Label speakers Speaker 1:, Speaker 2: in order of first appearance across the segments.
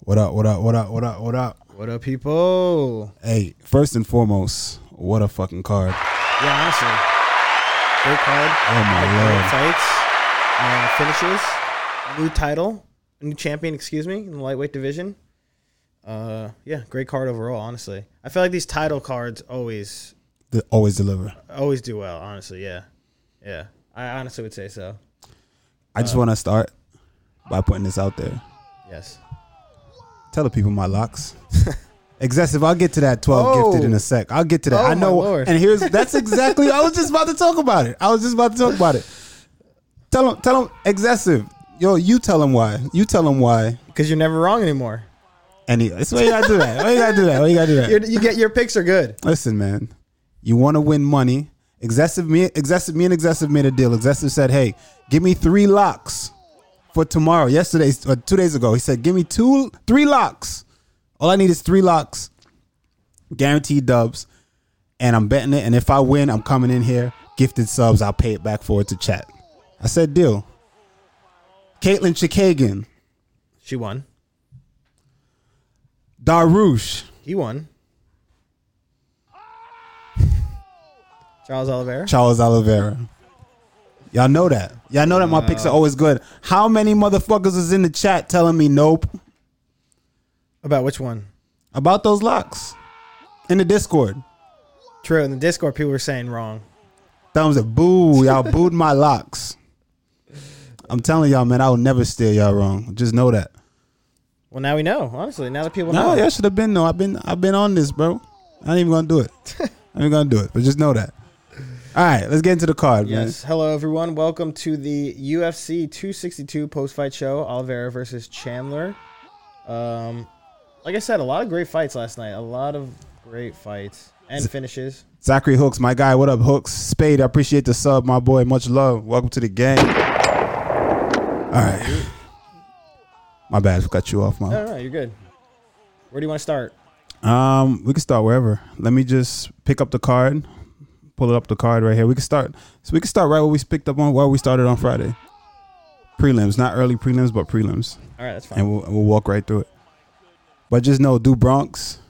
Speaker 1: What up? What up? What up? What up? What up?
Speaker 2: What up, people?
Speaker 1: Hey, first and foremost, what a fucking card!
Speaker 2: Yeah, honestly, great card.
Speaker 1: Oh my
Speaker 2: Great
Speaker 1: lord!
Speaker 2: fights, uh, finishes, new title, new champion. Excuse me, in the lightweight division. Uh, yeah, great card overall. Honestly, I feel like these title cards always,
Speaker 1: They always deliver.
Speaker 2: always do well. Honestly, yeah, yeah. I honestly would say so.
Speaker 1: I
Speaker 2: Uh,
Speaker 1: just want to start by putting this out there.
Speaker 2: Yes.
Speaker 1: Tell the people my locks. Excessive. I'll get to that 12
Speaker 2: Oh.
Speaker 1: gifted in a sec. I'll get to that.
Speaker 2: Oh,
Speaker 1: I
Speaker 2: my
Speaker 1: know.
Speaker 2: Lord.
Speaker 1: And here's that's exactly. I was just about to talk about it. I was just about to talk about it. Tell them. Tell them. Excessive. Yo, you tell them why. You tell them why.
Speaker 2: Because you're never wrong anymore.
Speaker 1: And he, that's why you gotta do that. Why you gotta do that? Why you gotta do that?
Speaker 2: You're, you get your picks are good.
Speaker 1: Listen, man, you want to win money. Excessive me, excessive me, and excessive made a deal. Excessive said, "Hey, give me three locks for tomorrow." Yesterday, or two days ago, he said, "Give me two, three locks. All I need is three locks, guaranteed dubs, and I'm betting it. And if I win, I'm coming in here, gifted subs. I'll pay it back for it to chat." I said, "Deal." Caitlin Chikagan,
Speaker 2: She won.
Speaker 1: Darush,
Speaker 2: He won. Charles Oliveira.
Speaker 1: Charles Oliveira. Y'all know that. Y'all know that my picks are always good. How many motherfuckers is in the chat telling me nope
Speaker 2: About which one?
Speaker 1: about those locks in the Discord?
Speaker 2: True. In the Discord, people were saying wrong.
Speaker 1: Thumbs up. Boo. Y'all booed my locks. I'm telling y'all, man, I will never steer y'all wrong. Just know that.
Speaker 2: Well, now we know. Honestly, now that people
Speaker 1: No,
Speaker 2: know.
Speaker 1: y'all should have been though. I've been I've been on this, bro. I ain't even gonna do it. I ain't gonna do it. But just know that. All right, let's get into the card, man.
Speaker 2: Yes. Hello, everyone. Welcome to the UFC 262 post fight show. Oliveira versus Chandler. Um, like I said, a lot of great fights last night. A lot of great fights and finishes.
Speaker 1: Zachary Hooks, my guy. What up, Hooks? Spade, I appreciate the sub, my boy. Much love. Welcome to the game. All right. My bad. Cut you off,
Speaker 2: No,
Speaker 1: man.
Speaker 2: no, no, you're good. Where do you want to start?
Speaker 1: Um, we can start wherever. Let me just pick up the card. Pull it up the card right here. We can start. So we can start right where we picked up on where we started on Friday. Prelims, not early prelims, but prelims,
Speaker 2: All right, that's fine.
Speaker 1: and we'll, we'll walk right through it. But just know, do Bronx,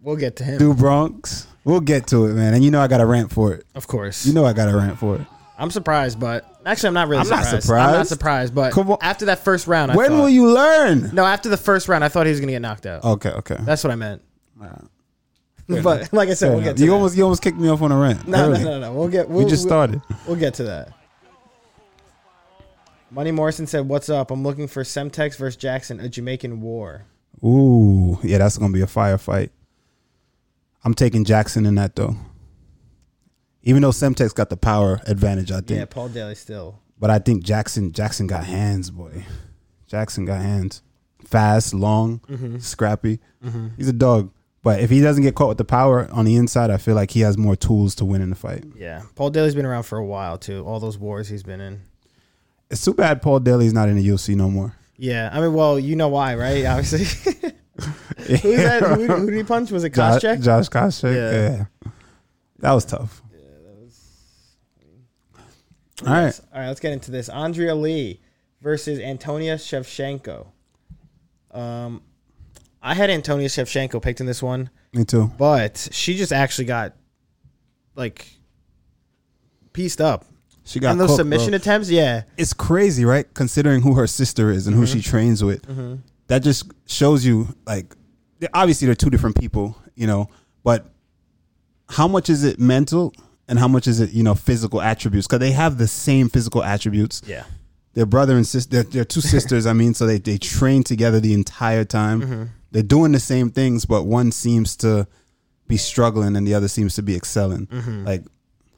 Speaker 2: We'll get to him.
Speaker 1: do Bronx. We'll get to it, man. And you know I got a rant for it.
Speaker 2: Of course.
Speaker 1: You know I got a rant for it.
Speaker 2: I'm surprised, but actually, I'm not really
Speaker 1: I'm not
Speaker 2: surprised. I'm not
Speaker 1: surprised.
Speaker 2: surprised, but
Speaker 1: Come on.
Speaker 2: after that first round, I
Speaker 1: when
Speaker 2: thought-
Speaker 1: will you learn?
Speaker 2: No, after the first round, I thought he was going to get knocked out.
Speaker 1: Okay, okay.
Speaker 2: That's what I meant.
Speaker 1: Alright.
Speaker 2: but like I said, we'll get to
Speaker 1: you
Speaker 2: that.
Speaker 1: almost you almost kicked me off on a rant.
Speaker 2: No, no,
Speaker 1: Early.
Speaker 2: no, no. We'll get. We'll,
Speaker 1: We just
Speaker 2: we'll-
Speaker 1: started.
Speaker 2: We'll get to that. Money Morrison said, "What's up? I'm looking for Semtex versus Jackson, a Jamaican war."
Speaker 1: Ooh, yeah, that's gonna be a firefight. I'm taking Jackson in that though. Even though Semtex got the power advantage, I think.
Speaker 2: Yeah, Paul Daly still.
Speaker 1: But I think Jackson Jackson got hands, boy. Jackson got hands. Fast, long,
Speaker 2: Mm-hmm.
Speaker 1: scrappy. He's a dog. But if he doesn't get caught with the power on the inside, I feel like he has more tools to win in the fight.
Speaker 2: Yeah, Paul Daly's been around for a while too. All those wars he's been in.
Speaker 1: It's too bad Paul Daly's not in the UFC no more.
Speaker 2: Yeah, I mean, well, you know why, right? Obviously. Who's that? Who, who did he punch? Was it Koscheck?
Speaker 1: Jo- Josh Koscheck.
Speaker 2: Yeah.
Speaker 1: Yeah. That was tough. All right.
Speaker 2: All right, let's get into this. Andrea Lee versus Antonia Shevchenko. Um, I had Antonia Shevchenko picked in this one.
Speaker 1: Me too.
Speaker 2: but she just actually got like pieced up.
Speaker 1: She got
Speaker 2: and those
Speaker 1: cooked,
Speaker 2: submission
Speaker 1: bro.
Speaker 2: attempts, yeah,
Speaker 1: It's crazy, right? Considering who her sister is and who
Speaker 2: Mm-hmm.
Speaker 1: she trains with. That just shows you, like, they- obviously they're two different people, you know, but how much is it mental and how much is it, you know, physical attributes? Because they have the same physical attributes.
Speaker 2: yeah,
Speaker 1: They're brother and sister. They're, they're two sisters. I mean, so they they train together the entire time.
Speaker 2: Mm-hmm.
Speaker 1: They're doing the same things, but one seems to be struggling and the other seems to be excelling. Like,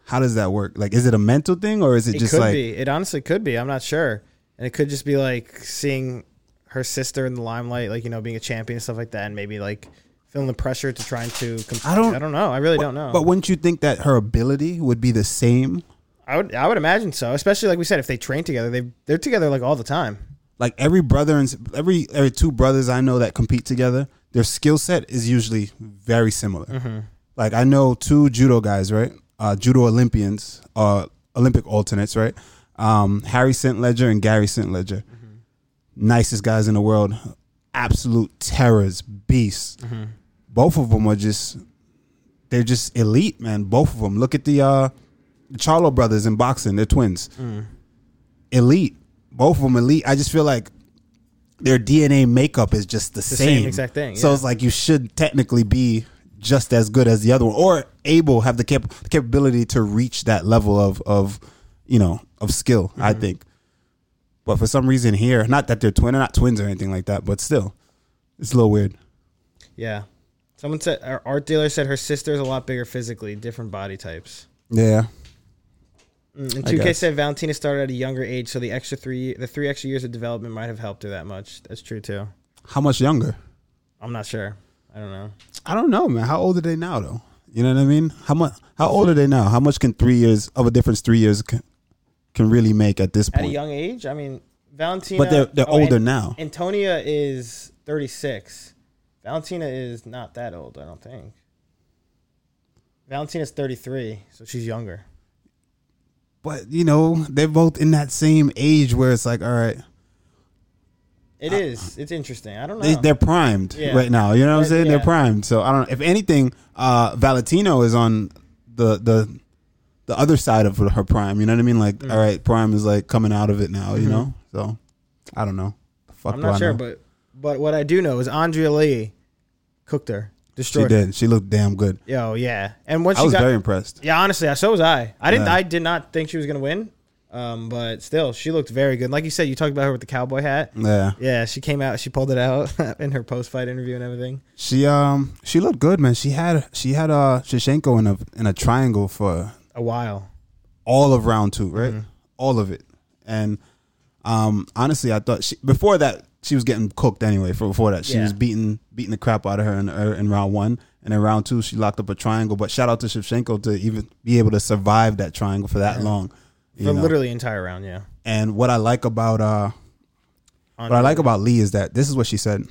Speaker 1: how does that work? Like, is it a mental thing or is it,
Speaker 2: Mm-hmm. it
Speaker 1: just
Speaker 2: could
Speaker 1: like
Speaker 2: be. It honestly could be. I'm not sure, and it could just be like seeing her sister in the limelight, like you know, being a champion and stuff like that, and maybe like feeling the pressure to trying to. Compete. I
Speaker 1: don't-
Speaker 2: I don't know. I really don't know.
Speaker 1: But wouldn't you think that her ability would be the same?
Speaker 2: I would. I would imagine so. Especially like we said, if they train together, they they're together like all the time.
Speaker 1: Like every brother and s- every every two brothers I know that compete together, their skill set is usually very similar. Like I know two judo guys, right? Uh, judo Olympians, uh, Olympic alternates, right? Um, Harry St. Ledger and Gary St. Ledger, nicest guys in the world. absolute terrors, beasts. Both of them are just they're just elite, man. Both of them. Look at the uh the Charlo brothers in boxing, they're twins.
Speaker 2: Mm.
Speaker 1: Elite. Both of them elite. I just feel like their DNA makeup is just the,
Speaker 2: same exact thing,
Speaker 1: So
Speaker 2: yeah.
Speaker 1: it's like you should technically be just as good as the other one or able have the, cap- the capability to reach that level of of you know of skill i
Speaker 2: Mm-hmm.
Speaker 1: think but for some reason here not that they're twin they're not twins or anything like that but still it's a little weird
Speaker 2: Yeah. Someone said our art dealer said her sister's a lot bigger physically, different body types.
Speaker 1: yeah
Speaker 2: Mm, And
Speaker 1: I
Speaker 2: two K
Speaker 1: guess.
Speaker 2: said Valentina started at a younger age, so the extra three the three extra years of development might have helped her that much. That's true too.
Speaker 1: how much younger
Speaker 2: I'm not sure. I don't know.
Speaker 1: i don't know man how old are they now though you know what i mean how much how old are they now how much can three years of a difference three years can, can really make at this
Speaker 2: At a
Speaker 1: point
Speaker 2: young age, I mean Valentina
Speaker 1: but they're they're
Speaker 2: oh, and
Speaker 1: older now
Speaker 2: Antonia is thirty six. Valentina is not that old, I don't think. Valentina's thirty three, so she's younger.
Speaker 1: but you know they're both in that same age where it's like all right
Speaker 2: It is. It's interesting. I don't know.
Speaker 1: they, they're primed
Speaker 2: Yeah.
Speaker 1: right now. You know what I'm
Speaker 2: Right,
Speaker 1: saying? They're
Speaker 2: yeah.
Speaker 1: primed. So I don't. If anything, uh, Valentino is on the the the other side of her prime. You know what I mean? Like,
Speaker 2: Mm.
Speaker 1: all right, prime is like coming out of it now. You know? So I don't know. The fuck
Speaker 2: Mm-hmm. I'm
Speaker 1: do I
Speaker 2: not sure,
Speaker 1: know?
Speaker 2: but but what I do know is Andrea Lee cooked her,
Speaker 1: she
Speaker 2: destroyed. her.
Speaker 1: did. She looked damn good.
Speaker 2: Yo, yeah. And once
Speaker 1: I
Speaker 2: she
Speaker 1: was
Speaker 2: got,
Speaker 1: very impressed.
Speaker 2: yeah, honestly, I- so was I. I didn't.
Speaker 1: Yeah.
Speaker 2: I did not think she was gonna win. Um, but still, she looked very good. Like you said, you talked about her with the cowboy hat.
Speaker 1: Yeah,
Speaker 2: Yeah, she came out. She pulled it out in her post-fight interview and everything.
Speaker 1: she um she looked good, man. She had she had uh Shashenko in a in a triangle for
Speaker 2: A while.
Speaker 1: all of round two, right?
Speaker 2: Mm-hmm.
Speaker 1: All of it. And um, honestly, I thought she, before that she was getting cooked anyway. For before that, she
Speaker 2: Yeah.
Speaker 1: was beating beating the crap out of her in, her in round one, and in round two she locked up a triangle. But shout out to Shevchenko to even be able to survive that triangle for that long. you
Speaker 2: For
Speaker 1: know?
Speaker 2: literally entire round, yeah.
Speaker 1: And what I like about uh, what I like about Lee is that this is what she said.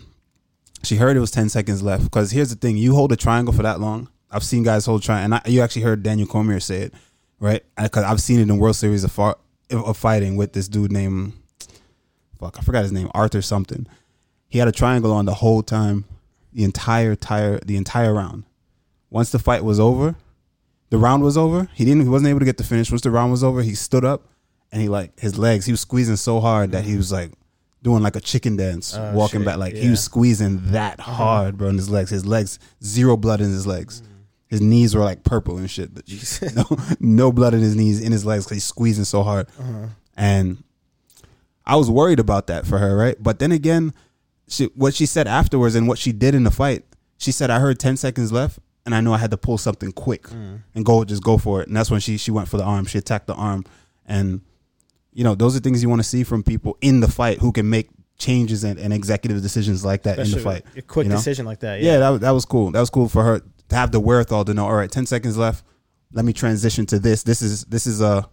Speaker 1: She heard it was ten seconds left. Because here's the thing: you hold a triangle for that long. I've seen guys hold triangle, and I, you actually heard Daniel Cormier say it, right? Because I've seen it in World Series of, far, of fighting with this dude named fuck, I forgot his name, Arthur something. He had a triangle on the whole time, the entire tire, the entire round. Once the fight was over, the round was over. He didn't. He wasn't able to get the finish. Once the round was over, he stood up and he like his legs. He was squeezing so hard that he was like doing like a chicken dance,
Speaker 2: Mm. Oh,
Speaker 1: walking
Speaker 2: shit,
Speaker 1: back. Like he
Speaker 2: yeah. Uh-huh.
Speaker 1: was squeezing that hard, bro, in his legs. His legs, zero blood in his legs.
Speaker 2: Mm.
Speaker 1: His knees were like purple and shit. No, no blood in his knees, in his legs, because he's squeezing so hard.
Speaker 2: Uh-huh.
Speaker 1: And I was worried about that for her, right? But then again, she, what she said afterwards and what she did in the fight, she said, "I heard ten seconds left, and I knew I had to pull something quick
Speaker 2: Mm.
Speaker 1: and go, just go for it." And that's when she she went for the arm. She attacked the arm, and you know those are things you want to see from people in the fight who can make changes and, and executive decisions like that in the
Speaker 2: Especially
Speaker 1: fight.
Speaker 2: a quick
Speaker 1: you know?
Speaker 2: decision like that.
Speaker 1: Yeah,
Speaker 2: Yeah.
Speaker 1: that, that was cool. That was cool for her to have the wherewithal to know. All right, ten seconds left. Let me transition to this. This is this is a,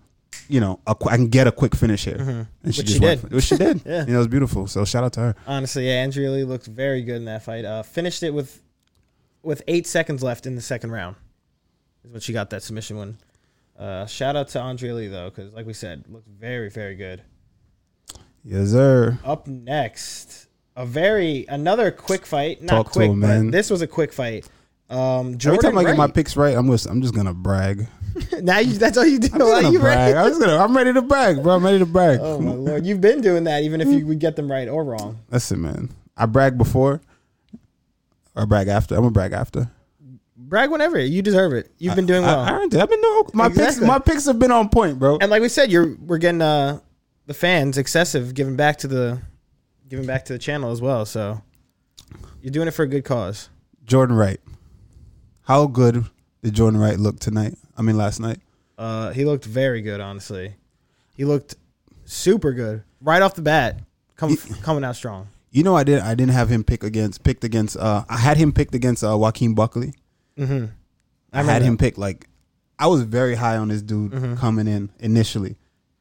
Speaker 1: you know, a qu- I can get a quick finish here. And
Speaker 2: Mm-hmm. Which she did.
Speaker 1: went for- which she did.
Speaker 2: Yeah.
Speaker 1: you know, it was beautiful. So shout out to her.
Speaker 2: Honestly, yeah, Andrea Lee looked very good in that fight. Uh, finished it with with eight seconds left in the second round. Is when she got that submission win. Uh, shout out to Andrea Lee though, because like we said, looked very very good.
Speaker 1: Yes, sir.
Speaker 2: Up next, a very another quick fight. Not
Speaker 1: Talk to
Speaker 2: quick,
Speaker 1: him,
Speaker 2: but
Speaker 1: man.
Speaker 2: this was a quick fight. Um,
Speaker 1: Every
Speaker 2: Jordan
Speaker 1: time I get my
Speaker 2: Wright.
Speaker 1: picks right, I'm just I'm just gonna brag.
Speaker 2: now you, that's all you do.
Speaker 1: I'm just
Speaker 2: Like,
Speaker 1: gonna
Speaker 2: you
Speaker 1: brag.
Speaker 2: ready?
Speaker 1: I'm just gonna I'm ready to brag, bro. I'm ready to brag.
Speaker 2: Oh my lord, you've been doing that even if you would get them right or wrong.
Speaker 1: Listen, man. I brag before. Or brag after. I'm gonna brag after.
Speaker 2: Brag whenever you deserve it. You've been doing well.
Speaker 1: I, I earned it. I've been doing my
Speaker 2: Exactly.
Speaker 1: picks. My picks have been on point, bro.
Speaker 2: and like we said, you're we're getting uh the fans excessive giving back to the giving back to the channel as well. So you're doing it for a good cause.
Speaker 1: Jordan Wright. How good did Jordan Wright look tonight? I mean, last night.
Speaker 2: Uh, he looked very good, honestly. He looked super good right off the bat, come, coming out strong.
Speaker 1: You know, I did. I didn't have him pick against picked against. Uh, I had him picked against uh, Joaquin Buckley.
Speaker 2: Mm-hmm.
Speaker 1: I, had him pick like. I was very high on this dude coming in initially.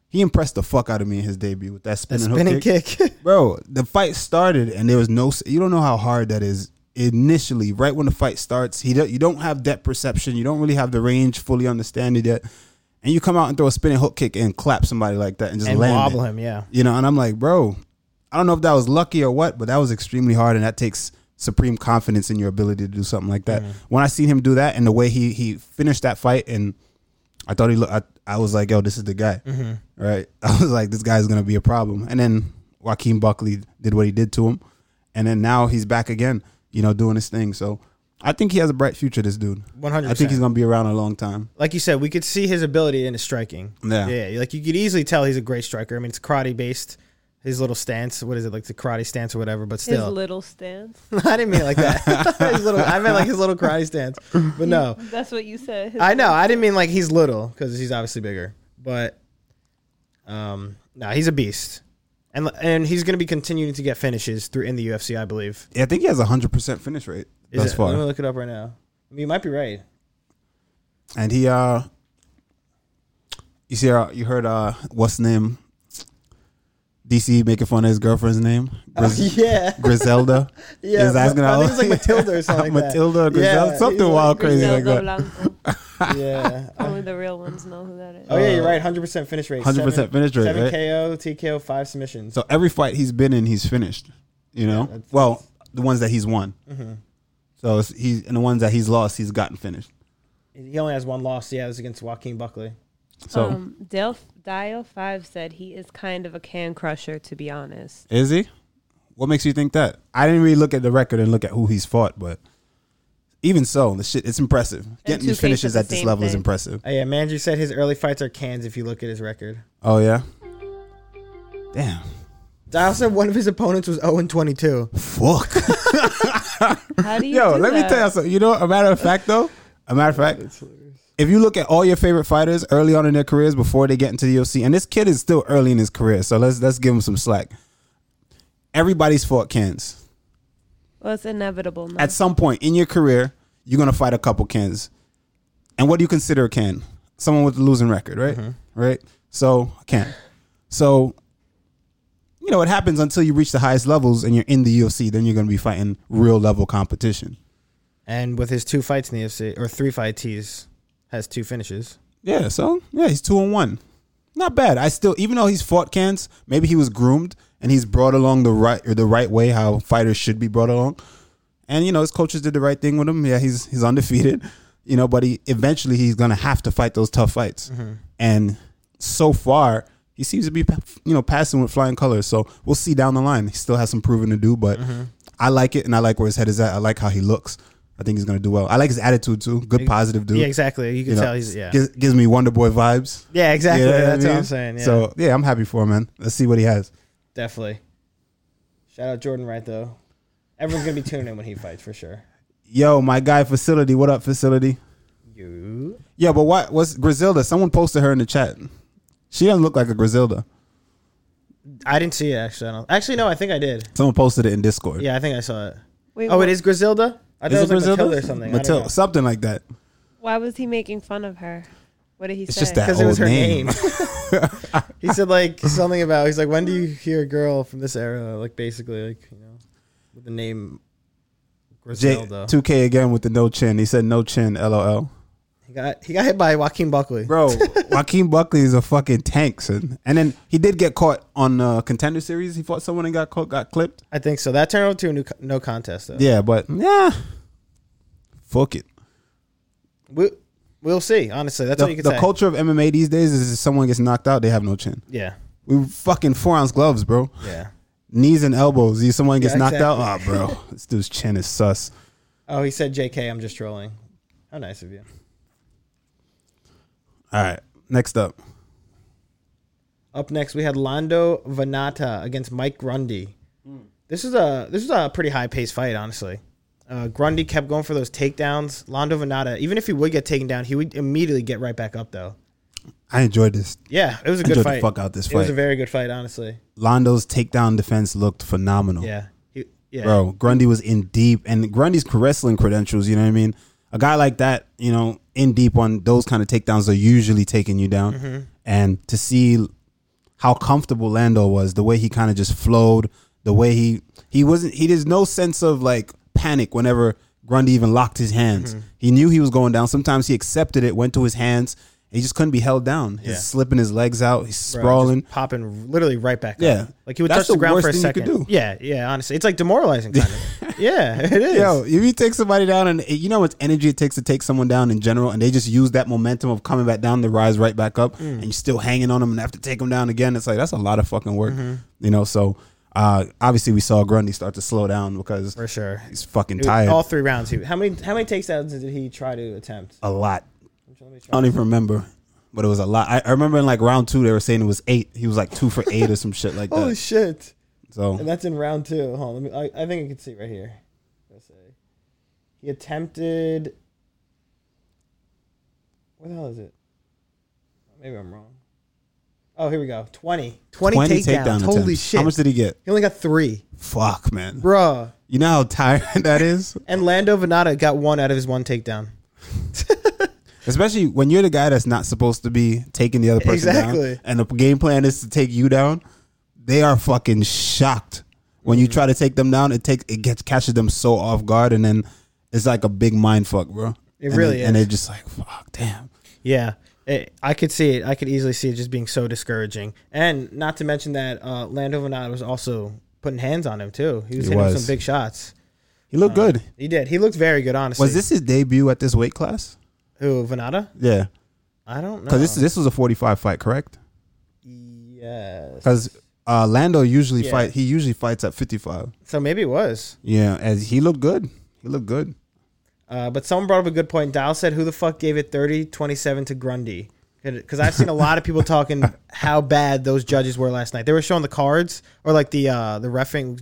Speaker 1: He impressed the fuck out of me in his debut with that spinning,
Speaker 2: spinning
Speaker 1: hook kick.
Speaker 2: kick.
Speaker 1: bro. The fight started and there was no. s- You don't know how hard that is initially. Right when the fight starts, he don't, you don't have depth perception. You don't really have the range fully understanding yet, and you come out and throw a spinning hook kick and clap somebody like that and just
Speaker 2: and
Speaker 1: land it.
Speaker 2: wobble him, yeah.
Speaker 1: You know, and I'm like, bro, I don't know if that was lucky or what, but that was extremely hard, and that takes supreme confidence in your ability to do something like that. When I seen him do that and the way he he finished that fight, and I thought he looked, I, I was like, yo, this is the guy,
Speaker 2: Mm-hmm.
Speaker 1: right? I was like, this guy's gonna be a problem. And then Joaquin Buckley did what he did to him, and then now he's back again, you know, doing his thing. So I think he has a bright future. This dude,
Speaker 2: 100%.
Speaker 1: I think he's gonna be around a long time.
Speaker 2: like you said, we could see his ability in his striking.
Speaker 1: Yeah.
Speaker 2: Yeah. Like you could easily tell he's a great striker. I mean, it's karate based. His little stance, what is it like the karate stance or whatever? But
Speaker 3: His
Speaker 2: still,
Speaker 3: little stance.
Speaker 2: I didn't mean it like that. his little, I meant like his little karate stance. But no,
Speaker 3: That's what you said. his
Speaker 2: I know.
Speaker 3: little-
Speaker 2: I didn't mean like he's little because he's obviously bigger, but um, no, he's a beast, and and he's going to be continuing to get finishes through in the UFC, I believe.
Speaker 1: Yeah, I think he has a hundred percent finish rate
Speaker 2: Is
Speaker 1: thus
Speaker 2: it-
Speaker 1: far.
Speaker 2: Let me look it up right now. I mean, you might be right.
Speaker 1: and he uh you see uh, you heard uh what's his name dc making fun of his girlfriend's name Gris-
Speaker 2: Oh, yeah,
Speaker 1: griselda
Speaker 2: yeah.
Speaker 1: His eyes
Speaker 2: but-
Speaker 1: gonna-
Speaker 2: I think it's like Matilda or something. like that.
Speaker 1: Matilda or Griselda,
Speaker 2: Yeah,
Speaker 1: something
Speaker 2: he's like-
Speaker 1: wild crazy like
Speaker 3: Griselda
Speaker 1: that
Speaker 3: Blanco.
Speaker 2: Yeah.
Speaker 3: Only the real ones know who that is.
Speaker 2: Oh yeah, you're right. Hundred percent finish rate.
Speaker 1: 100% finish rate,
Speaker 2: Seven
Speaker 1: right?
Speaker 2: KO, TKO, five submissions.
Speaker 1: so every fight he's been in he's finished you know
Speaker 2: that's- Mm-hmm.
Speaker 1: well the ones that he's won so it's, he's and the ones that he's lost he's gotten finished
Speaker 2: He only has one loss. Yeah, it was against Joaquin Buckley.
Speaker 1: so
Speaker 3: um, Dale Dial Five said he is kind of a can crusher, to be honest.
Speaker 1: is he what makes you think that i didn't really look at the record and look at who he's fought but even so the shit it's impressive getting these
Speaker 3: 2K said
Speaker 1: finishes
Speaker 3: the
Speaker 1: at this
Speaker 3: same
Speaker 1: level is
Speaker 3: thing.
Speaker 1: impressive
Speaker 2: Oh, yeah, Manju said his early fights are cans. If you look at his record,
Speaker 1: Oh yeah. Damn.
Speaker 2: Dial said one of his opponents was 0 and 22.
Speaker 1: Fuck.
Speaker 3: How do you?
Speaker 1: Yo,
Speaker 3: do
Speaker 1: let me
Speaker 3: that?
Speaker 1: tell you something. You know, a matter of fact though, a matter of fact, if you look at all your favorite fighters early on in their careers before they get into the UFC, and this kid is still early in his career, so let's let's give him some slack. Everybody's fought cans.
Speaker 3: Well, it's inevitable. No?
Speaker 1: At some point in your career, you're gonna fight a couple cans. And what do you consider a can? Someone with a losing record, right? Right? So a can. So you know, it happens until you reach the highest levels and you're in the UFC, then you're gonna be fighting real level competition.
Speaker 2: And with his two fights in the UFC, or three fights, he's has two finishes.
Speaker 1: Yeah, so yeah, he's two and one. Not bad. I still even though he's fought cans, maybe he was groomed and he's brought along the right or the right way how fighters should be brought along. And you know, his coaches did the right thing with him. Yeah, he's he's undefeated. You know, but he eventually he's gonna have to fight those tough fights. And so far, he seems to be you know passing with flying colors. So we'll see down the line. He still has some proving to do, but I like it and I like where his head is at. I like how he looks. I think he's gonna do well. I like his attitude too. Good positive dude.
Speaker 2: Yeah, exactly. You can
Speaker 1: You know,
Speaker 2: tell he's yeah,
Speaker 1: gives, gives me Wonder Boy vibes.
Speaker 2: yeah, exactly.
Speaker 1: You know what I
Speaker 2: That's what
Speaker 1: mean?
Speaker 2: I'm saying. Yeah,
Speaker 1: So yeah, I'm happy for him, man. Let's see what he has.
Speaker 2: definitely. Shout out Jordan Wright though. Everyone's gonna be tuning in when he fights for sure.
Speaker 1: Yo, my guy, facility. What up, facility?
Speaker 2: You
Speaker 1: Yeah, but what was Griselda? Someone posted her in the chat. She doesn't look like a Griselda.
Speaker 2: I didn't see it actually. I don't, actually, no, I think I did.
Speaker 1: Someone posted it in Discord.
Speaker 2: Yeah, I think I saw it.
Speaker 3: Wait,
Speaker 2: Oh,
Speaker 3: wh-
Speaker 2: it is Griselda. I thought it was like Matilda or something. I don't
Speaker 1: Matilda,
Speaker 2: know.
Speaker 1: something like that.
Speaker 3: Why was he making fun of her? What did he
Speaker 1: It's
Speaker 3: say?
Speaker 1: just that
Speaker 2: 'Cause it was
Speaker 1: old
Speaker 2: her
Speaker 1: name.
Speaker 2: name. he said like something about he's like when do you hear a girl from this era like basically like you know with the name
Speaker 1: J-
Speaker 2: Griselda.
Speaker 1: 2K again with the no chin. He said no chin. LOL.
Speaker 2: he got he got hit by Joaquin Buckley.
Speaker 1: Bro, Joaquin Buckley is a fucking tank, son. And then he did get caught on uh, contender series. He fought someone and got caught, got clipped.
Speaker 2: I think so. That turned out to a new co- no contest though.
Speaker 1: Yeah, but yeah, fuck it.
Speaker 2: We, we'll see. Honestly, that's all
Speaker 1: the,
Speaker 2: you can
Speaker 1: the
Speaker 2: say.
Speaker 1: culture of MMA these days is if someone gets knocked out, they have no chin.
Speaker 2: yeah,
Speaker 1: We fucking four ounce gloves, bro.
Speaker 2: yeah.
Speaker 1: Knees and elbows. You someone gets
Speaker 2: Yeah,
Speaker 1: knocked out, oh
Speaker 2: exactly.
Speaker 1: bro, this dude's chin is sus.
Speaker 2: Oh, he said J.K. I'm just trolling. How nice of you.
Speaker 1: All right, next up,
Speaker 2: Up next, we had Lando Venata against Mike Grundy. This is a this is a pretty high paced fight, honestly. Uh, Grundy kept going for those takedowns. Lando Venata, even if he would get taken down, he would immediately get right back up though.
Speaker 1: I enjoyed this.
Speaker 2: Yeah, it was a good
Speaker 1: Enjoyed
Speaker 2: fight.
Speaker 1: the fuck out this
Speaker 2: It was
Speaker 1: fight.
Speaker 2: a very good fight, honestly.
Speaker 1: Londo's takedown defense looked phenomenal.
Speaker 2: Yeah, he, yeah.
Speaker 1: bro. Grundy was in deep, and Grundy's wrestling credentials. You know what I mean? A guy like that, you know, in deep on those kind of takedowns are usually taking you down.
Speaker 2: Mm-hmm.
Speaker 1: And to see how comfortable Lando was, the way he kind of just flowed, the way he he wasn't he there's no sense of like panic
Speaker 2: Mm-hmm.
Speaker 1: whenever Grundy even locked his hands. He knew he was going down. Sometimes he accepted it, went to his hands, He just couldn't be held down.
Speaker 2: Yeah.
Speaker 1: He's slipping his legs out. He's
Speaker 2: Bro,
Speaker 1: sprawling.
Speaker 2: just popping literally right back up.
Speaker 1: Yeah.
Speaker 2: Like he would
Speaker 1: That's
Speaker 2: touch the,
Speaker 1: the
Speaker 2: ground
Speaker 1: worst
Speaker 2: for a
Speaker 1: thing you could
Speaker 2: second.
Speaker 1: do.
Speaker 2: Yeah, yeah, honestly. It's like demoralizing kind of. yeah, it is.
Speaker 1: Yo, if you take somebody down and you know how much energy it takes to take someone down in general, and they just use that momentum of coming back down to rise right back up,
Speaker 2: Mm.
Speaker 1: and you're still hanging on them and have to take them down again. It's like that's a lot of fucking work,
Speaker 2: Mm-hmm.
Speaker 1: you know. So uh, obviously we saw Grundy start to slow down because
Speaker 2: for sure.
Speaker 1: he's fucking
Speaker 2: It was
Speaker 1: tired.
Speaker 2: All three rounds. He, how many how many takedowns did he try to attempt?
Speaker 1: a lot.
Speaker 2: Let me
Speaker 1: I
Speaker 2: try.
Speaker 1: don't even remember, but it was a lot. I, I remember in like round two they were saying it was eight. He was like two for eight or some shit like
Speaker 2: Holy
Speaker 1: that.
Speaker 2: shit! And
Speaker 1: So
Speaker 2: that's in round two. Hold on, let me. I, I think I can see right here. Let's see. He attempted. What the hell is it? Maybe I'm wrong. Oh, here we go. 20. 20,
Speaker 1: twenty
Speaker 2: takedowns.
Speaker 1: takedown
Speaker 2: Holy
Speaker 1: attempts.
Speaker 2: shit!
Speaker 1: How much did he get?
Speaker 2: he only got three,
Speaker 1: Fuck, man.
Speaker 2: bruh.
Speaker 1: You know how tiring that is.
Speaker 2: And Lando Venata got one out of his one takedown.
Speaker 1: Especially when you're the guy that's not supposed to be taking the other person
Speaker 2: Exactly.
Speaker 1: down, and the game plan is to take you down. They are fucking shocked when
Speaker 2: Mm.
Speaker 1: you try to take them down. It takes it gets catches them so off guard, and then it's like a big mind fuck, bro.
Speaker 2: It
Speaker 1: And
Speaker 2: really
Speaker 1: they- and
Speaker 2: is.
Speaker 1: they're just like, fuck, damn.
Speaker 2: Yeah, it, I could see it. I could easily see it just being so discouraging. And not to mention that uh, Lando Venata was also putting hands on him too. He was
Speaker 1: He
Speaker 2: hitting
Speaker 1: was.
Speaker 2: some big shots.
Speaker 1: He looked good.
Speaker 2: He did. He looked very good, honestly.
Speaker 1: Was this his debut at this weight class?
Speaker 2: who Venata?
Speaker 1: Yeah,
Speaker 2: I don't know.
Speaker 1: because this this was a 45 fight, correct?
Speaker 2: yes.
Speaker 1: Because uh, Lando usually
Speaker 2: Yeah.
Speaker 1: fight. He usually fights at 55.
Speaker 2: So maybe it was.
Speaker 1: Yeah, as he looked good. He looked good.
Speaker 2: Uh, but someone brought up a good point. Dial said, "Who the fuck gave it 30-27 to Grundy?" Because I've seen a lot of people talking how bad those judges were last night. They were showing the cards or like the uh, the refing,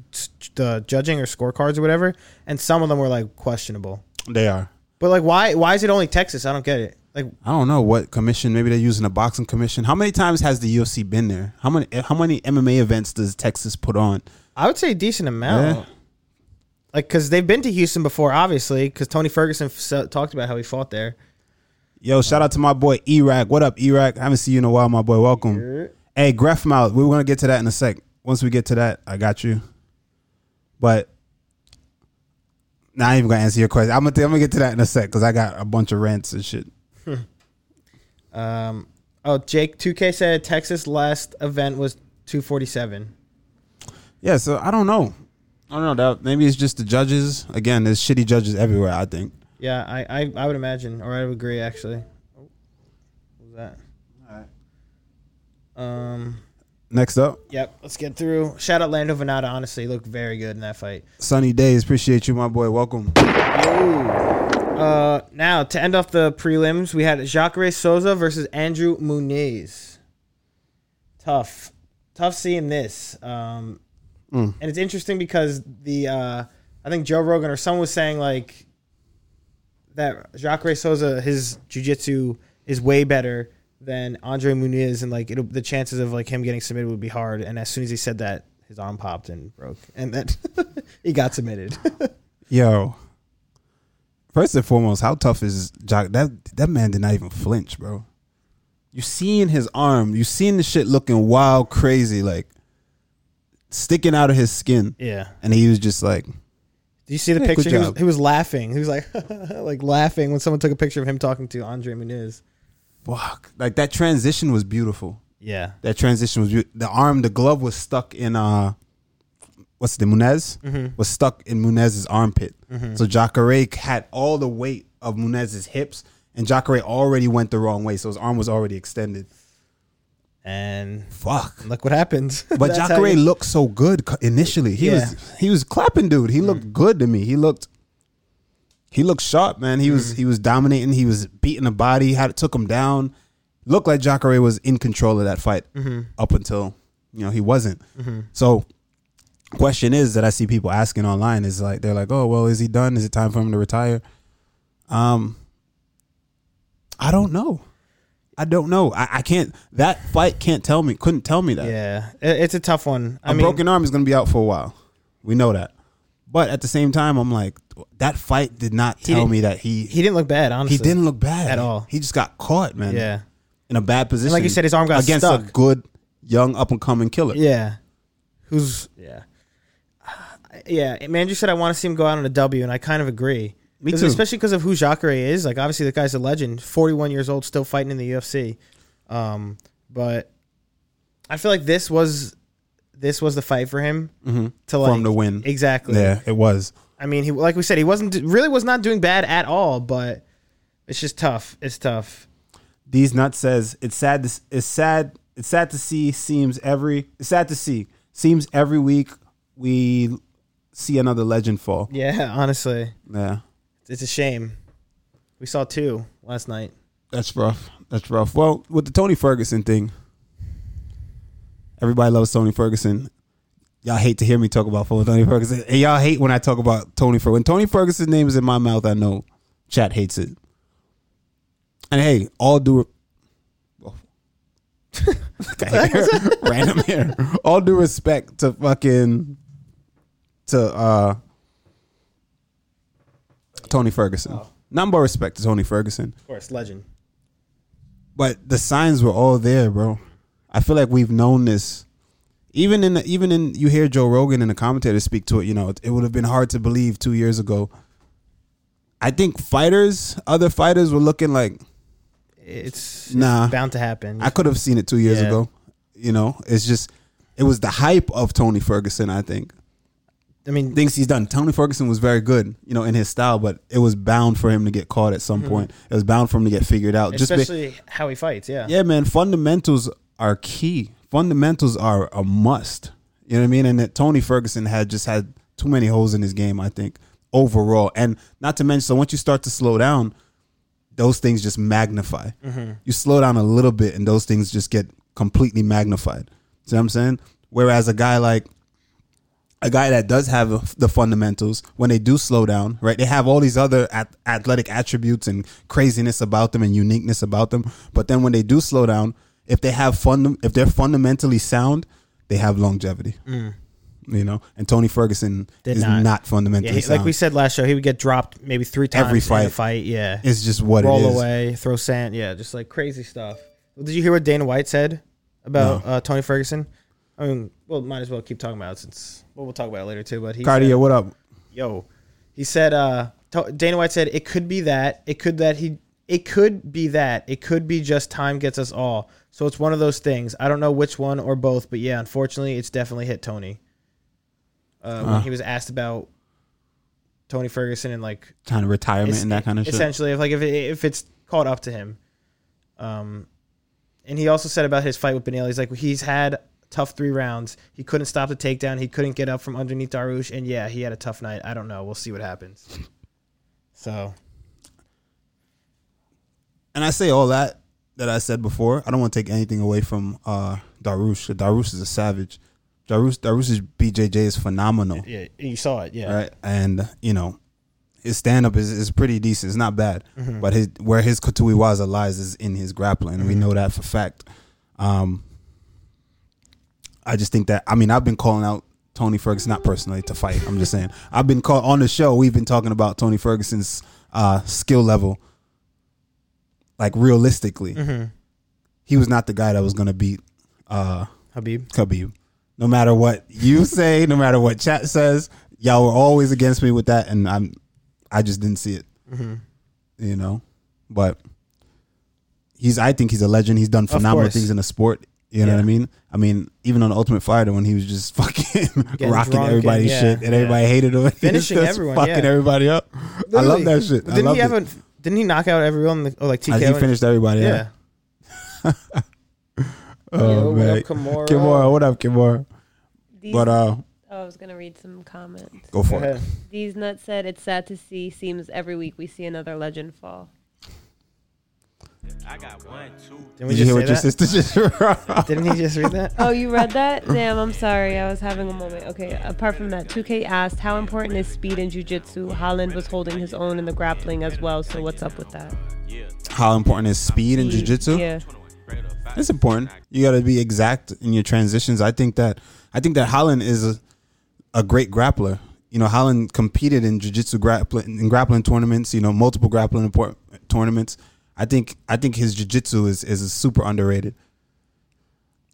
Speaker 2: the judging or scorecards or whatever, and some of them were like questionable.
Speaker 1: They are.
Speaker 2: But like, why why is it only Texas? I don't get it. Like,
Speaker 1: I don't know what commission. Maybe they're using a boxing commission. How many times has the UFC been there? How many how many MMA events does Texas put on?
Speaker 2: I would say a decent amount.
Speaker 1: Yeah.
Speaker 2: Like, because they've been to Houston before, obviously. Because Tony Ferguson f- so- talked about how he fought there.
Speaker 1: Yo, shout out to my boy Iraq. What up, Iraq? I haven't seen you in a while, my boy. Welcome. Hey, Grefmouth. We're gonna get to that in a sec. Once we get to that, I got you. But nah, I ain't even gonna answer your question. I'm gonna I'm gonna get to that in a sec because I got a bunch of rants and shit.
Speaker 2: Um. Oh, Jake Two K said Texas last event was two forty seven.
Speaker 1: Yeah, so I don't know. I don't know. That maybe it's just the judges. Again, there's shitty judges everywhere. I think.
Speaker 2: Yeah, I, I I would imagine, or I would agree actually. Oh, What was that? Um.
Speaker 1: Next up.
Speaker 2: Yep. Let's get through. Shout out Lando Venata. Honestly, looked very good in that fight.
Speaker 1: Sunny days. Appreciate you, my boy. Welcome.
Speaker 2: Uh, now to end off the prelims, we had Jacare Souza versus Andrew Muniz. Tough, tough seeing this. Um, and it's interesting because the uh, I think Joe Rogan or someone was saying like that Jacare Souza his jujitsu is way better than Andre Muniz, and like it'll, the chances of like him getting submitted would be hard. And as soon as he said that, his arm popped and broke, and then he got submitted.
Speaker 1: Yo. First and foremost, how tough is Jock? That that man did not even flinch, bro. You seeing his arm, you seeing the shit looking wild, crazy, like sticking out of his skin,
Speaker 2: yeah.
Speaker 1: and he was just like,
Speaker 2: Do you see the
Speaker 1: Yeah, good
Speaker 2: picture? He was,
Speaker 1: job.
Speaker 2: he was laughing. He was like, like laughing when someone took a picture of him talking to Andre Muniz.
Speaker 1: "Fuck!" Like that transition was beautiful.
Speaker 2: Yeah.
Speaker 1: That transition was beau- the arm, the glove was stuck in uh, what's the Munez was stuck in Munez's armpit. So Jacare had all the weight of Munez's hips, and Jacare already went the wrong way, so his arm was already extended.
Speaker 2: And
Speaker 1: Fuck.
Speaker 2: look what happens.
Speaker 1: But
Speaker 2: That's how
Speaker 1: Jacare
Speaker 2: you-
Speaker 1: looked so good co- initially. He was he was clapping, dude. He looked
Speaker 2: Mm.
Speaker 1: good to me. He looked he looked sharp, man. He
Speaker 2: Mm.
Speaker 1: was he was dominating. He was beating the body. Had took him down. Looked like Jacare was in control of that fight
Speaker 2: Mm-hmm.
Speaker 1: up until you know he wasn't. So question is that I see people asking online is like they're like, oh well, is he done? Is it time for him to retire? Um, I don't know. I don't know. I, I can't. That fight can't tell me. Couldn't tell me that.
Speaker 2: yeah, It- it's a tough one. I
Speaker 1: A
Speaker 2: mean,
Speaker 1: broken arm is going to be out for a while. We know that. But at the same time, I'm like, that fight did not tell
Speaker 2: didn't-
Speaker 1: me that he he,
Speaker 2: he didn't look bad. Honestly,
Speaker 1: didn't look bad
Speaker 2: At all.
Speaker 1: He just got caught, man.
Speaker 2: Yeah.
Speaker 1: in a bad position.
Speaker 2: like you said, his arm got
Speaker 1: against a
Speaker 2: stuck.
Speaker 1: good young up and coming killer.
Speaker 2: Yeah. Who's yeah, yeah? Man, you said I want to see him go out on a W, and I kind of agree.
Speaker 1: Me
Speaker 2: 'Cause
Speaker 1: too.
Speaker 2: Especially because of who Jacare is. Like, obviously, the guy's a legend. 41 years old, still fighting in the UFC. Um, but I feel like this was this was the fight for him to like
Speaker 1: Mm-hmm. him to win.
Speaker 2: Exactly.
Speaker 1: yeah, it was.
Speaker 2: I mean, he like we said, he wasn't really was not doing bad at all, but it's just tough. It's tough.
Speaker 1: These nuts says it's sad. To, it's sad. It's sad to see. Seems every. It's sad to see. Seems every week we see another legend fall.
Speaker 2: Yeah, honestly,
Speaker 1: Yeah,
Speaker 2: it's a shame. We saw two last night.
Speaker 1: that's rough. That's rough. Well, with the Tony Ferguson thing, everybody loves Tony Ferguson. Y'all hate to hear me talk about full Tony Ferguson, and y'all hate when I talk about Tony Ferguson. When Tony Ferguson's name is in my mouth, I know chat hates it. And hey, all due oh. random here. All due respect to fucking to uh Tony Ferguson. Number respect to Tony Ferguson.
Speaker 2: Of course, legend.
Speaker 1: But the signs were all there, bro. I feel like we've known this. Even in the, even in you hear Joe Rogan and the commentators speak to it, you know, it, would have been hard to believe 2 years ago. I think fighters, other fighters were looking like
Speaker 2: It's, it's
Speaker 1: Nah.
Speaker 2: bound to happen.
Speaker 1: I could have seen it 2 years
Speaker 2: Yeah.
Speaker 1: ago. You know, it's just it was the hype of Tony Ferguson, I think.
Speaker 2: I mean,
Speaker 1: Things he's done. Tony Ferguson was very good, you know, in his style, but it was bound for him to get caught at some point. It was bound for him to get figured out. Just be-
Speaker 2: Hmm. especially how he fights. Yeah.
Speaker 1: Yeah, man, fundamentals are key. Fundamentals are a must. You know what I mean? And that Tony Ferguson had just had too many holes in his game, I think, overall. And not to mention, so once you start to slow down, those things just magnify. You slow down a little bit, and those things just get completely magnified. See what I'm saying? Whereas a guy like a guy that does have a- the fundamentals when they do slow down, right? They have all these other at- athletic attributes and craziness about them and uniqueness about them, but then when they do slow down, if they have fun, if they're fundamentally sound, they have longevity. You know, and Tony Ferguson
Speaker 2: Did
Speaker 1: is not,
Speaker 2: Mm. not. Yeah,
Speaker 1: fundamentally
Speaker 2: he-
Speaker 1: sound.
Speaker 2: like we said last show, he would get dropped maybe three times
Speaker 1: Every
Speaker 2: in a
Speaker 1: fight.
Speaker 2: fight. Yeah,
Speaker 1: it's just what
Speaker 2: roll
Speaker 1: it is.
Speaker 2: away, throw sand. Yeah, just like crazy stuff. Well, did you hear what Dana White said about uh, Tony Ferguson? I mean, well, might as well keep talking about it since well, we'll talk about it later too. But he said-
Speaker 1: Cardio, what up?
Speaker 2: yo he said uh to- dana white said it could be that it could that he it could be that it could be just time gets us all so it's one of those things i don't know which one or both but yeah unfortunately it's definitely hit tony uh, when he was asked about tony ferguson and like
Speaker 1: Kind of retirement and that kind of shit.
Speaker 2: e essentially if like if, it, if it's caught up to him um and he also said about his fight with Benelli, he's like he's had tough three rounds he couldn't stop the takedown he couldn't get up from underneath darush and yeah he had a tough night i don't know we'll see what happens so
Speaker 1: and I say all that that I said before. I don't want to take anything away from uh, Darush. Darush is a savage. Darush Darush's BJJ is phenomenal,
Speaker 2: yeah you saw it yeah
Speaker 1: right? And you know, his stand up is, is pretty decent. It's not bad, but his where his Katuiwaza lies is in his grappling, and we know that for fact. Um, I just think that I mean I've been calling out Tony Ferguson not personally to fight. I'm just saying I've been call, on the show. We've been talking about Tony Ferguson's uh, skill level, like realistically,
Speaker 2: Mm. Mm-hmm.
Speaker 1: he was not the guy that was going to beat uh,
Speaker 2: habib
Speaker 1: Khabib. No matter what you say, no matter what chat says, y'all were always against me with that, and I'm I just didn't see it.
Speaker 2: Mm-hmm.
Speaker 1: You know, but he's I think he's a legend. He's done phenomenal
Speaker 2: course.
Speaker 1: things in the sport. You know what I
Speaker 2: Yeah.
Speaker 1: mean? I mean, even on the Ultimate Fighter, when he was just fucking rocking
Speaker 2: drunk and-
Speaker 1: everybody's
Speaker 2: yeah,
Speaker 1: shit, and everybody
Speaker 2: yeah.
Speaker 1: hated him, He was
Speaker 2: Finishing
Speaker 1: just
Speaker 2: everyone,
Speaker 1: fucking
Speaker 2: yeah.
Speaker 1: everybody up. I love that shit. I
Speaker 2: didn't
Speaker 1: loved
Speaker 2: he have
Speaker 1: it.
Speaker 2: a didn't he knock out everyone like- oh like
Speaker 1: I
Speaker 2: tko
Speaker 1: think
Speaker 2: and-
Speaker 1: he finished everybody. Yeah.
Speaker 2: yeah Yo,
Speaker 1: Oh
Speaker 2: what up,
Speaker 1: man,
Speaker 2: Kimura?
Speaker 1: Kimura, what up, Kimura?
Speaker 3: These,
Speaker 1: But uh,
Speaker 3: oh, I was gonna read some comments.
Speaker 1: go
Speaker 2: Go
Speaker 1: for it.
Speaker 2: ahead.
Speaker 3: These nuts said it's sad to see. Seems every week we see another legend fall.
Speaker 4: I got one, two,
Speaker 2: Didn't we
Speaker 1: Did you hear what your
Speaker 2: just say
Speaker 1: sister just
Speaker 2: that? Didn't he just read that?
Speaker 3: Oh, you read that? Damn, I'm sorry. I was having a moment. Okay, apart from that, 2K asked, How important is speed in jujitsu? Holland was holding his own in the grappling as well, so what's up with that?
Speaker 1: How important is speed in
Speaker 3: Speed,
Speaker 1: jujitsu?
Speaker 3: Yeah.
Speaker 1: It's important. You got to be exact in your transitions. I think that I think that Holland is a, a great grappler. You know, Holland competed in jiu-jitsu grappling in grappling tournaments, you know, multiple grappling import- tournaments. I think I think his jiu-jitsu is is super underrated.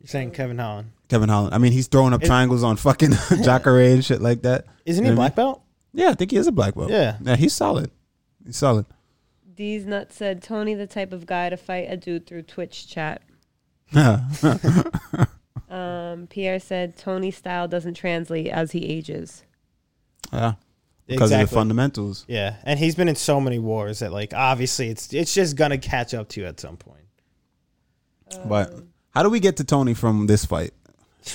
Speaker 2: You're saying Kevin Holland.
Speaker 1: Kevin Holland. I mean, he's throwing up triangles on fucking Jacare and shit like that.
Speaker 2: Isn't
Speaker 1: You
Speaker 2: he
Speaker 1: know what I mean?
Speaker 2: black belt?
Speaker 1: Yeah, I think he is a black belt.
Speaker 2: Yeah.
Speaker 1: Yeah, he's solid. He's solid.
Speaker 3: D's Nut said Tony, the type of guy to fight a dude through Twitch chat. Um, Pierre said Tony's style doesn't translate as he ages.
Speaker 1: yeah, because of the
Speaker 2: Exactly.
Speaker 1: fundamentals.
Speaker 2: Yeah, and he's been in so many wars that like obviously it's it's just gonna catch up to you at some point.
Speaker 1: But how do we get to Tony from this fight?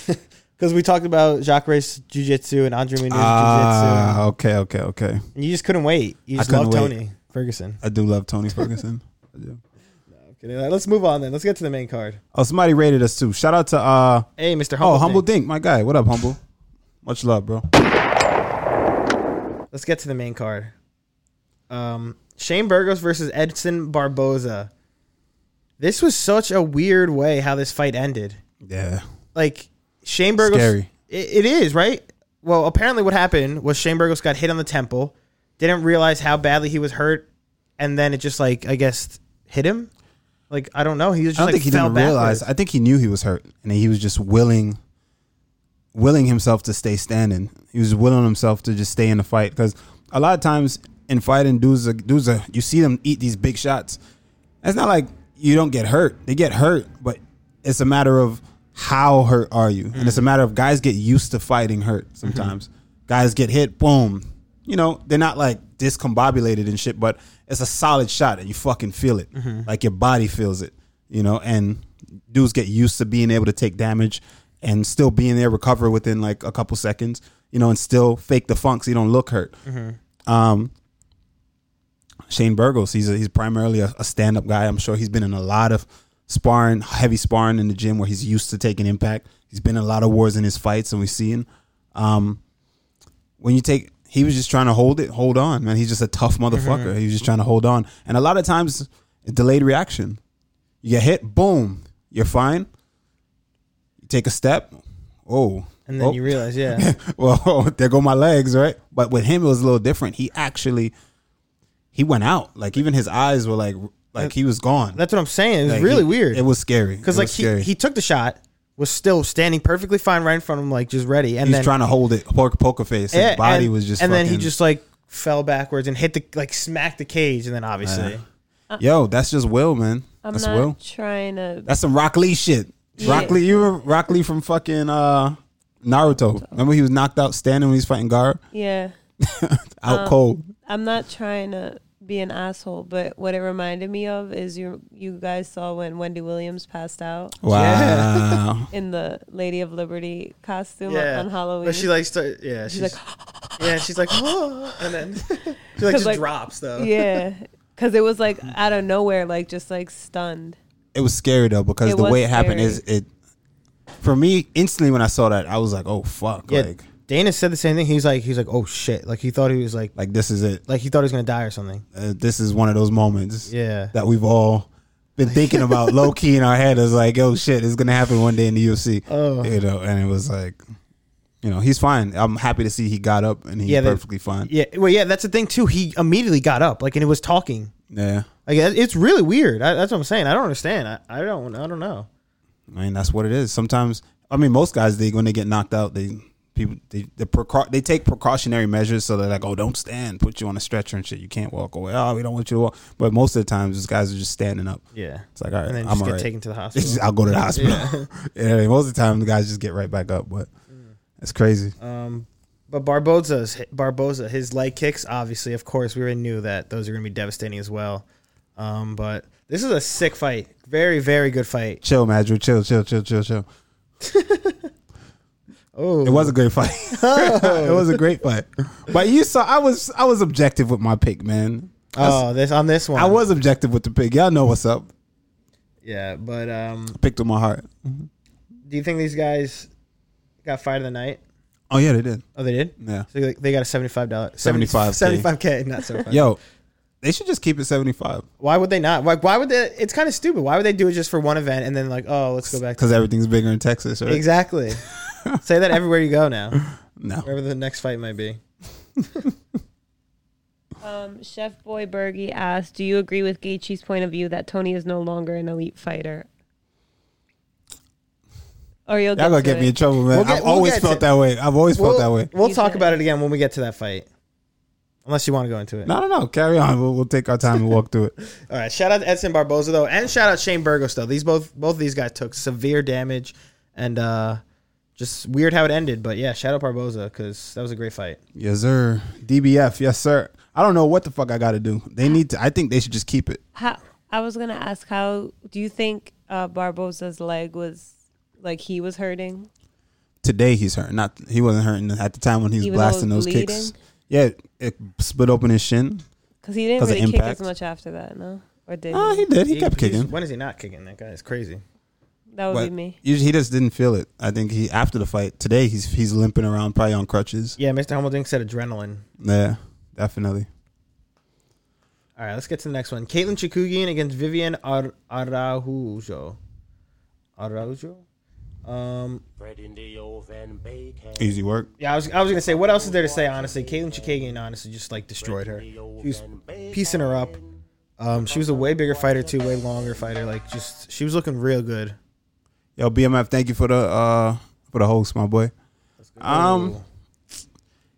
Speaker 2: Because we talked about Jacques Jiu Jitsu and Andre Munoz's Jiu Jitsu.
Speaker 1: Ah, okay, okay, okay.
Speaker 2: And you just couldn't wait. You
Speaker 1: I
Speaker 2: just love
Speaker 1: couldn't wait.
Speaker 2: Tony Ferguson.
Speaker 1: I do love Tony Ferguson. I do.
Speaker 2: Okay, uh, let's move on then. Let's get to the main card.
Speaker 1: Oh, somebody rated us too. Shout out to uh
Speaker 2: Hey, Mr. Humble.
Speaker 1: oh Humble
Speaker 2: Dink.
Speaker 1: Dink, my guy. What up, Humble? Much love, bro.
Speaker 2: Let's get to the main card. Um, Shane Burgos versus Edson Barboza. This was such a weird way how this fight ended.
Speaker 1: Yeah,
Speaker 2: Like Shane Burgos,
Speaker 1: Scary.
Speaker 2: It, it is right. Well, apparently what happened was Shane Burgos got hit on the temple, didn't realize how badly he was hurt, and then it just like I guess hit him. Like I don't know. He just
Speaker 1: I don't
Speaker 2: like
Speaker 1: think he
Speaker 2: fell
Speaker 1: didn't realize.
Speaker 2: backwards.
Speaker 1: I think he knew he was hurt, and he was just willing, willing himself to stay standing. He was willing himself to just stay in the fight because a lot of times in fighting, dudes, are, dudes, are, you see them eat these big shots. It's not like you don't get hurt; they get hurt, but it's a matter of how hurt are you, and it's a matter of guys get used to fighting hurt. Sometimes guys get hit, boom. You know, they're not like discombobulated and shit, but it's a solid shot, and you fucking feel it, like your body feels it you know, and dudes get used to being able to take damage and still being there, recover within like a couple seconds, you know, and still fake the funk so you don't look hurt. Um, Shane Burgos, he's a, he's primarily a, a stand up guy. I'm sure he's been in a lot of sparring, heavy sparring in the gym where he's used to taking impact. He's been in a lot of wars in his fights, and we've seen. Um, when you take he was just trying to hold it hold on man he's just a tough
Speaker 2: Mm-hmm.
Speaker 1: motherfucker he was just trying to hold on and a lot of times it's delayed reaction you get hit boom you're fine you take a step oh
Speaker 2: and then
Speaker 1: oh,
Speaker 2: you realize, yeah,
Speaker 1: well there go my legs right but with him it was a little different he actually he went out like even his eyes were like like he was gone
Speaker 2: that's what I'm saying. It was
Speaker 1: Like,
Speaker 2: really
Speaker 1: he-
Speaker 2: weird.
Speaker 1: it was scary
Speaker 2: because
Speaker 1: It
Speaker 2: like
Speaker 1: was
Speaker 2: he,
Speaker 1: scary.
Speaker 2: he took the shot, was still standing perfectly fine right in front of him, like just ready, and
Speaker 1: he was
Speaker 2: then
Speaker 1: trying to hold it poker, poker face his
Speaker 2: Yeah,
Speaker 1: body
Speaker 2: and-
Speaker 1: was just
Speaker 2: and then he
Speaker 1: fucking-
Speaker 2: just like fell backwards and hit the like smacked the cage, and then
Speaker 1: Uh-huh.
Speaker 2: obviously uh,
Speaker 1: yo that's just will man
Speaker 3: I'm
Speaker 1: that's
Speaker 3: not
Speaker 1: will
Speaker 3: trying to.
Speaker 1: That's some Rock Lee shit.
Speaker 3: Yeah.
Speaker 1: Rock Lee, you remember Rock Lee from fucking uh, Naruto. Remember he was knocked out standing when he was fighting Gar
Speaker 3: Yeah,
Speaker 1: out
Speaker 3: Uh,
Speaker 1: cold.
Speaker 3: I'm not trying to be an asshole. But what it reminded me of is you. You guys saw when Wendy Williams passed out
Speaker 1: Wow.
Speaker 3: in the Lady of Liberty costume on Halloween.
Speaker 2: But she like start, yeah, she's,
Speaker 3: like,
Speaker 2: yeah, she's like, "Oh," and then she like
Speaker 3: 'Cause,
Speaker 2: just
Speaker 3: like-
Speaker 2: drops though.
Speaker 3: yeah, because it was like out of nowhere, like just like stunned.
Speaker 1: It was scary though because
Speaker 3: It
Speaker 1: the
Speaker 3: was
Speaker 1: way it happened
Speaker 3: scary.
Speaker 1: is it. For me, instantly when I saw that, I was like, "Oh fuck!"
Speaker 2: Yeah,
Speaker 1: Like,
Speaker 2: Dana said the same thing. He's like, he's like, oh shit, like he thought he was like,
Speaker 1: like this is it.
Speaker 2: like he thought he was gonna die or something.
Speaker 1: Uh, this is one of those moments
Speaker 2: Yeah.
Speaker 1: that we've all been thinking about low key in our head. Is like, "Oh shit, it's gonna happen one day in the UFC."
Speaker 2: Oh.
Speaker 1: You know, and it was like, you know, he's fine. I'm happy to see he got up and he's
Speaker 2: Yeah, they-
Speaker 1: perfectly fine.
Speaker 2: Yeah, well, yeah, that's the thing too. He immediately got up, like, and it was talking.
Speaker 1: yeah.
Speaker 2: Like, it- it's really weird. I, that's what I'm saying. I don't understand. I, I don't. I don't know.
Speaker 1: I mean, that's what it is. Sometimes, I mean, most guys they when they get knocked out, they people they the precau- they take precautionary measures so they're like, oh, don't stand, put you on a stretcher and shit. You can't walk away. Oh, we don't want you to walk. But most of the times, these guys are just standing up.
Speaker 2: Yeah,
Speaker 1: It's like, all right,
Speaker 2: and then
Speaker 1: I'm
Speaker 2: just
Speaker 1: all
Speaker 2: get
Speaker 1: right.
Speaker 2: taken to the hospital.
Speaker 1: It's just, I'll go to the hospital. Yeah, I mean, most of the time, the guys just get right back up. But
Speaker 2: Mm.
Speaker 1: it's crazy.
Speaker 2: Um, but Barboza's Barboza, his leg kicks, obviously, of course, we already knew that those are going to be devastating as well. Um, but this is a sick fight, very, very good fight.
Speaker 1: Chill, Madru. Chill, chill, chill, chill, chill.
Speaker 2: Oh,
Speaker 1: It was a great fight. it was a great fight. But you saw, I was, I was objective with my pick, man.
Speaker 2: oh, this on this one,
Speaker 1: I was objective with the pick. Y'all know what's up.
Speaker 2: yeah. But um,
Speaker 1: Picked with my heart.
Speaker 2: do you think these guys got fight of the night?
Speaker 1: Oh yeah, they did.
Speaker 2: Oh, they did.
Speaker 1: Yeah.
Speaker 2: So they- they got a seventy-five dollars,
Speaker 1: 75K.
Speaker 2: seventy-five k, not seventy-five.
Speaker 1: Yo, they should just keep it 75
Speaker 2: Why would they not? Like, why would they? It's kind of stupid. Why would they do it just for one event and then like, oh, let's go back? to
Speaker 1: because everything's bigger in Texas, right?
Speaker 2: Exactly. Say that everywhere you go now,
Speaker 1: No.
Speaker 2: wherever the next fight might be.
Speaker 3: Um, Chef Boy Bergie asked, "Do you agree with Gaethje's point of view that Tony is no longer an elite fighter?" Or
Speaker 1: Y'all
Speaker 3: you'll get,
Speaker 1: gonna
Speaker 3: to
Speaker 1: get me in
Speaker 3: it.
Speaker 1: trouble, man.
Speaker 2: We'll get-
Speaker 1: I've
Speaker 2: we'll
Speaker 1: always
Speaker 2: get
Speaker 1: felt
Speaker 2: to-
Speaker 1: that way. I've always
Speaker 2: we'll,
Speaker 1: felt that way.
Speaker 2: We'll
Speaker 3: You
Speaker 2: talk
Speaker 3: said-
Speaker 2: about it again when we get to that fight. Unless you want to go into it.
Speaker 1: No, no, no. Carry on. We'll, we'll take our time and walk through it.
Speaker 2: All right. Shout out to Edson Barboza though, and shout out Shane Burgos though. These both both of these guys took severe damage, and uh, just weird how it ended. But yeah, shout out Barboza because that was a great fight.
Speaker 1: Yes, sir. DBF. Yes, sir. I don't know what the fuck I got to do. They need to. I think they should just keep it.
Speaker 3: How I was gonna ask how do you think uh, Barbosa's leg was like he was hurting?
Speaker 1: Today he's hurt. Not he wasn't hurting at the time when he was
Speaker 3: Even though
Speaker 1: blasting
Speaker 3: it
Speaker 1: those
Speaker 3: was
Speaker 1: kicks.
Speaker 3: bleeding?
Speaker 1: Yeah, it split open his shin.
Speaker 3: Because he didn't
Speaker 1: 'Cause of
Speaker 3: really kick as
Speaker 1: impact?
Speaker 3: much after that, no? Or did
Speaker 1: Oh,
Speaker 3: he?
Speaker 1: he did. He, kept
Speaker 2: he's-
Speaker 1: kicking.
Speaker 2: When is he not kicking? That guy is crazy.
Speaker 3: That would
Speaker 1: But
Speaker 3: be me.
Speaker 1: He he just didn't feel it. I think he after the fight today he's he's limping around probably on crutches.
Speaker 2: Yeah, Mr. Hummeldink said adrenaline.
Speaker 1: Yeah, definitely.
Speaker 2: All right, let's get to the next one. Caitlin Chikugian against Vivian Ar- Araujo. Araujo. Um,
Speaker 4: Bread in the oven, bacon.
Speaker 1: Easy work.
Speaker 2: yeah, I was, I was gonna say, what else is there to say? Honestly, Caitlin Chikugian honestly just like destroyed her. She was piecing her up. Um, she was a way bigger fighter too, way longer fighter. Like just, she was looking real good.
Speaker 1: Yo, BMF, thank you for the uh for the host, my boy. Um,
Speaker 2: Ooh.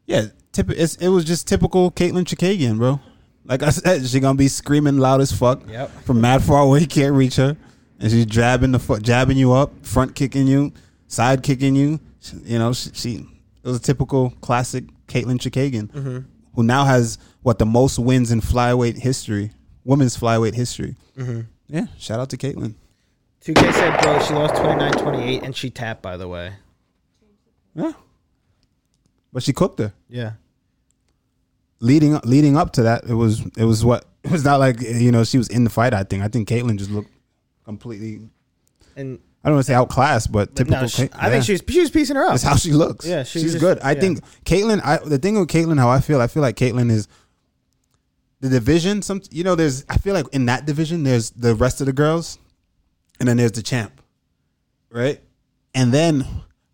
Speaker 1: Yeah, typ- it's, it was just typical Caitlyn Chikagian, bro. Like I said, she gonna be screaming loud as fuck
Speaker 2: Yep.
Speaker 1: from mad far away. You can't reach her, and she's jabbing the foot, jabbing you up, front kicking you, side kicking you. She, you know, she, she it was a typical classic Caitlyn Chikagian, who now has what the most wins in flyweight history, women's flyweight history. Yeah, shout out to Caitlyn.
Speaker 2: 2K said, bro, she lost 29-28 and she tapped. By the way,
Speaker 1: Yeah, but she cooked her.
Speaker 2: yeah,
Speaker 1: leading leading up to that, it was it was what it was not like you know she was in the fight. I think I think Caitlyn just looked completely.
Speaker 2: and
Speaker 1: I don't want to say outclassed, but typical.
Speaker 2: no, she,
Speaker 1: Cait-
Speaker 2: I think
Speaker 1: yeah.
Speaker 2: she was, she was piecing her up.
Speaker 1: That's how she looks.
Speaker 2: Yeah, she
Speaker 1: she's
Speaker 2: just-
Speaker 1: good. I
Speaker 2: yeah.
Speaker 1: think Caitlyn. I the thing with Caitlyn, how I feel, I feel like Caitlyn is the division. Some you know, there's I feel like in that division, there's the rest of the girls, and then there's the champ, right? And then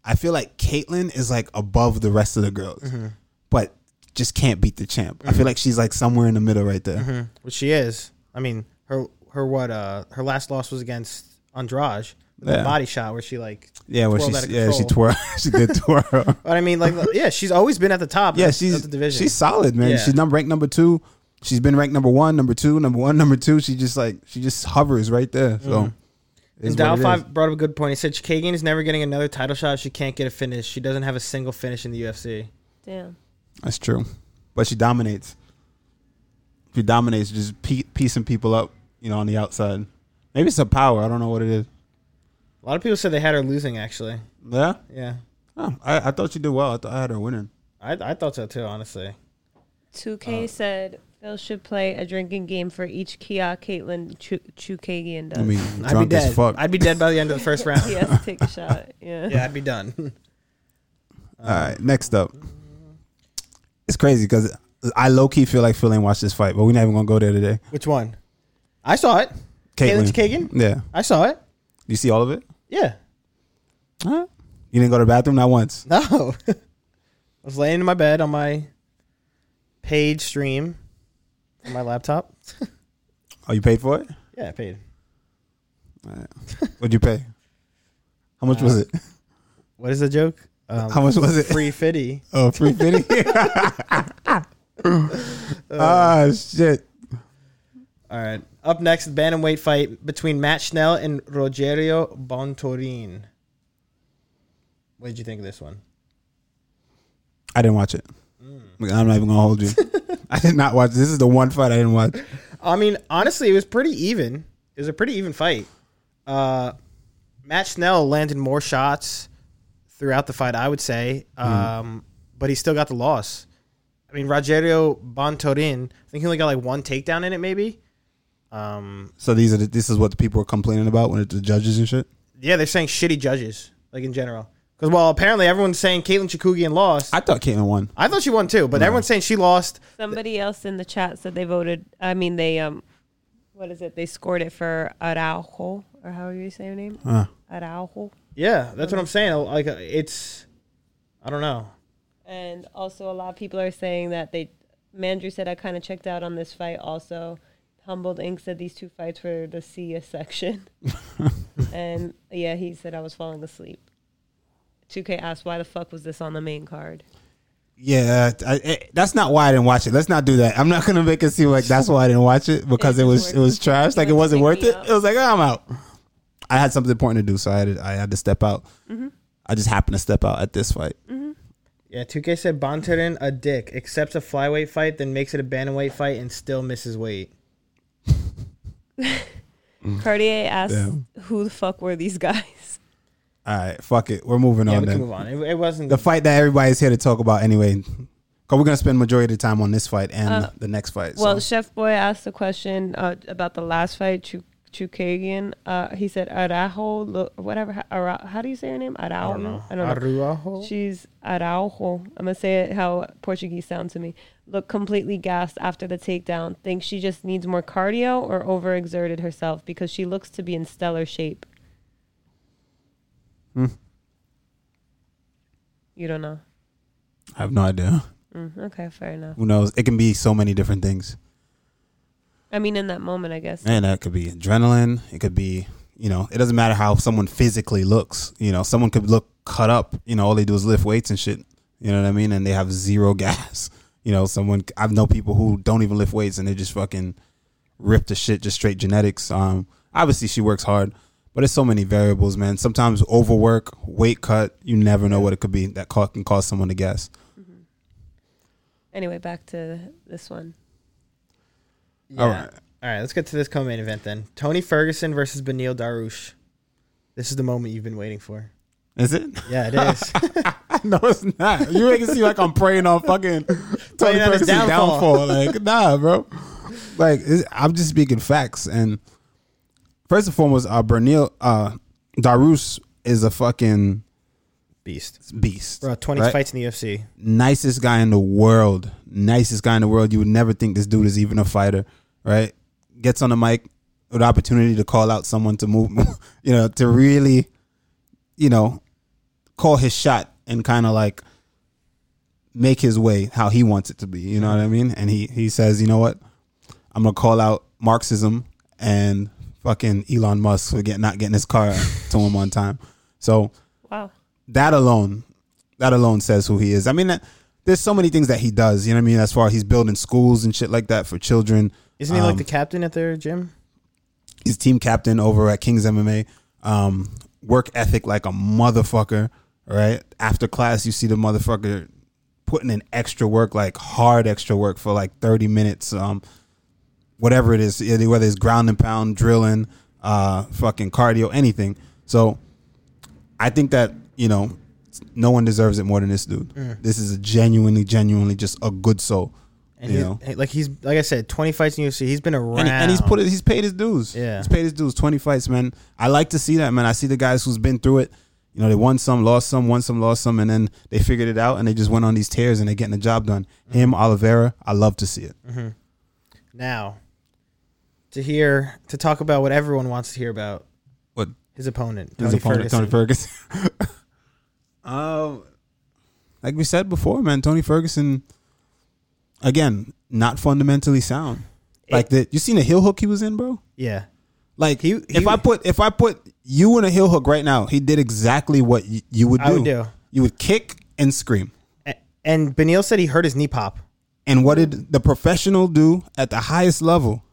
Speaker 1: I feel like Caitlyn is like above the rest of the girls,
Speaker 2: Mm-hmm.
Speaker 1: but just can't beat the champ. I feel like she's like somewhere in the middle right there.
Speaker 2: which she is. I mean, her her what uh her last loss was against Andrade with the
Speaker 1: Yeah.
Speaker 2: body shot where she like
Speaker 1: Yeah, well,
Speaker 2: twirled out
Speaker 1: she's
Speaker 2: of
Speaker 1: yeah, she
Speaker 2: control.
Speaker 1: twirl, she did twirl.
Speaker 2: But I mean, like yeah, she's always been at the top.
Speaker 1: Yeah,
Speaker 2: of-
Speaker 1: she's
Speaker 2: of the division.
Speaker 1: She's solid, man.
Speaker 2: Yeah.
Speaker 1: She's num- ranked number two. She's been ranked number one, number two, number one, number two. She just like she just hovers right there. So
Speaker 2: and
Speaker 1: it's what
Speaker 2: Dial
Speaker 1: it
Speaker 2: Mm-hmm. Five
Speaker 1: is.
Speaker 2: brought up a good point. He said Chikagian is never getting another title shot. She can't get a finish. She doesn't have a single finish in the UFC.
Speaker 3: Damn.
Speaker 1: That's true, but she dominates. She dominates, just pe- piecing people up, you know, on the outside. Maybe it's a power. I don't know what it is.
Speaker 2: A lot of people said they had her losing. Actually,
Speaker 1: Yeah,
Speaker 2: yeah,
Speaker 1: oh, I, I thought she did well. I thought I had her winning.
Speaker 2: I I thought so too. Honestly,
Speaker 1: Uh,
Speaker 3: 2K said Phil should play a drinking game for each Kia Caitlin Ch- Chukagian does.
Speaker 1: I mean,
Speaker 2: I'd be
Speaker 1: drunk
Speaker 2: dead.
Speaker 1: as fuck.
Speaker 2: I'd be dead by the end of the first round.
Speaker 3: he
Speaker 2: yeah.
Speaker 3: has to take a shot. Yeah.
Speaker 2: I'd be done.
Speaker 1: All right, next up. It's crazy because I low key feel like Phil ain't watched this fight, but we're not even gonna go there today.
Speaker 2: Which one? I saw it. Caitlin Chikagian.
Speaker 1: Yeah.
Speaker 2: I saw it.
Speaker 1: You see all of it?
Speaker 2: Yeah.
Speaker 1: Huh? You didn't go to the bathroom not once.
Speaker 2: No. I was laying in my bed on my paid stream on my laptop.
Speaker 1: Oh, you paid for it?
Speaker 2: Yeah, I paid.
Speaker 1: What'd you pay? How much was it?
Speaker 2: What is the joke? Um,
Speaker 1: How much was it?
Speaker 2: Free fitty.
Speaker 1: Oh, free fitty. Ah shit.
Speaker 2: All right. Up next, bantamweight fight between Matt Schnell and Rogerio Bontorin. What did you think of this one?
Speaker 1: I didn't watch it. I'm not even gonna hold you. I did not watch. This is the one fight I didn't watch.
Speaker 2: I mean, honestly, it was pretty even. It was a pretty even fight. Uh, Matt Snell landed more shots throughout the fight, I would say, um, but he still got the loss. I mean, Rogerio Bontorin, I think he only got like one takedown in it, maybe. Um,
Speaker 1: So these are the, this is what the people were complaining about when it's the judges and shit.
Speaker 2: yeah, they're saying shitty judges, like in general. Because, well, apparently everyone's saying Caitlin Chikugian lost. I,
Speaker 1: I thought Caitlin won.
Speaker 2: thought she won too, but everyone's saying she lost.
Speaker 3: Somebody else in the chat said they voted. I mean, they um, what is it? They scored it for Araujo or how are you saying her name?
Speaker 1: Huh.
Speaker 3: Araujo.
Speaker 2: Yeah, that's what I'm saying. Like, uh, it's, I don't know.
Speaker 3: And also, a lot of people are saying that they. Mandrew said I kind of checked out on this fight. Also, Humbled Inc. said these two fights were the Sia section. and yeah, he said I was falling asleep. 2K asked why the fuck was this on the main card?
Speaker 1: yeah, I, I- that's not why I didn't watch it. Let's not do that. I'm not gonna make it seem like that's why I didn't watch it because it
Speaker 3: didn't
Speaker 1: was
Speaker 3: work.
Speaker 1: it was trash. Like it
Speaker 3: You
Speaker 1: wasn't
Speaker 3: wanted to
Speaker 1: worth
Speaker 3: pick me
Speaker 1: it.
Speaker 3: up.
Speaker 1: It was like oh, I'm out. I had something important to do, so I had to, I had to step out. I just happened to step out at this fight.
Speaker 2: Yeah, 2K said Bontarin a dick accepts a flyweight fight, then makes it a bantamweight fight and still misses weight. Mm.
Speaker 3: Cartier asked,
Speaker 1: Damn.
Speaker 3: "Who the fuck were these guys?"
Speaker 1: All right, fuck it. We're moving
Speaker 2: Yeah,
Speaker 1: on
Speaker 2: we
Speaker 1: then.
Speaker 2: can move on. It, it wasn't
Speaker 1: The fight that everybody's here to talk about anyway, because we're gonna spend majority of the time on this fight and
Speaker 3: Uh,
Speaker 1: the next fight. so.
Speaker 3: Well, Chef Boy asked a question uh, about the last fight, Chu- Chukagian. Uh, he said Araujo, lo- whatever. How, Ara- how do you say her name?
Speaker 2: I
Speaker 3: Araujo.
Speaker 2: don't know.
Speaker 3: I don't know.
Speaker 2: Araujo?
Speaker 3: She's Araujo. I'm gonna say it how Portuguese sounds to me. Looked completely gassed after the takedown. Think she just needs more cardio or overexerted herself because she looks to be in stellar shape. You don't know.
Speaker 1: I have no idea.
Speaker 3: Mm, okay, fair enough.
Speaker 1: Who knows? It can be so many different things.
Speaker 3: I mean, in that moment, I guess.
Speaker 1: And that could be adrenaline. It could be, you know, it doesn't matter how someone physically looks. You know, someone could look cut up. You know, all they do is lift weights and shit. You know what I mean? And they have zero gas. You know, someone I've known people who don't even lift weights and they just fucking rip the shit just straight genetics. Um, obviously she works hard, but it's so many variables, man. Sometimes overwork, weight cut, you never know what it could be that ca- can cause someone to gas.
Speaker 3: Anyway, back to this one.
Speaker 2: Yeah.
Speaker 1: All right.
Speaker 2: All right, let's get to this co-main event then. Tony Ferguson versus Benil Darush. This is the moment you've been waiting for.
Speaker 1: Is it?
Speaker 2: Yeah, it is.
Speaker 1: No, it's not. You make it seem like I'm praying on fucking Tony
Speaker 2: Praying on his
Speaker 1: Ferguson's
Speaker 2: downfall.
Speaker 1: downfall. Like, nah, bro. Like, it's, I'm just speaking facts. And first and foremost, uh, Bernil, uh, Darus is a fucking
Speaker 2: Beast.
Speaker 1: beast.
Speaker 2: Bro, 20
Speaker 1: right?
Speaker 2: fights in the UFC.
Speaker 1: Nicest guy in the world. Nicest guy in the world. You would never think this dude is even a fighter, right? Gets on the mic with the opportunity to call out someone to move, you know, to really, you know, call his shot and kind of like make his way how he wants it to be. You know what I mean? And he he says, you know what? I'm gonna call out Marxism and fucking Elon Musk for get, not getting his car to him on time. So
Speaker 3: Wow.
Speaker 1: that alone, that alone says who he is. I mean, that- there's so many things that he does. You know what I mean? As far as he's building schools and shit like that for children.
Speaker 2: Isn't he like
Speaker 1: Um,
Speaker 2: the captain at their gym?
Speaker 1: He's team captain over at Kings MMA. Um, work ethic like a motherfucker. Right after class, you see the motherfucker putting in extra work, like hard extra work for like 30 minutes. Um, whatever it is, either- whether it's ground and pound, drilling, uh, fucking cardio, anything. So I think that you know, no one deserves it more than this dude. This is a genuinely, genuinely just a good soul.
Speaker 2: And
Speaker 1: you
Speaker 2: he's,
Speaker 1: know.
Speaker 2: he- like he's like I said, 20 fights in the UFC. He's been around.
Speaker 1: And, he- and he's put it, he's paid his dues.
Speaker 2: Yeah.
Speaker 1: he's paid his dues. Twenty fights, man. I like to see that, man. I see the guys who's been through it. You know, they won some, lost some, won some, lost some, and then they figured it out and they just went on these tears and they're getting the job done. Him, Oliveira, I love to see it.
Speaker 2: now to hear to talk about what everyone wants to hear about
Speaker 1: What
Speaker 2: his opponent,
Speaker 1: his
Speaker 2: Tony
Speaker 1: opponent,
Speaker 2: Ferguson.
Speaker 1: Tony Ferguson. um, like we said before, man, Tony Ferguson, again, not fundamentally sound. Like that, you seen the heel hook he was in, bro.
Speaker 2: yeah,
Speaker 1: Like
Speaker 2: He-
Speaker 1: if
Speaker 2: he-
Speaker 1: I put if I put you in a heel hook right now, he did exactly what y- you would do.
Speaker 2: I would do.
Speaker 1: You would kick and scream.
Speaker 2: A- and Benil said he hurt his knee pop.
Speaker 1: And what did the professional do at the highest level?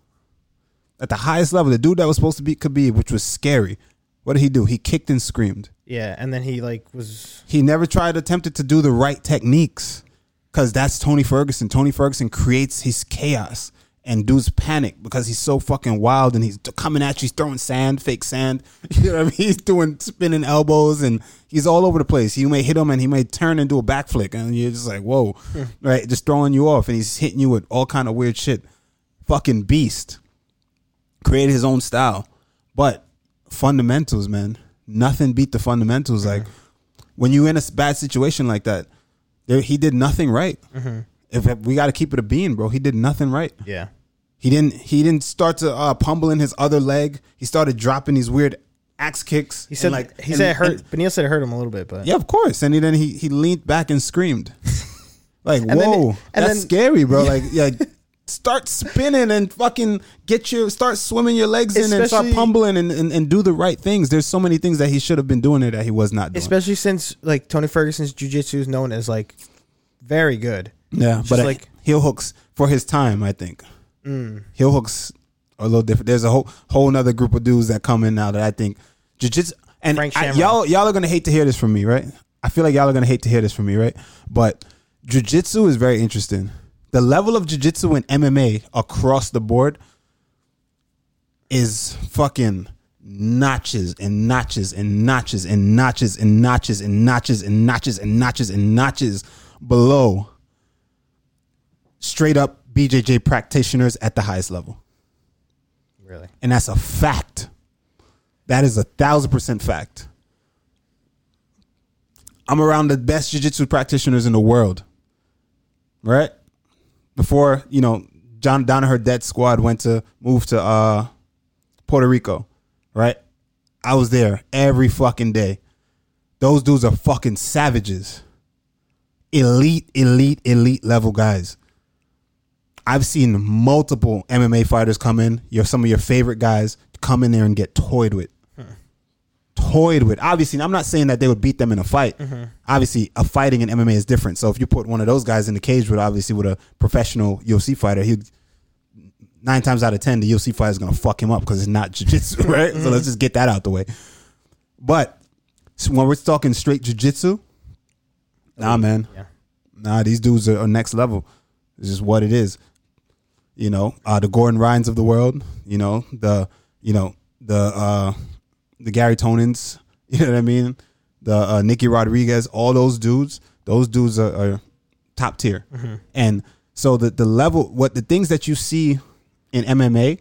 Speaker 1: At the highest level, the dude that was supposed to beat Khabib, which was scary. What did he do? He kicked and screamed.
Speaker 2: Yeah, and then he like was
Speaker 1: He never tried attempted to do the right techniques because that's Tony Ferguson. Tony Ferguson creates his chaos and dudes panic because he's so fucking wild and he's t- coming at you. He's throwing sand, fake sand. You know what I mean? He's doing spinning elbows and he's all over the place. You may hit him and he may turn and do a backflip and you're just like, whoa, right? Just throwing you off and he's hitting you with all kind of weird shit. Fucking beast created his own style. But fundamentals, man, nothing beat the fundamentals. Like when you in a s- bad situation like that, there, he did nothing right.
Speaker 2: Mm-hmm.
Speaker 1: If, if we got to keep it a bean, bro, he did nothing right.
Speaker 2: yeah.
Speaker 1: He didn't. He didn't start to uh, pummel in his other leg. He started dropping these weird axe kicks.
Speaker 2: He said like he said it hurt. Benil said it hurt him a little bit, but
Speaker 1: yeah, of course. And he, then he he leaned back and screamed, like,
Speaker 2: then-
Speaker 1: "Whoa,
Speaker 2: and
Speaker 1: that's
Speaker 2: then-
Speaker 1: scary, bro!" Like, yeah, start spinning and fucking get your start swimming your legs in and start
Speaker 2: Especially-
Speaker 1: pummeling and, and and do the right things. There's so many things that he should have been doing there that he was not doing.
Speaker 2: especially since like Tony Ferguson's jujitsu is known as like Very good.
Speaker 1: Yeah,
Speaker 2: Just
Speaker 1: but like
Speaker 2: like- Mm.
Speaker 1: heel hooks for his time, I think. Heel hooks are a little different. There's a whole whole another group of dudes that come in now that I think jiu-jitsu and
Speaker 2: Frank
Speaker 1: I-
Speaker 2: Shamrock.
Speaker 1: y'all y'all are gonna hate to hear this from me, right? I feel like y'all are gonna hate to hear this from me, right? But jiu-jitsu is very interesting. The level of jiu-jitsu and MMA across the board is fucking notches and notches and notches and notches and notches and notches and notches and notches and notches below straight up BJJ practitioners at the highest level.
Speaker 2: Really.
Speaker 1: And that's a fact. That is a thousand percent fact. I'm around the best jiu-jitsu practitioners in the world. Right? Before, you know, John Donaher Dead Squad went to move to uh Puerto Rico, right? I was there every fucking day. Those dudes are fucking savages. Elite, elite, elite level guys. I've seen multiple MMA fighters come in, your some of your favorite guys come in there and get toyed with. Toyed with. Obviously, I'm not saying that they would beat them in a fight. Obviously, a fighting in MMA is different. So if you put one of those guys in the cage with obviously with a professional UFC fighter, he nine times out of ten the UFC fighter is gonna fuck him up because it's not jiu-jitsu, right? So let's just get that out the way. But so when we're talking straight jiu-jitsu, nah, man,
Speaker 2: Yeah.
Speaker 1: nah, these dudes are, are next level. It's just what it is you know, uh, the Gordon Ryans of the world, you know, the you know the uh, the Gary Tonins, you know what I mean, the uh, Nicky Rodriguez, all those dudes, those dudes are, are top tier, and so the the level, what the things that you see in MMA,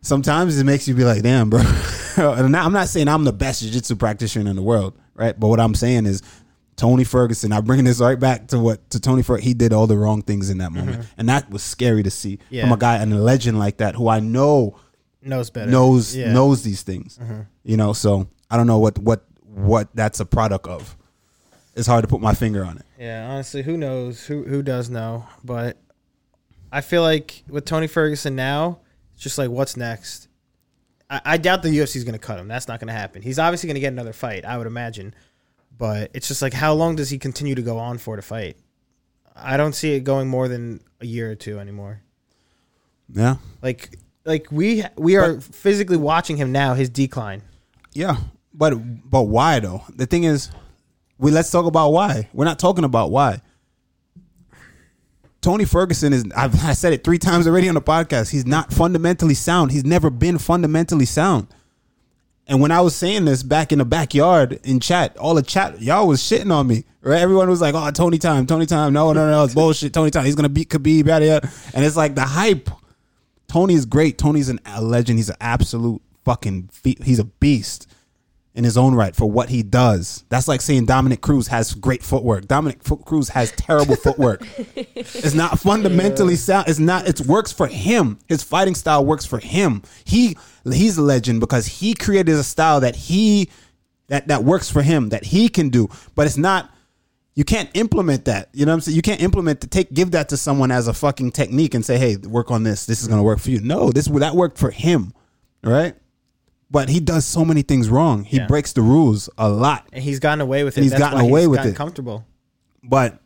Speaker 1: sometimes it makes you be like, damn, bro. and I'm not saying I'm the best jiu-jitsu practitioner in the world, right? But what I'm saying is Tony Ferguson, I'm bringing this right back to what to Tony Ferguson, he did all the wrong things in that moment. And that was scary to see from
Speaker 2: Yeah.
Speaker 1: a guy and a legend like that who I know
Speaker 2: Knows better.
Speaker 1: knows
Speaker 2: Yeah.
Speaker 1: knows these things. You know, so I don't know what what what that's a product of. It's hard to put my finger on it.
Speaker 2: Yeah, honestly, who knows? Who who does know? But I feel like with Tony Ferguson now, it's just like what's next. I, I doubt the UFC is going to cut him. That's not going to happen. He's obviously going to get another fight, I would imagine. But it's just like how long does he continue to go on for to fight? I don't see it going more than a year or two anymore.
Speaker 1: Yeah.
Speaker 2: Like like we we are physically watching him now his decline.
Speaker 1: Yeah, but but why though? The thing is, we let's talk about why. We're not talking about why. Tony Ferguson is. I've I said it three times already on the podcast. He's not fundamentally sound. He's never been fundamentally sound. And when I was saying this back in the backyard in chat, all the chat, y'all was shitting on me. Right? Everyone was like, "Oh, Tony time, Tony time." No, no, no, it's bullshit. Tony time. He's gonna beat Khabib. Yada yada. And it's like the hype. Tony is great. Tony's an, a legend. He's an absolute fucking. Fe- he's a beast in his own right for what he does. That's like saying Dominic Cruz has great footwork. Dominic Fo- Cruz has terrible footwork. It's not fundamentally sound. It's not. It works for him. His fighting style works for him. He he's a legend because he created a style that he that that works for him that he can do. But it's not. You can't implement that. You know what I'm saying? You can't implement to take give that to someone as a fucking technique and say, "Hey, work on this. This is going to work for you." No, this that worked for him, right? But he does so many things wrong. He
Speaker 2: Yeah.
Speaker 1: breaks the rules a lot.
Speaker 2: And he's gotten away with it.
Speaker 1: he's
Speaker 2: That's
Speaker 1: gotten
Speaker 2: why
Speaker 1: away
Speaker 2: he's
Speaker 1: with
Speaker 2: gotten
Speaker 1: it.
Speaker 2: comfortable.
Speaker 1: But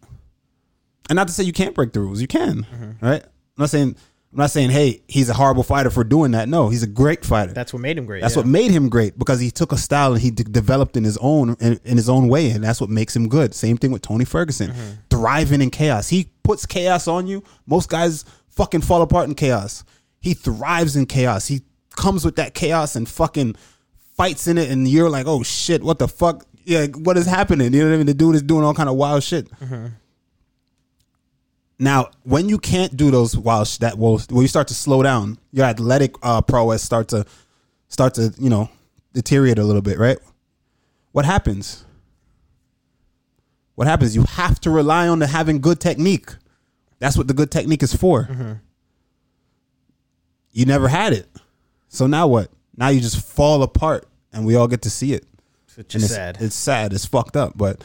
Speaker 1: and not to say you can't break the rules. You can, right? I'm not saying I'm not saying, "Hey, he's a horrible fighter for doing that." No, he's a great fighter.
Speaker 2: That's what made him great.
Speaker 1: That's
Speaker 2: yeah.
Speaker 1: what made him great because he took a style and he d- developed in his own in, in his own way, and that's what makes him good. Same thing with Tony Ferguson,
Speaker 2: Mm-hmm.
Speaker 1: thriving in chaos. He puts chaos on you. Most guys fucking fall apart in chaos. He thrives in chaos. He comes with that chaos and fucking fights in it, and you're like, oh shit, what the fuck? Yeah, what is happening? You know what I mean? The dude is doing all kind of wild shit.
Speaker 2: Mm-hmm.
Speaker 1: Now, when you can't do those wild sh- that will when you start to slow down, your athletic uh, prowess start to start to you know deteriorate a little bit, right? What happens? What happens? You have to rely on the having good technique. That's what the good technique is for. You never had it, so now what? Now you just fall apart, and we all get to see it
Speaker 2: Which
Speaker 1: and
Speaker 2: is
Speaker 1: it's
Speaker 2: sad.
Speaker 1: It's sad. It's fucked up. But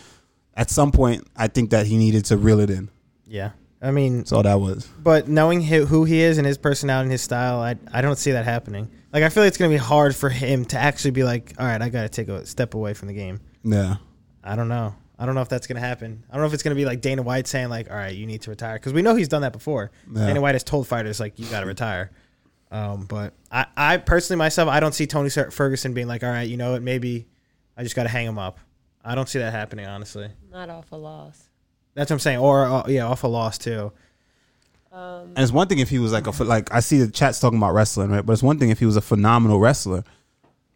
Speaker 1: at some point, I think that he needed to reel it in.
Speaker 2: yeah. I mean,
Speaker 1: That's all that was.
Speaker 2: But knowing hi who he is and his personality and his style, I, I don't see that happening. Like I feel like it's gonna be hard for him to actually be like, all right, I gotta take a step away from the game.
Speaker 1: Yeah.
Speaker 2: I don't know. I don't know if that's gonna happen. I don't know if it's gonna be like Dana White saying like, "All right, you need to retire," because we know he's done that before.
Speaker 1: Yeah.
Speaker 2: Dana White has told fighters like, "You gotta retire." Um, but I, I personally myself, I don't see Tony Ser- Ferguson being like, "All right, you know what? Maybe I just gotta hang him up." I don't see that happening, honestly.
Speaker 3: Not off a loss.
Speaker 2: That's what I'm saying. Or uh, yeah, off a loss too.
Speaker 1: And it's one thing if he was like a ph- like I see the chats talking about wrestling, right? But it's one thing if he was a phenomenal wrestler,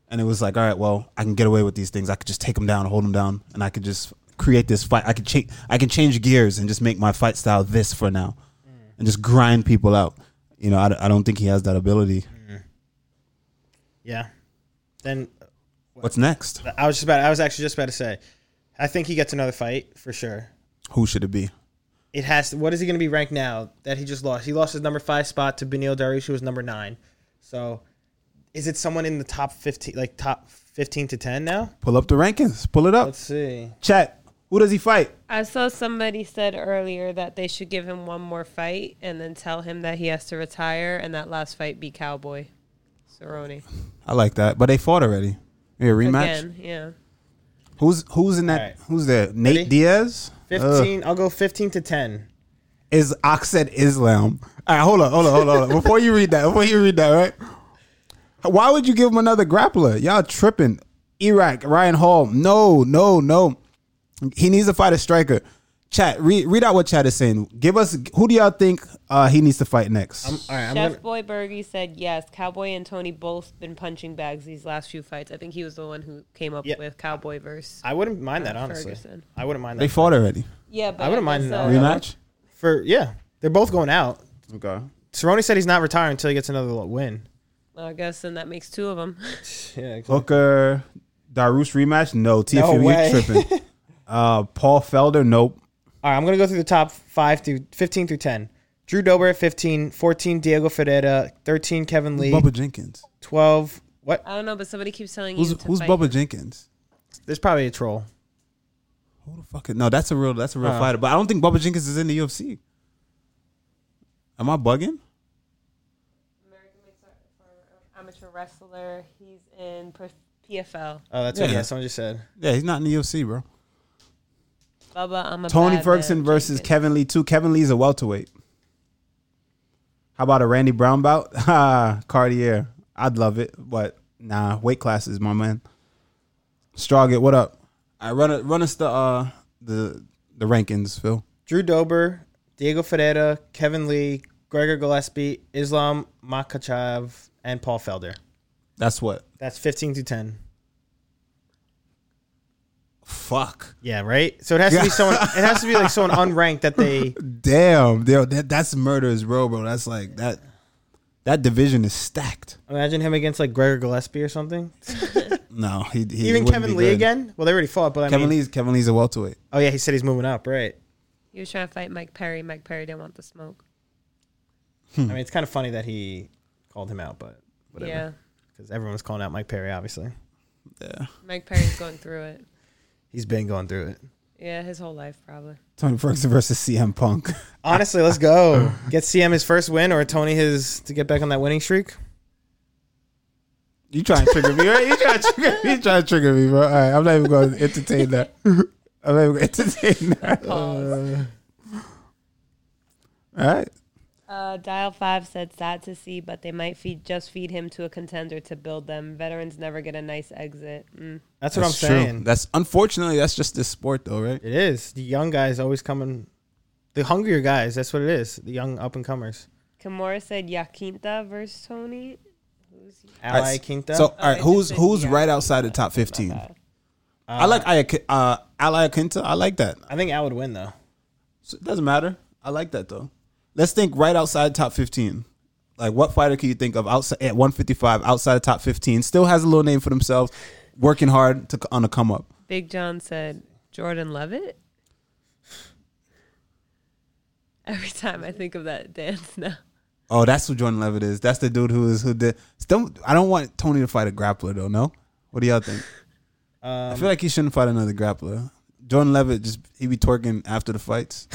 Speaker 1: and it was like, all right, well, I can get away with these things. I could just take him down, hold him down, and I could just create this fight. I could change, I can change gears and just make my fight style this for now, and just grind people out. You know, I, d- I don't think he has that ability.
Speaker 2: Yeah. Then
Speaker 1: What's next?
Speaker 2: I was just about. I was actually just about to say, I think he gets another fight for sure.
Speaker 1: Who should it be?
Speaker 2: It has. To, what is he going to be ranked now that he just lost? He lost his number five spot to Benil Dariush, who was number nine. So, is it someone in the top fifteen, like top fifteen to ten now?
Speaker 1: Pull up the rankings. Pull it up.
Speaker 2: Let's see.
Speaker 1: Chat. Who does he fight?
Speaker 3: I saw somebody said earlier that they should give him one more fight and then tell him that he has to retire and that last fight be Cowboy Cerrone.
Speaker 1: I like that, but they fought already. Yeah, rematch.
Speaker 3: Again, yeah.
Speaker 1: Who's who's in that?
Speaker 2: All right.
Speaker 1: Who's there? Nate
Speaker 2: Ready?
Speaker 1: Diaz. Ugh.
Speaker 2: Fifteen. I'll go fifteen to ten.
Speaker 1: is Oxed Islam. All right, hold on, hold on, hold on. hold on. Before you read that, before you read that, right? Why would you give him another grappler? Y'all tripping. Iraq, Ryan Hall. No, no, no. He needs to fight a striker. Chat, read, read out what chat is saying. Give us who do y'all think uh, he needs to fight next?
Speaker 2: I'm, all right. I'm
Speaker 3: Chef
Speaker 2: gonna,
Speaker 3: Boy Bergie said yes. Cowboy and Tony both been punching bags these last few fights. I think he was the one who came up
Speaker 2: Yeah.
Speaker 3: with Cowboy verse.
Speaker 2: I wouldn't mind that honestly.
Speaker 3: Ferguson.
Speaker 2: I wouldn't mind
Speaker 1: they
Speaker 2: that
Speaker 1: fought already.
Speaker 3: Yeah, but
Speaker 2: I wouldn't mind
Speaker 3: guess,
Speaker 2: an
Speaker 3: uh,
Speaker 2: Really?
Speaker 1: Rematch.
Speaker 2: for yeah. They're both going out.
Speaker 1: Okay.
Speaker 2: Cerrone said he's not retiring until he gets another win.
Speaker 3: I guess then that makes two of them.
Speaker 2: Yeah.
Speaker 1: Hooker, Darus rematch. No. TFU,
Speaker 2: way.
Speaker 1: you tripping. uh, Paul Felder. Nope.
Speaker 2: All right, I'm going to go through the top 5 through 15 through 10. Drew Dober at 15, 14 Diego Ferreira, 13 Kevin Lee,
Speaker 1: Bubba Jenkins.
Speaker 2: 12 what?
Speaker 3: I don't know, but somebody keeps telling
Speaker 1: Who's
Speaker 3: you to
Speaker 1: who's
Speaker 3: fight.
Speaker 1: Bubba Jenkins?
Speaker 2: There's probably a troll.
Speaker 1: Who the fuck? Is, no, that's a real that's a real
Speaker 2: Uh.
Speaker 1: fighter. But I don't think Bubba Jenkins is in the UFC. Am I bugging?
Speaker 3: American Mixed Martial Arts amateur wrestler. He's in pr- PFL.
Speaker 2: Oh, that's what
Speaker 1: Yeah.
Speaker 2: yeah, someone just said.
Speaker 1: Yeah, he's not in the UFC, bro.
Speaker 3: Bubba, I'm a
Speaker 1: Tony
Speaker 3: bad
Speaker 1: Ferguson
Speaker 3: man,
Speaker 1: versus
Speaker 3: Jenkins.
Speaker 1: Kevin Lee too. Kevin Lee's a welterweight. How about a Randy Brown bout? Ha, Cartier. I'd love it, but nah, weight classes, my man. Strogget, what up? I run a, run us the uh the the rankings, Phil.
Speaker 2: Drew Dober, Diego Ferreira, Kevin Lee, Gregor Gillespie, Islam Makachev, and Paul Felder.
Speaker 1: That's what.
Speaker 2: That's 15 through 10.
Speaker 1: Fuck.
Speaker 2: Yeah, right? So it has to be
Speaker 1: Yeah.
Speaker 2: someone it has to be like someone unranked that they
Speaker 1: Damn, dude, that, that's murderous, bro, bro. That's like that. That division is stacked.
Speaker 2: imagine him against like Gregor Gillespie or something.
Speaker 1: No, he, he he
Speaker 2: Even
Speaker 1: wouldn't
Speaker 2: Kevin
Speaker 1: be
Speaker 2: Lee
Speaker 1: good.
Speaker 2: again? Well, they already fought, but I
Speaker 1: Kevin
Speaker 2: mean
Speaker 1: Lee's Kevin Lee's a welterweight.
Speaker 2: Oh yeah, he said he's moving up, right?
Speaker 3: He was trying to fight Mike Perry. Mike Perry didn't want the smoke.
Speaker 2: I mean, it's kind of funny that he called him out, but
Speaker 3: Yeah,
Speaker 2: whatever. Because everyone was calling out Mike Perry, obviously.
Speaker 1: Yeah,
Speaker 3: Mike Perry's going through it.
Speaker 2: He's been going through it.
Speaker 3: Yeah, his whole life probably.
Speaker 1: Tony Ferguson versus CM Punk.
Speaker 2: Honestly, let's go. Get CM his first win or Tony his to get back on that winning streak.
Speaker 1: You trying to trigger me, right? You trying to trigger me? You trying to trigger me, bro? All right, I'm not even going to entertain that. I'm not even going to entertain that.
Speaker 3: Pause.
Speaker 1: All right,
Speaker 3: Uh, Dial Five said sad to see, but they might feed just feed him to a contender to build them. Veterans never get a nice exit. Mm.
Speaker 2: That's what I'm saying.
Speaker 1: That's unfortunately that's just this sport, though, right?
Speaker 2: It is. The young guys always coming. The hungrier guys, that's what it is. The young up and comers.
Speaker 3: Kimura said Yakinta versus Tony. Who's
Speaker 2: Ally Quinta.
Speaker 1: So, all right,
Speaker 3: I
Speaker 1: who's
Speaker 3: just said
Speaker 1: who's
Speaker 3: yeah.
Speaker 1: right outside the top fifteen? I like Aya- uh, Ali Akinta. I like that.
Speaker 2: I think Al would win, though.
Speaker 1: So it doesn't matter. I like that though. Let's think right outside top fifteen. Like what fighter can you think of outside at one fifty five outside of top fifteen? Still has a little name for themselves, working hard to on a come up.
Speaker 3: Big John said Jordan Levitt. Every time I think of that dance now.
Speaker 1: Oh, that's who Jordan Levitt is. That's the dude who is who did. Still, I don't want Tony to fight a grappler though. No, what do y'all think? I feel like he shouldn't fight another grappler. Jordan Levitt just he be twerking after the fights.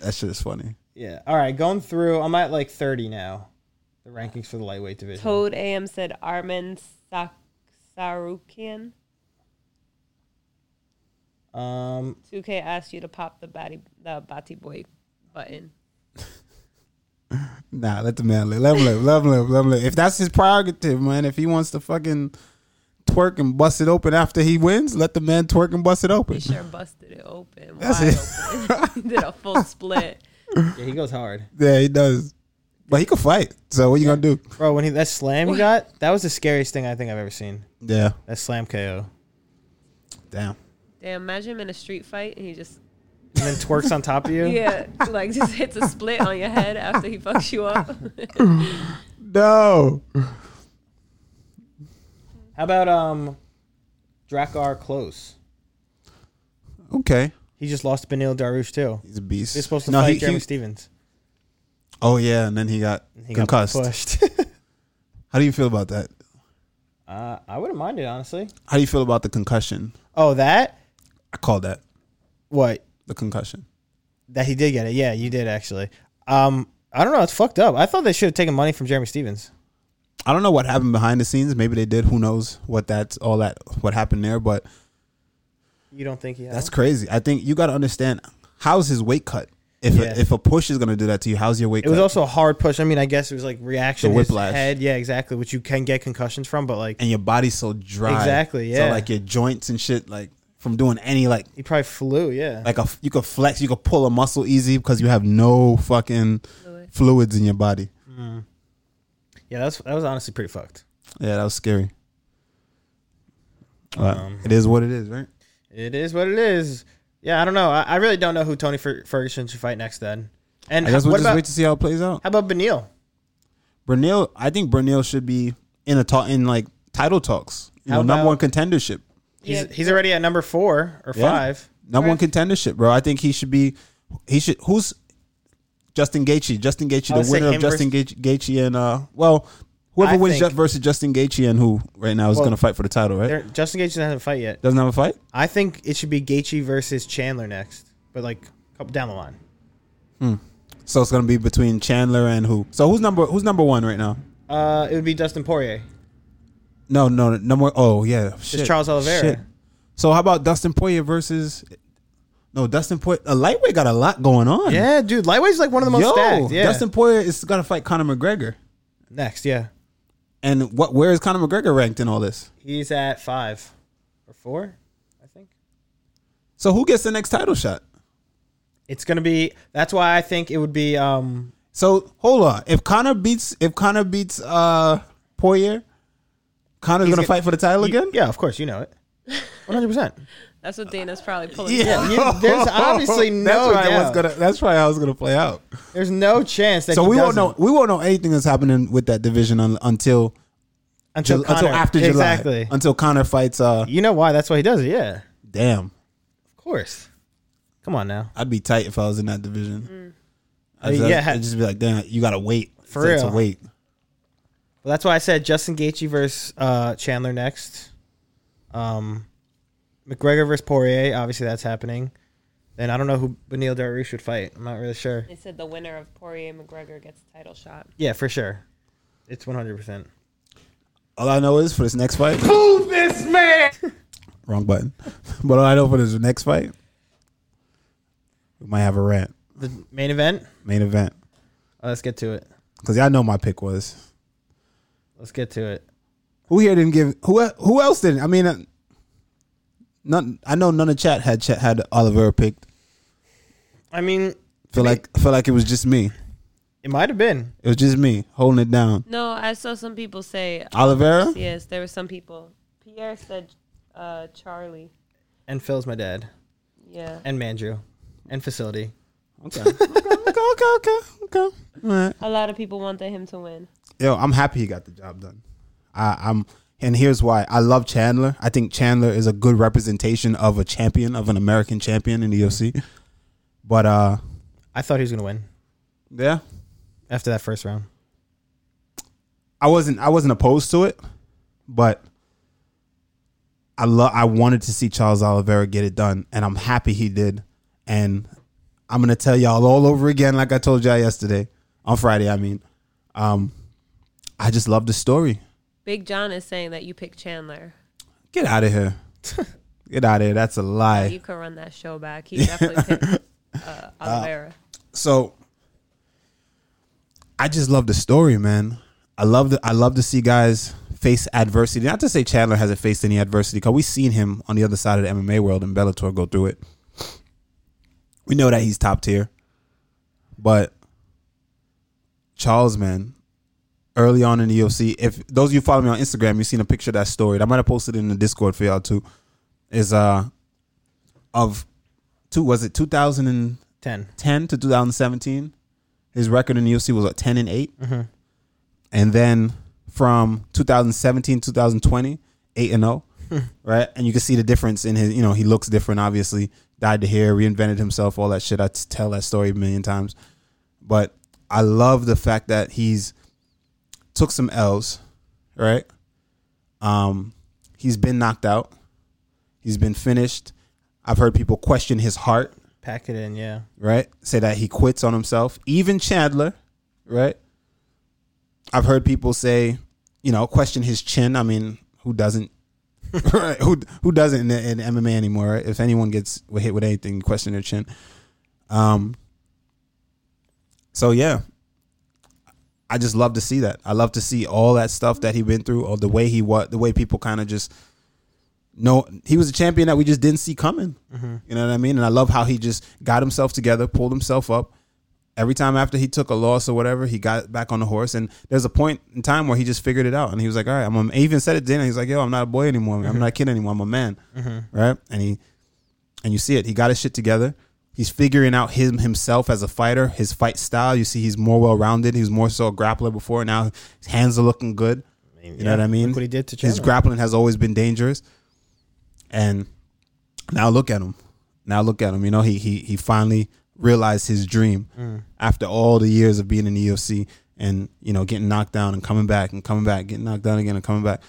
Speaker 1: that shit is funny.
Speaker 2: Yeah. All right, going through. I'm at like 30 now. The rankings for the lightweight division.
Speaker 3: Toad AM said Armin Sak- Sarukian.
Speaker 2: Um,
Speaker 3: 2K asked you to pop the batty the batty boy button.
Speaker 1: Nah, let the man live. Let him live. Let him live. Let him live. If that's his prerogative, man. If he wants to fucking twerk and bust it open after he wins, let the man twerk and bust it
Speaker 3: He
Speaker 1: open.
Speaker 3: sure busted it open,
Speaker 1: That's
Speaker 3: wide open. He did a full split.
Speaker 2: yeah, he goes hard,
Speaker 1: Yeah, he does. But he could fight. So what you gonna do?
Speaker 2: bro. When he that slam he got, that was the scariest thing I think I've ever seen.
Speaker 1: Yeah.
Speaker 2: That slam KO,
Speaker 1: Damn.
Speaker 3: Damn, imagine him in a street fight and he just
Speaker 2: and then twerks on top of you.
Speaker 3: yeah, like just hits a split on your head after he fucks you up.
Speaker 1: No.
Speaker 2: How about um, Drakkar Close?
Speaker 1: Okay.
Speaker 2: He just lost Benil Darush too.
Speaker 1: He's a beast.
Speaker 2: He's supposed to
Speaker 1: No,
Speaker 2: fight
Speaker 1: he-
Speaker 2: Jeremy
Speaker 1: he-
Speaker 2: Stevens.
Speaker 1: oh yeah, and then he got
Speaker 2: He got
Speaker 1: concussed.
Speaker 2: pushed.
Speaker 1: How do you feel about that?
Speaker 2: uh, I wouldn't mind it honestly.
Speaker 1: How do you feel about the concussion?
Speaker 2: Oh, that
Speaker 1: I call that
Speaker 2: what?
Speaker 1: the concussion.
Speaker 2: That he did get it. Yeah, you did actually. Um, I don't know. It's fucked up. I thought they should have taken money from Jeremy Stevens.
Speaker 1: I don't know what happened behind the scenes. Maybe they did. Who knows what that's all that what happened there? But
Speaker 2: You don't think he? had
Speaker 1: That's
Speaker 2: one?
Speaker 1: crazy. I think you got to understand how's his weight cut. If
Speaker 2: Yeah.
Speaker 1: a, if a push is gonna do that to you, how's your
Speaker 2: It
Speaker 1: weight cut?
Speaker 2: was also a hard push. I mean, I guess it was like reaction.
Speaker 1: The
Speaker 2: his
Speaker 1: whiplash.
Speaker 2: Head. Yeah, exactly. Which you can get concussions from, but like
Speaker 1: and your body's so dry,
Speaker 2: Exactly, yeah.
Speaker 1: So like your joints and shit, like from doing any like
Speaker 2: he probably flew. Yeah.
Speaker 1: like a you could flex, you could pull a muscle easy because you have no fucking
Speaker 3: Fluid.
Speaker 1: fluids in your body.
Speaker 2: yeah. That's that was honestly pretty fucked.
Speaker 1: Yeah, that was scary. But
Speaker 2: Um,
Speaker 1: it is what it is, right?
Speaker 2: It is what it is. Yeah, I don't know. I, I really don't know who Tony Fer- Ferguson should fight next. Then, and
Speaker 1: I guess we'll
Speaker 2: what
Speaker 1: just
Speaker 2: about
Speaker 1: wait to see how it plays out.
Speaker 2: how about Benil?
Speaker 1: Bernil, I think Bernil should be in a talk in like title talks, you
Speaker 2: How
Speaker 1: know, number one
Speaker 2: about-
Speaker 1: contendership.
Speaker 2: He's
Speaker 3: Yeah.
Speaker 2: he's already at number four or
Speaker 1: Yeah.
Speaker 2: five.
Speaker 1: Number one contendership, bro. I think he should be. He should. Who's Justin Gaethje? Justin
Speaker 2: I
Speaker 1: Gaethje,
Speaker 2: would
Speaker 1: the
Speaker 2: say
Speaker 1: winner of
Speaker 2: him
Speaker 1: Justin Gaethje, Gaethje and uh, well, whoever
Speaker 2: I
Speaker 1: wins
Speaker 2: think-
Speaker 1: Ju- versus Justin Gaethje and who right now is
Speaker 2: Well,
Speaker 1: going to fight for the title, right?
Speaker 2: There, Justin Gaethje hasn't fight yet.
Speaker 1: Doesn't have a fight.
Speaker 2: I think it should be Gaethje versus Chandler next, but like couple down the line.
Speaker 1: So it's going to be between Chandler and who? So who's number who's number one right now?
Speaker 2: Uh, it would be Dustin Poirier.
Speaker 1: No, no, number. Oh yeah, shit,
Speaker 2: Charles Oliveira.
Speaker 1: So how about Dustin Poirier versus? No, Dustin Poirier. A lightweight got a lot going on.
Speaker 2: Yeah, dude, lightweight's like one of the most
Speaker 1: Yo,
Speaker 2: stacked. Yeah,
Speaker 1: Dustin Poirier is going to fight Conor McGregor.
Speaker 2: next. Yeah,
Speaker 1: And what? Where is Conor McGregor ranked in all this?
Speaker 2: he's at five or four, I think.
Speaker 1: So who gets the next title shot?
Speaker 2: It's gonna be. That's why I think it would be. Um,
Speaker 1: So hold on. If Connor beats if Connor beats uh Poirier, Connor's
Speaker 2: He's gonna-
Speaker 1: gonna, fight for the title
Speaker 2: you-
Speaker 1: again?
Speaker 2: Yeah, of course, you know it. One hundred percent.
Speaker 3: That's what Dana's probably pulling.
Speaker 1: Yeah.
Speaker 3: for.
Speaker 2: You- There's obviously no
Speaker 1: that's probably
Speaker 2: doubt.
Speaker 1: what's gonna that's probably how it's gonna play out.
Speaker 2: There's no chance that
Speaker 1: So
Speaker 2: he
Speaker 1: we won't
Speaker 2: doesn't
Speaker 1: know we won't know anything that's happening with that division un, until
Speaker 2: until
Speaker 1: until
Speaker 2: Conor.
Speaker 1: after July.
Speaker 2: Exactly.
Speaker 1: Until Connor fights uh
Speaker 2: you know why? That's why he does it. Yeah,
Speaker 1: damn.
Speaker 2: of course. Come on now.
Speaker 1: I'd be tight if I was in that division. I'd,
Speaker 2: Uh,
Speaker 1: just,
Speaker 2: yeah.
Speaker 1: I'd just be like, damn, you gotta wait.
Speaker 2: For
Speaker 1: to, to
Speaker 2: real.
Speaker 1: wait.
Speaker 2: Well, that's why I said Justin Gaethje versus uh, Chandler next. Um, McGregor versus Poirier. Obviously, that's happening. Then I don't know who Benil Dariush would fight. I'm not really sure.
Speaker 3: They said the winner of Poirier McGregor gets a title shot.
Speaker 2: Yeah, for sure. It's 100. percent
Speaker 1: All I know is for this next fight. Wrong button. But all I know for this next fight, we might have a rant.
Speaker 2: The main event.
Speaker 1: Main event.
Speaker 2: Uh, let's get to it.
Speaker 1: Because y'all know my pick was.
Speaker 2: Let's get to it.
Speaker 1: Who here didn't give who who else didn't? I mean uh, none I know none of chat had chat had Oliver picked.
Speaker 2: I mean,
Speaker 1: Feel like feel like it was just me.
Speaker 2: it might have been.
Speaker 1: It was just me holding it down.
Speaker 3: No, I saw some people say
Speaker 1: Oliveira?
Speaker 3: yes. There were some people. Pierre said uh, Charlie.
Speaker 2: And Phil's my dad.
Speaker 3: Yeah.
Speaker 2: And Mandrew. And facility.
Speaker 1: Okay. okay, okay, okay, okay. All right.
Speaker 3: A lot of people wanted him to win.
Speaker 1: yo, I'm happy he got the job done. I, I'm, and here's why. I love Chandler. I think Chandler is a good representation of a champion, of an American champion in the UFC. But uh,
Speaker 2: I thought he was gonna win
Speaker 1: yeah,
Speaker 2: after that first round.
Speaker 1: I wasn't, I wasn't opposed to it, but I love, I wanted to see Charles Oliveira get it done, and I'm happy he did. And I'm gonna tell y'all all over again, like I told y'all yesterday on Friday. I mean, um, I just love the story.
Speaker 3: Big John is saying that you picked Chandler.
Speaker 1: Get out of here. Get out of here. That's a lie.
Speaker 3: You can run that show back. He definitely picked uh, Oliveira.
Speaker 1: so I just love the story, man. I love the I love to see guys face adversity. Not to say Chandler hasn't faced any adversity, because we've seen him on the other side of the MMA world and Bellator go through it. We know that he's top tier. But Charles, man, early on in the UFC, if those of you follow me on Instagram, you've seen a picture of that story. I might have posted it in the Discord for y'all too. Is uh of two was it two thousand and
Speaker 2: 10.
Speaker 1: 10 to 2017. His record in the UFC was like 10 and 8. And then from 2017 2020, 8 and 0. right? And you can see the difference in his, you know, he looks different obviously. Dyed the hair, reinvented himself, all that shit. I t- tell that story a million times. But I love the fact that he's took some L's, right? Um he's been knocked out. He's been finished. I've heard people question his heart
Speaker 2: Pack it in, yeah.
Speaker 1: right? Say that he quits on himself. Even Chandler, right? I've heard people say, you know, question his chin. I mean, who doesn't? right? Who who doesn't in, in MMA anymore? Right? If anyone gets hit with anything, question their chin. Um. So yeah, I just love to see that. I love to see all that stuff that he went through, or the way he what, the way people kind of just no, he was a champion that we just didn't see coming. You know what I mean? And I love how he just got himself together, pulled himself up. Every time after he took a loss or whatever, he got back on the horse. And there's a point in time where he just figured it out, and he was like, "All right, I'm." A, he even said it then. He's like, "Yo, I'm not a boy anymore.
Speaker 2: Mm-hmm.
Speaker 1: I'm not a kid anymore. I'm a man." Right? And he, and you see it. He got his shit together. He's figuring out him himself as a fighter, his fight style. You see, he's more well rounded. He was more so a grappler before. Now his hands are looking good. You know
Speaker 2: yeah,
Speaker 1: what I mean?
Speaker 2: look what he did to
Speaker 1: his
Speaker 2: Chandler.
Speaker 1: grappling has always been dangerous. And now look at him. Now look at him. You know, he he he finally realized his dream
Speaker 2: Mm.
Speaker 1: after all the years of being in the UFC and you know getting knocked down and coming back and coming back, getting knocked down again and coming back.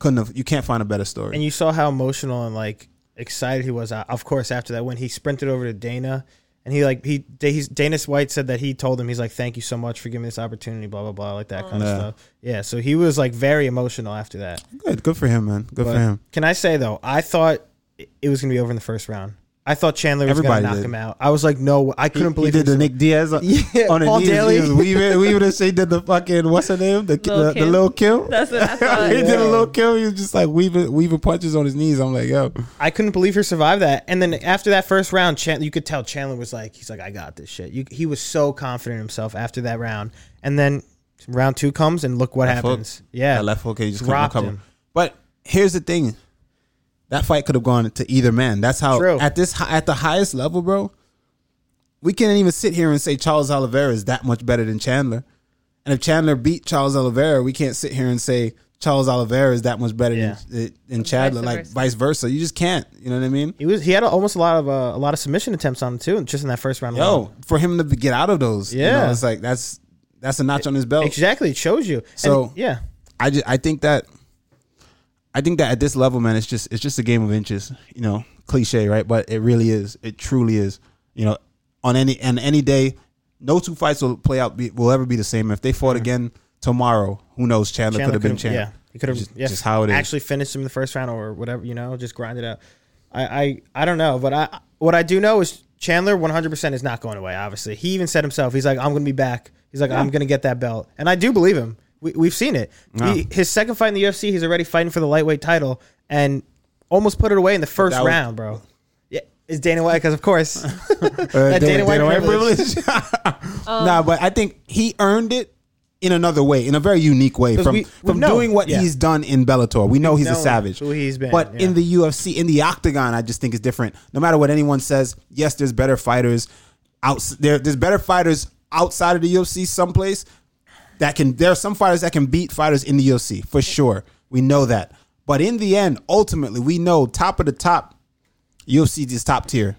Speaker 1: Couldn't have. You can't find a better story.
Speaker 2: And you saw how emotional and like excited he was. uh, Of course, after that, when he sprinted over to Dana, and he like he Da- he's, Dana White said that he told him he's like, "Thank you so much for giving me this opportunity," blah blah blah, like that kind
Speaker 1: Yeah.
Speaker 2: of stuff. Yeah, so he was like very emotional after that.
Speaker 1: good. Good for him, man. Good
Speaker 2: But
Speaker 1: for him.
Speaker 2: can I say though, I thought it- it was gonna be over in the first round. I thought Chandler was
Speaker 1: Everybody
Speaker 2: gonna knock
Speaker 1: did.
Speaker 2: him out. I was like, no, I couldn't
Speaker 1: He
Speaker 2: believe
Speaker 1: did the Nick Diaz on,
Speaker 2: Yeah,
Speaker 1: on
Speaker 2: Paul
Speaker 1: the knees.
Speaker 2: Daly.
Speaker 1: He was weaving, weaving and she did the fucking what's her name? The
Speaker 3: Lil'
Speaker 1: the, the
Speaker 3: Kim.
Speaker 1: little Kim.
Speaker 3: That's what I
Speaker 1: he
Speaker 3: thought.
Speaker 1: did a little Kim. He was just like weaving weaving punches on his knees. I'm like, yo,
Speaker 2: I couldn't believe her survived that. And then after that first round, Chandler, you could tell Chandler was like, he's like, I got this shit. You, he was so confident in himself after that round. And then round two comes and look what
Speaker 1: Left hook.
Speaker 2: happens. Yeah.
Speaker 1: That left hook, he just
Speaker 2: Dropped
Speaker 1: couldn't recover.
Speaker 2: him.
Speaker 1: But here's the thing: that fight could have gone to either man. That's how
Speaker 2: True.
Speaker 1: at this hi- at the highest level, bro. We can't even sit here and say Charles Oliveira is that much better than Chandler. And if Chandler beat Charles Oliveira, we can't sit here and say Charles Oliveira is that much better than, than Chandler.
Speaker 3: Vice
Speaker 1: like
Speaker 3: versa.
Speaker 1: vice versa, you just can't. You know what I mean?
Speaker 2: He was he had a, almost a lot of uh, a lot of submission attempts on him too, just in that first round. alone.
Speaker 1: Yo, for him to be- get out of those, you know,
Speaker 2: Yeah.
Speaker 1: it's like that's that's a notch on his belt.
Speaker 2: exactly. It shows you. And
Speaker 1: So-
Speaker 2: yeah,
Speaker 1: I just I think that I think that at this level, man, it's just it's just a game of inches, you know, cliche, right? But it really is. It truly is. You know, on any and any day, no two fights will play out be, will ever be the same. If they fought again tomorrow, who knows? Chandler,
Speaker 2: Chandler
Speaker 1: could have been
Speaker 2: could've-
Speaker 1: champ.
Speaker 2: Yeah, he could have
Speaker 1: Just-
Speaker 2: yeah,
Speaker 1: just how it is.
Speaker 2: Actually, finished him in the first round or whatever. You know, just grind it out. I I, I don't know, but I what I do know is Chandler 100 percent is not going away. Obviously, he even said himself, he's like, I'm going to be back. He's like, I'm going to get that belt, and I do believe him. We, we've seen it. He, his second fight in the UFC, he's already fighting for the lightweight title and almost put it away in the first
Speaker 1: that was-
Speaker 2: round, bro. Yeah, is Dana White because of course.
Speaker 1: Uh,
Speaker 2: That Dana White privilege.
Speaker 1: nah, but I think he earned it in another way, in a very unique way,
Speaker 2: 'Cause
Speaker 1: from
Speaker 2: we-
Speaker 1: from
Speaker 2: we know.
Speaker 1: doing what
Speaker 2: Yeah.
Speaker 1: he's done in Bellator. We know he's a
Speaker 2: known
Speaker 1: savage,
Speaker 2: who he's been,
Speaker 1: but
Speaker 2: yeah.
Speaker 1: in the UFC, in the octagon, I just think is different. No matter what anyone says, yes, there's better fighters out there. There's better fighters outside of the UFC someplace that can. There are some fighters that can beat fighters in the UFC for sure. We know that, but in the end, ultimately, we know top of the top, UFC is top tier.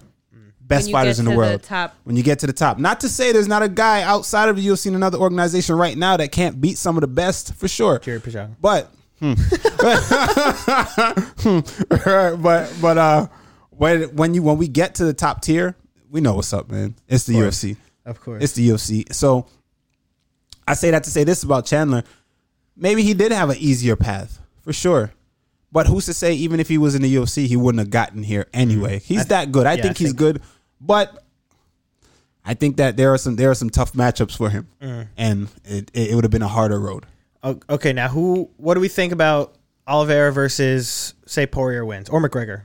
Speaker 2: Mm.
Speaker 1: Best
Speaker 3: When you
Speaker 1: fighters
Speaker 3: get
Speaker 1: in the
Speaker 3: to the
Speaker 1: world.
Speaker 3: top.
Speaker 1: When you get to the top. Not to say there's not a guy outside of the UFC in another organization right now that can't beat some of the best for sure.
Speaker 2: Jerry Pachanga.
Speaker 1: But hmm. Hmm. but but uh when when you when we get to the top tier, we know what's up, man. It's the UFC.
Speaker 2: Of course.
Speaker 1: It's the UFC. So I say that to say this about Chandler. Maybe he did have an easier path, for sure. But who's to say even if he was in the UFC, he wouldn't have gotten here anyway. He's that good. I
Speaker 2: Mm-hmm. yeah,
Speaker 1: think
Speaker 2: I
Speaker 1: he's
Speaker 2: think-
Speaker 1: good, but I think that there are some there are some tough matchups for him,
Speaker 2: Mm.
Speaker 1: and it, it, it would have been a harder road.
Speaker 2: O- Okay, now who? What do we think about Oliveira versus say Poirier wins or McGregor?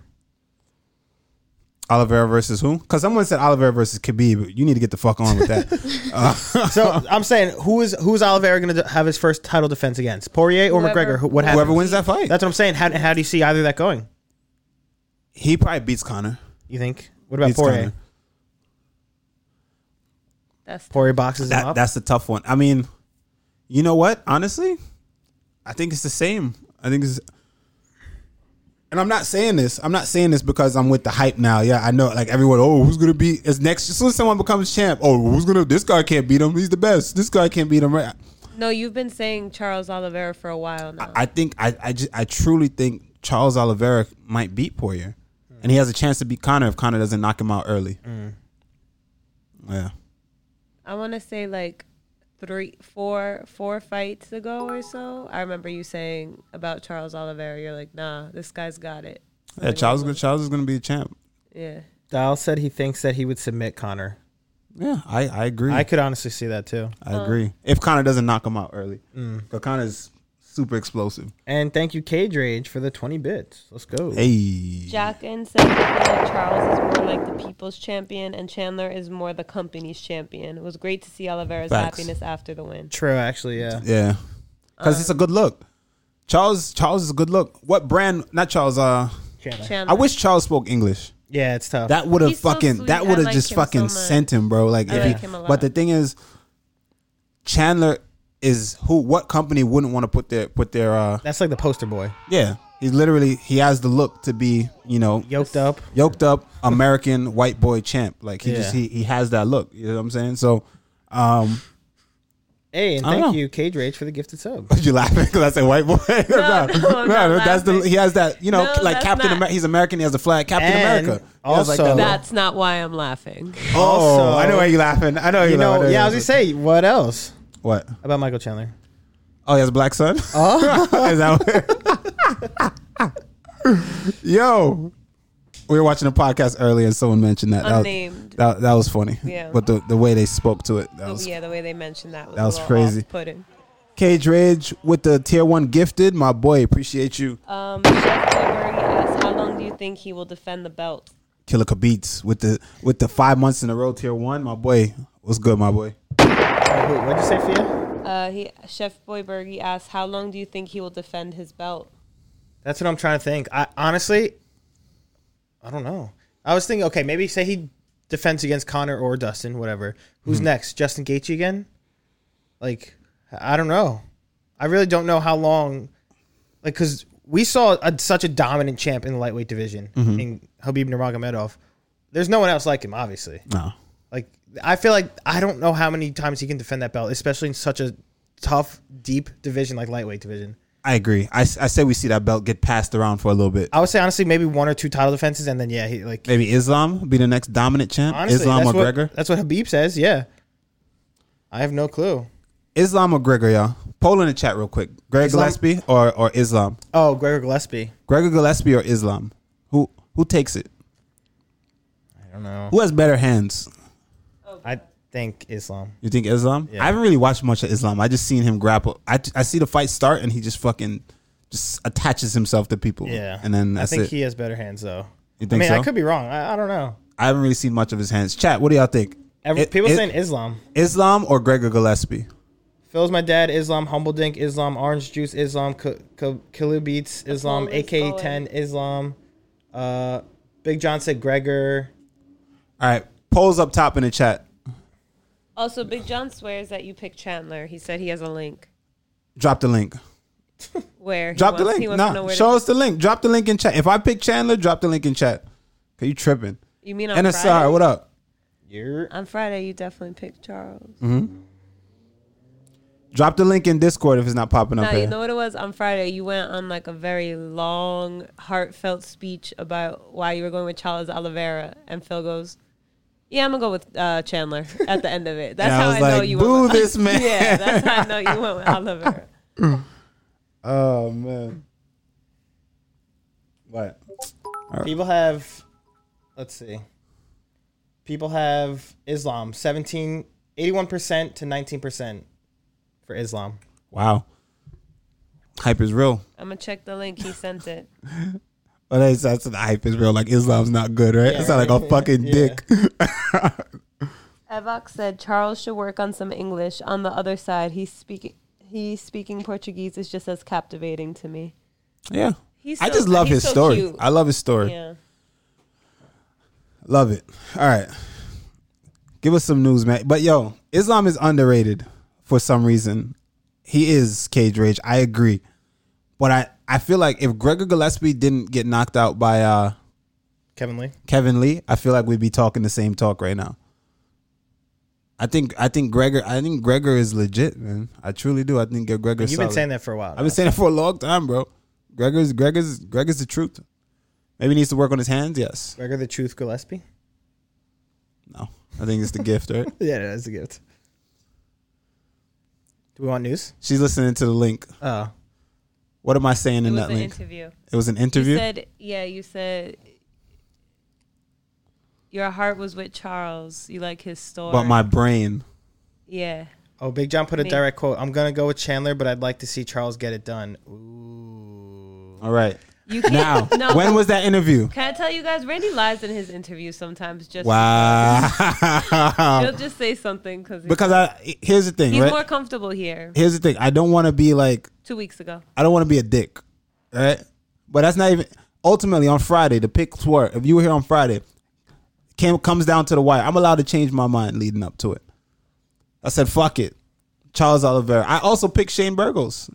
Speaker 1: Oliveira versus who? Because someone said Oliveira versus Khabib. You need to get the fuck on with that.
Speaker 2: So I'm saying who is who is Oliveira going to have his first title defense against Poirier or
Speaker 3: Whoever-
Speaker 2: McGregor? Who, what happens?
Speaker 1: Whoever wins that fight,
Speaker 2: That's what I'm saying. How, how do you see either that going?
Speaker 1: he probably beats Connor.
Speaker 2: You think? What about
Speaker 1: Beats
Speaker 2: Poirier?
Speaker 1: Connor.
Speaker 3: That's
Speaker 2: Poirier boxes him
Speaker 1: That
Speaker 2: up.
Speaker 1: that's the tough one. I mean, you know what? Honestly, I think it's the same. I think it's. And I'm not saying this. I'm not saying this because I'm with the hype now. Yeah, I know. Like everyone, oh, who's gonna beat? Is next as soon as someone becomes champ? Oh, who's gonna? This guy can't beat him. He's the best. This guy can't beat him. Right?
Speaker 3: no. You've been saying Charles Oliveira for a while now.
Speaker 1: I think I I, ju- I truly think Charles Oliveira might beat Poirier, and he has a chance to beat Connor if Connor doesn't knock him out early. Yeah.
Speaker 3: I want to say like three, four, four fights ago or so. I remember you saying about Charles Oliveira. You're like, nah, this guy's got it.
Speaker 1: Yeah, Charles, is gonna- Charles is going to be a champ.
Speaker 3: Yeah.
Speaker 2: Dial said he thinks that he would submit Connor.
Speaker 1: Yeah, I, I agree.
Speaker 2: I
Speaker 1: I,
Speaker 2: could honestly see that too.
Speaker 3: Uh,
Speaker 1: agree. If Connor doesn't knock him out early, because Connor's super explosive.
Speaker 2: And thank you, Cage Rage, for the 20 bits. Let's go.
Speaker 1: Hey,
Speaker 3: Jackin said that Charles is more like the people's champion and Chandler is more the company's champion. It was great to see Oliveira's
Speaker 1: Facts.
Speaker 3: happiness after the win.
Speaker 2: True, actually, yeah.
Speaker 1: yeah, because it's a good look. Charles, Charles is a good look. What brand? Not Charles. Uh,
Speaker 2: Chandler.
Speaker 3: Chandler.
Speaker 1: I wish Charles spoke English.
Speaker 2: Yeah, it's tough.
Speaker 1: That would have
Speaker 3: He's so
Speaker 1: fucking
Speaker 3: sweet.
Speaker 1: that
Speaker 3: I
Speaker 1: would have
Speaker 3: like
Speaker 1: just
Speaker 3: him
Speaker 1: fucking
Speaker 3: so much.
Speaker 1: sent him, bro. Like, if
Speaker 3: like
Speaker 1: he,
Speaker 3: him a
Speaker 1: but
Speaker 3: lot.
Speaker 1: the thing is, Chandler is who? What company wouldn't want to put their put their? uh
Speaker 2: That's like the poster boy.
Speaker 1: Yeah, he's literally he has the look to be you know
Speaker 2: Yoked up.
Speaker 1: yoked up American white boy champ. Like he just
Speaker 2: Yeah.
Speaker 1: he, he has that look. You know what I'm saying? So um
Speaker 2: Hey, and
Speaker 1: I don't
Speaker 2: thank
Speaker 1: know.
Speaker 2: you, Cage Rage, for the gifted sub.
Speaker 1: you laughing because I said white boy?
Speaker 3: No, no, I'm not
Speaker 1: that's the
Speaker 3: laughing.
Speaker 1: he has that you know
Speaker 3: No,
Speaker 1: like
Speaker 3: that's
Speaker 1: Captain
Speaker 3: not.
Speaker 1: America. He's American. He has the flag Captain
Speaker 2: And
Speaker 1: America. He has,
Speaker 2: also-
Speaker 1: look.
Speaker 3: That's not why I'm laughing.
Speaker 1: oh,
Speaker 2: also-
Speaker 1: I know why you laughing. I know you,
Speaker 2: You know,
Speaker 1: laughing.
Speaker 2: yeah, I was gonna say, what else
Speaker 1: what?
Speaker 2: about Michael Chandler?
Speaker 1: Oh, he has a black son.
Speaker 3: Oh.
Speaker 1: Is that what- Yo. We were watching a podcast earlier, and someone mentioned that. That was-
Speaker 3: Unnamed.
Speaker 1: That, that was funny.
Speaker 3: Yeah. Oh,
Speaker 1: But the, the way they spoke to it, that was
Speaker 3: yeah, the way they mentioned that was,
Speaker 1: That was crazy.
Speaker 3: crazy. Putting.
Speaker 1: Cage Rage with the tier one gifted. My boy, appreciate you.
Speaker 3: Um, Chef Goldberg asked, "How long do you think he will defend the belt?"
Speaker 1: Killer Beats with the with the five months in a row tier one. My boy, what's good, my boy?
Speaker 2: Uh, who- what'd you say, Fia?
Speaker 3: Uh, he Chef Boyberg asked, "How long do you think he will defend his belt?"
Speaker 2: That's what I'm trying to think. I honestly, I don't know. I was thinking, okay, maybe say he defends against Connor or Dustin, whatever. Who's next? Justin Gaethje again? Like, I I don't know. I really don't know how long, like, because we saw a, such a dominant champ in the lightweight division in Habib Nurmagomedov. There's no one else like him, obviously.
Speaker 1: No,
Speaker 2: Like I feel like I don't know how many times he can defend that belt, especially in such a tough, deep division like lightweight division.
Speaker 1: I agree. I, s- I say we see that belt get passed around for a little bit.
Speaker 2: I would say honestly, maybe one or two title defenses, and then yeah, he like
Speaker 1: Maybe Islam be the next dominant champ.
Speaker 2: honestly,
Speaker 1: Islam
Speaker 2: that's
Speaker 1: McGregor.
Speaker 2: What, that's what Habib says. Yeah, I have no clue.
Speaker 1: Islam McGregor, y'all. Poll in the chat real quick. Greg
Speaker 2: Islam-
Speaker 1: Gillespie or or Islam.
Speaker 2: Oh, Gregor Gillespie.
Speaker 1: Gregor Gillespie or Islam. Who who takes it?
Speaker 2: I don't know.
Speaker 1: Who has better hands?
Speaker 2: I think Islam.
Speaker 1: You think Islam?
Speaker 2: Yeah.
Speaker 1: I haven't really watched much of Islam. I just seen him grapple. I, I see the fight start and he just fucking just attaches himself to people.
Speaker 2: Yeah,
Speaker 1: And then
Speaker 2: I
Speaker 1: that's
Speaker 2: think
Speaker 1: it.
Speaker 2: he has better hands though.
Speaker 1: You think
Speaker 2: I mean,
Speaker 1: so?
Speaker 2: I could be wrong. I, I don't know.
Speaker 1: I haven't really seen much of his hands. Chat, what do y'all think?
Speaker 2: Every,
Speaker 1: It-
Speaker 2: people
Speaker 1: it-
Speaker 2: saying Islam.
Speaker 1: Islam or Gregor Gillespie?
Speaker 2: Phil's my dad. Islam. Humble Dink. Islam. Orange Juice. Islam. K- K- Killer Beats. Islam.
Speaker 3: poll is
Speaker 2: AK Ten. Islam. Uh, Big John said Gregor.
Speaker 1: All right. Polls up top in the chat.
Speaker 3: Also, Big John swears that you picked Chandler. He said he has a link
Speaker 1: Drop the link.
Speaker 3: where he
Speaker 1: Drop the link.
Speaker 3: wants- He wants to know
Speaker 1: Nah,
Speaker 3: where
Speaker 1: show
Speaker 3: to,
Speaker 1: us the link. Drop the link in chat. If I pick Chandler, drop the link in chat. Cause you tripping.
Speaker 3: You mean on
Speaker 1: NSR,
Speaker 3: Friday?
Speaker 1: what up?
Speaker 2: You're
Speaker 3: On Friday, you definitely picked Charles.
Speaker 1: Drop the link in Discord if it's not popping up
Speaker 3: Now,
Speaker 1: here.
Speaker 3: you know what it was? On Friday, you went on like a very long, heartfelt speech about why you were going with Charles Oliveira. And Phil goes, Yeah, I'm going to go with uh, Chandler at the end of it. That's
Speaker 1: And I
Speaker 3: how
Speaker 1: was
Speaker 3: I, know
Speaker 1: like,
Speaker 3: you
Speaker 1: "Boo
Speaker 3: went. with-
Speaker 1: this man."
Speaker 3: yeah, that's how I know you went with Oliveira.
Speaker 1: Oh man. Oh, What?
Speaker 2: People have, let's see. People have Islam 17, 81% to 19% for Islam.
Speaker 1: Wow. Hype is real.
Speaker 3: I'm gonna check the link. He sent it.
Speaker 1: But that's, that's the hype is real. Like Islam's not good, right?
Speaker 2: Yeah,
Speaker 1: It's not like a
Speaker 2: right.
Speaker 1: fucking
Speaker 2: Yeah.
Speaker 1: dick.
Speaker 3: Evox said Charles should work on some English. On the other side, he's speaking. He's speaking Portuguese is just as captivating to me.
Speaker 1: Yeah.
Speaker 3: He's
Speaker 1: I
Speaker 3: so-
Speaker 1: just love
Speaker 3: he's
Speaker 1: his
Speaker 3: so
Speaker 1: story.
Speaker 3: cute.
Speaker 1: I love his story.
Speaker 3: Yeah.
Speaker 1: Love it. All right. Give us some news, man. But yo, Islam is underrated for some reason. He is cage rage. I agree. But I, I feel like if Gregor Gillespie didn't get knocked out by uh,
Speaker 2: Kevin Lee.
Speaker 1: Kevin Lee, I feel like we'd be talking the same talk right now. I think I think Gregor I think Gregor is legit, man. I truly do. I think Gregor.
Speaker 2: You've been saying that for a while.
Speaker 1: I've been saying it for a long time, bro. Gregor's Gregor's Gregor's the truth. Maybe he needs to work on his hands. Yes.
Speaker 2: Gregor the Truth Gillespie.
Speaker 1: No. I think it's the gift, right?
Speaker 2: Yeah, that's a gift. Do we want news?
Speaker 1: She's listening to the link.
Speaker 2: Oh.
Speaker 1: What am I saying
Speaker 3: It
Speaker 1: in
Speaker 3: was
Speaker 1: that
Speaker 3: an
Speaker 1: link?
Speaker 3: interview.
Speaker 1: It was an
Speaker 3: You
Speaker 1: interview.
Speaker 3: said, yeah, you said your heart was with Charles. You like his story.
Speaker 1: But my brain.
Speaker 3: yeah.
Speaker 2: Oh, Big John put a
Speaker 3: Me.
Speaker 2: direct quote. I'm gonna go with Chandler, but I'd like to see Charles get it done. Ooh.
Speaker 1: All right.
Speaker 3: You can't,
Speaker 1: Now,
Speaker 3: no.
Speaker 1: when was that interview?
Speaker 3: Can I tell you guys? Randy lies in his interviews sometimes. Just
Speaker 1: Wow.
Speaker 3: he'll just say something cause he-
Speaker 1: because I here's the thing,
Speaker 3: he's
Speaker 1: right?
Speaker 3: more comfortable here.
Speaker 1: here's the thing. I don't want to be like
Speaker 3: Two weeks ago,
Speaker 1: I don't want to be a dick, right? But that's not even ultimately on Friday. The picks were if you were here on Friday, came comes down to the wire. I'm allowed to change my mind leading up to it. I said fuck it, Charles Oliveira. I also picked Shane Burgos,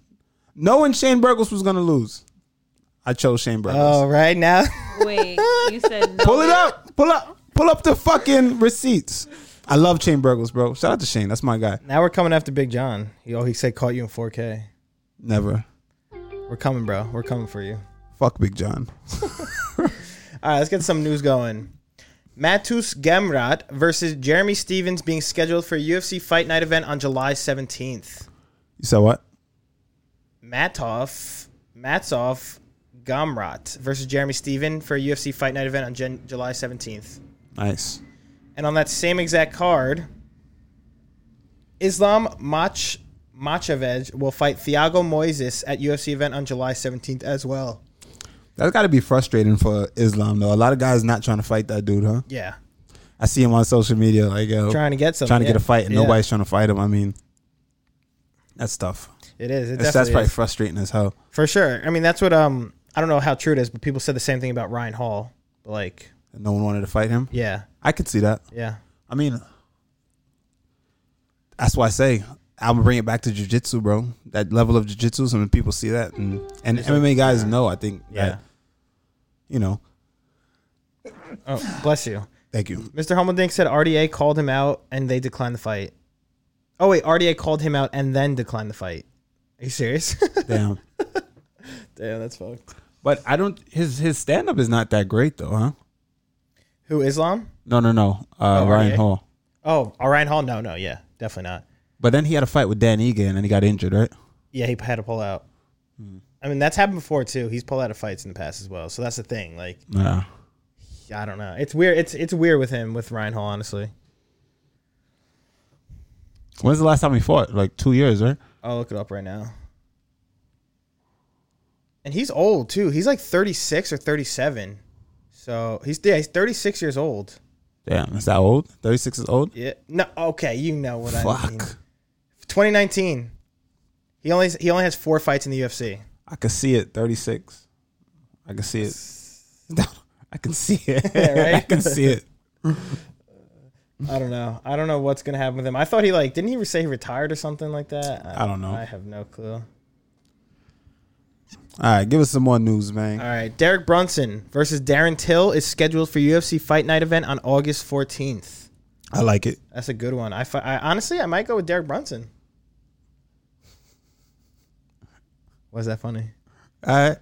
Speaker 1: knowing Shane Burgos was gonna lose. I chose Shane Burgos.
Speaker 2: Oh, right now.
Speaker 3: wait, you said no.
Speaker 1: pull it up, pull up, pull up the fucking receipts. I love Shane Burgos, bro. Shout out to Shane. That's my guy.
Speaker 2: now we're coming after Big John. Yo, he said caught you in 4K.
Speaker 1: Never
Speaker 2: We're coming, bro. We're coming for you.
Speaker 1: fuck Big John.
Speaker 2: All right, let's get some news going. Matus Gamrat versus Jeremy Stevens being scheduled for a UFC Fight Night event on July 17th.
Speaker 1: You said what?
Speaker 2: Matoff, Matsov Gamrat versus Jeremy Steven for a UFC Fight Night event on Gen- July 17th.
Speaker 1: Nice.
Speaker 2: And on that same exact card, Islam Mach Machavej will fight Thiago Moises at UFC event on July 17th as well.
Speaker 1: That's got to be frustrating for Islam though. A lot of guys not trying to fight that dude, huh?
Speaker 2: Yeah.
Speaker 1: I see him on social media like yo,
Speaker 2: Trying to get something.
Speaker 1: trying to get a
Speaker 2: yeah.
Speaker 1: fight, and
Speaker 2: Yeah.
Speaker 1: nobody's trying to fight him. I mean, that's tough.
Speaker 2: It is. It
Speaker 1: That's, that's
Speaker 2: definitely
Speaker 1: probably
Speaker 2: is.
Speaker 1: frustrating as hell.
Speaker 2: For sure. I mean, that's what um I don't know how true it is, but people said the same thing about Ryan Hall. Like,
Speaker 1: No one wanted to fight him.
Speaker 2: yeah,
Speaker 1: I could see that.
Speaker 2: yeah,
Speaker 1: I mean, that's why I say I'm gonna bring it back to jujitsu, bro. That level of jujitsu, some people see that, and and MMA guys know. I think,
Speaker 2: yeah.
Speaker 1: that, you know.
Speaker 2: Oh, bless you.
Speaker 1: Thank you.
Speaker 2: Mr. Hummeldink said RDA called him out and they declined the fight. Oh wait, RDA called him out and then declined the fight. Are you serious?
Speaker 1: Damn.
Speaker 2: Damn, that's fucked.
Speaker 1: but I don't. His his stand up is not that great though, huh?
Speaker 2: Who Islam?
Speaker 1: No, no, no. Uh,
Speaker 2: Oh,
Speaker 1: Ryan
Speaker 2: RDA?
Speaker 1: Hall.
Speaker 2: Oh, oh, Ryan Hall? No, no, yeah, definitely not.
Speaker 1: But then he had a fight with Dan Egan, and he got injured, right?
Speaker 2: Yeah, he had to pull out. I mean, that's happened before too. He's pulled out of fights in the past as well. So that's the thing. Like,
Speaker 1: Yeah.
Speaker 2: I don't know. It's weird. It's it's weird with him with Ryan Hall, honestly.
Speaker 1: When's the last time he fought? Like two years, right?
Speaker 2: I'll look it up right now. And he's old too. He's like 36 or 37. So he's yeah, he's 36 years old.
Speaker 1: Damn, is that old? Thirty six is old.
Speaker 2: Yeah. No. Okay. You know what I mean.
Speaker 1: Fuck,
Speaker 2: 2019. He only he only has four fights in the UFC.
Speaker 1: I can see it. Thirty six, I can see it. I can see it.
Speaker 2: right?
Speaker 1: I can see it.
Speaker 2: I don't know. I don't know what's gonna happen with him. I thought he like didn't he say he retired or something like that.
Speaker 1: I don't know.
Speaker 2: I have no clue.
Speaker 1: All right, give us some more news, man.
Speaker 2: All right. Derek Brunson versus Darren Till is scheduled for UFC Fight Night event on August 14th.
Speaker 1: I like it.
Speaker 2: That's a good one. I, fi- I honestly I might go with Derek Brunson. Was that funny?
Speaker 1: All right,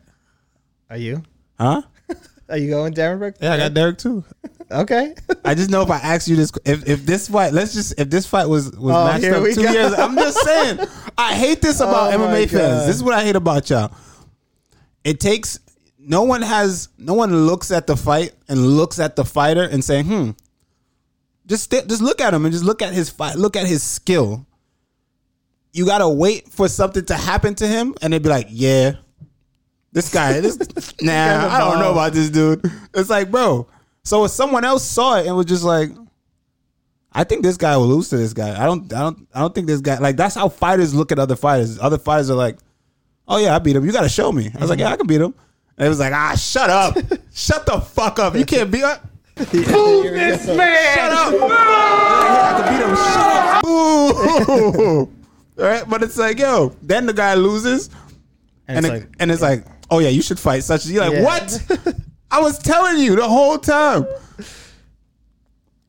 Speaker 2: Are you?
Speaker 1: huh?
Speaker 2: Are you going Darren Brook?
Speaker 1: Yeah, I got Derek too.
Speaker 2: Okay.
Speaker 1: I just know if I asked you this, if, if this fight, let's just if this fight was was
Speaker 2: Oh,
Speaker 1: matched
Speaker 2: here
Speaker 1: up
Speaker 2: we
Speaker 1: two
Speaker 2: go.
Speaker 1: years, I'm just saying, I hate this about
Speaker 2: Oh, my
Speaker 1: MMA fans.
Speaker 2: God.
Speaker 1: This is what I hate about y'all. It takes no one has no one looks at the fight and looks at the fighter and saying, "Hmm." Just sta- just look at him and just look at his fight, look at his skill. You gotta wait for something to happen to him, and they'd be like, "Yeah, this guy, this nah, I don't know about this dude." It's like, bro. So if someone else saw it and was just like, "I think this guy will lose to this guy," I don't, I don't, I don't think this guy like that's how fighters look at other fighters. Other fighters are like, oh yeah, I beat him. You got to show me. I was like, yeah, I can beat him. And it was like, ah, shut up, shut the fuck up. You can't uh, beat up.
Speaker 2: Here we go.
Speaker 1: Shut up. You're like, yeah, I can beat him. Shut up. Boo. All right, but it's like, yo, then the guy loses, and
Speaker 2: And it's
Speaker 1: and it's,
Speaker 2: like,
Speaker 1: and it's like, oh yeah, you should fight such. You're like,
Speaker 2: Yeah.
Speaker 1: what? I was telling you the whole time.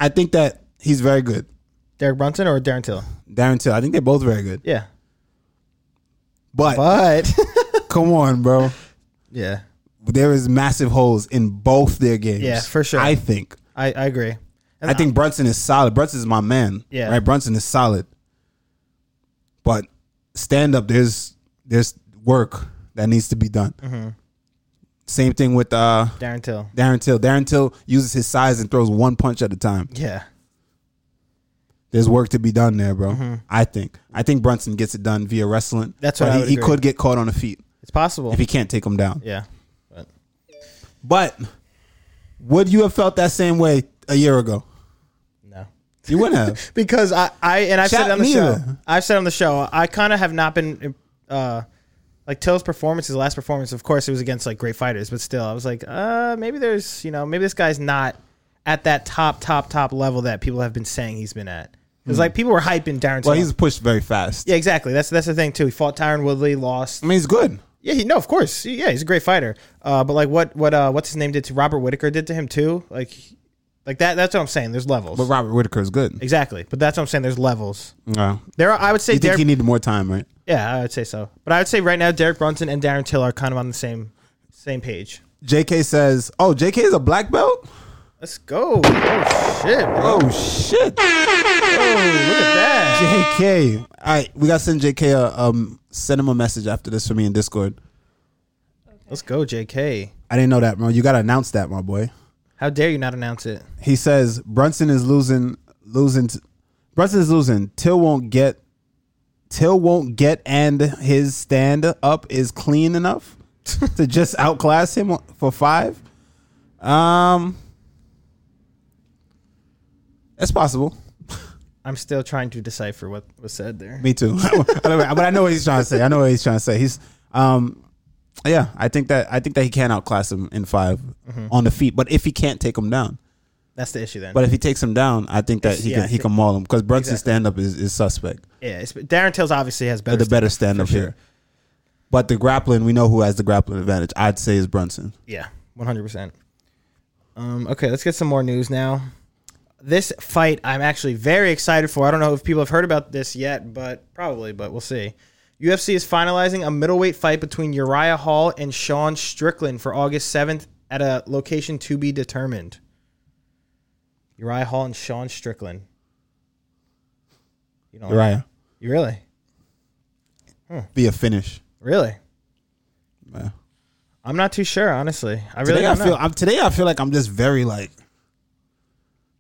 Speaker 1: I think that he's very good,
Speaker 2: Derek Brunson or Darren Till?
Speaker 1: Darren Till. I think they're both very good,
Speaker 2: Yeah.
Speaker 1: but,
Speaker 2: But
Speaker 1: come on, bro,
Speaker 2: yeah,
Speaker 1: there is massive holes in both their games.
Speaker 2: Yeah, for sure.
Speaker 1: I think.
Speaker 2: I, I agree. And
Speaker 1: I think Brunson is solid. Brunson is my man.
Speaker 2: Yeah.
Speaker 1: Right. Brunson is solid. But stand up, there's there's work that needs to be done.
Speaker 2: Mm-hmm.
Speaker 1: Same thing with uh,
Speaker 2: Darren Till.
Speaker 1: Darren Till. Darren Till uses his size and throws one punch at a time.
Speaker 2: Yeah.
Speaker 1: There's work to be done there, bro. I think. I think Brunson gets it done via wrestling.
Speaker 2: Mm-hmm. That's what
Speaker 1: but
Speaker 2: I
Speaker 1: he,
Speaker 2: would
Speaker 1: he
Speaker 2: agree.
Speaker 1: could get caught on the feet
Speaker 2: It's possible.
Speaker 1: if he can't take him down.
Speaker 2: yeah. But
Speaker 1: But would you have felt that same way a year ago?
Speaker 2: no.
Speaker 1: You wouldn't have.
Speaker 2: because I, I and I've said
Speaker 1: Chat
Speaker 2: it on the
Speaker 1: me
Speaker 2: show.
Speaker 1: either.
Speaker 2: I've said on the show. I kind of have not been uh, like Till's performance. His last performance, of course, it was against like great fighters, but still, I was like, uh, maybe there's you know maybe this guy's not at that top top top level that people have been saying he's been at. Because like people were hyping Darren.
Speaker 1: Hmm. well,
Speaker 2: Till.
Speaker 1: he's pushed very fast.
Speaker 2: yeah, exactly. That's that's the thing too. He fought Tyron Woodley, lost.
Speaker 1: I mean, he's good.
Speaker 2: Yeah, he, no, of course. Yeah, he's a great fighter. Uh, but like what what uh, what's his name did to Robert Whitaker did to him too. Like like that. That's what I'm saying. There's levels.
Speaker 1: But Robert Whitaker is good.
Speaker 2: Exactly, but that's what I'm saying. There's levels.
Speaker 1: Yeah.
Speaker 2: There, are, I would say
Speaker 1: You think
Speaker 2: Derek.
Speaker 1: he needed more time, right?
Speaker 2: yeah, I would say so. But I would say right now, Derek Brunson and Darren Till are kind of on the same same page.
Speaker 1: JK says, "Oh, JK is a black belt.
Speaker 2: Let's go! Oh shit, bro!
Speaker 1: Oh shit,
Speaker 2: Look at that!
Speaker 1: JK. All right, we gotta send JK a um, send him a message after this for me in Discord.
Speaker 2: Let's go, J.K.
Speaker 1: I didn't know that, bro. You gotta announce that, my boy.
Speaker 2: How dare you not announce it?
Speaker 1: He says Brunson is losing, losing. T- Brunson is losing. Till won't get. Till won't get, and his stand up is clean enough to just outclass him for five. Um, it's possible.
Speaker 2: I'm still trying to decipher what was said there.
Speaker 1: Me too. but I know what he's trying to say. I know what he's trying to say. He's um yeah, I think that I think that he can outclass him in 5 on the feet, but if he can't take him down.
Speaker 2: That's the issue then.
Speaker 1: But if he takes him down, I think that
Speaker 2: It's-
Speaker 1: he
Speaker 2: yeah,
Speaker 1: can he can maul him cuz Brunson's
Speaker 2: Exactly.
Speaker 1: stand up is, is suspect.
Speaker 2: yeah, it's, Darren Till's obviously has better.
Speaker 1: But the better stand up
Speaker 2: for sure.
Speaker 1: here. But the grappling, we know who has the grappling advantage. I'd say is Brunson.
Speaker 2: Yeah, one hundred percent. Um, okay, let's get some more news now. This fight I'm actually very excited for. I don't know if people have heard about this yet, but probably, but we'll see. UFC is finalizing a middleweight fight between Uriah Hall and Sean Strickland for August 7th at a location to be determined. Uriah Hall and Sean Strickland. You don't like-
Speaker 1: Uriah
Speaker 2: You really?
Speaker 1: be a finish.
Speaker 2: Really?
Speaker 1: Yeah.
Speaker 2: I'm not too sure, honestly. I really
Speaker 1: Today I
Speaker 2: don't know.
Speaker 1: feel I'm, today I feel like I'm just very like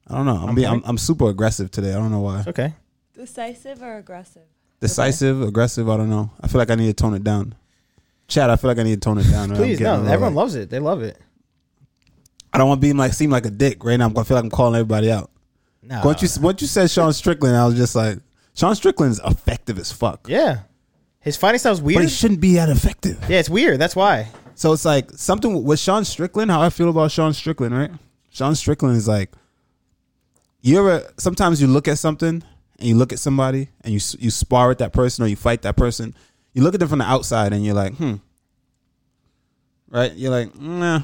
Speaker 1: I don't know. I'm being, I'm,
Speaker 2: like-
Speaker 1: I'm super aggressive today. I don't know why.
Speaker 2: okay.
Speaker 3: Decisive or aggressive?
Speaker 1: decisive, aggressive. I don't know. I feel like I need to tone it down. Chad, I feel like I need to tone it down. or I'm
Speaker 2: Please,
Speaker 1: getting
Speaker 2: no.
Speaker 1: a little,
Speaker 2: Everyone
Speaker 1: like-
Speaker 2: loves it. They love it.
Speaker 1: I don't want to be like seem like a dick right now. I'm gonna feel like I'm calling everybody out.
Speaker 2: No.
Speaker 1: once you once you said Sean Strickland, I was just like, Sean Strickland's effective as fuck,
Speaker 2: Yeah. His fighting style's
Speaker 1: but he
Speaker 2: weird.
Speaker 1: shouldn't be that effective.
Speaker 2: yeah, it's weird. That's why.
Speaker 1: So it's like something with Sean Strickland. How I feel about Sean Strickland, right? Sean Strickland is like, you ever sometimes you look at something and you look at somebody and you s- you spar with that person or you fight that person. You look at them from the outside and you're like, hmm, right? You're like, nah,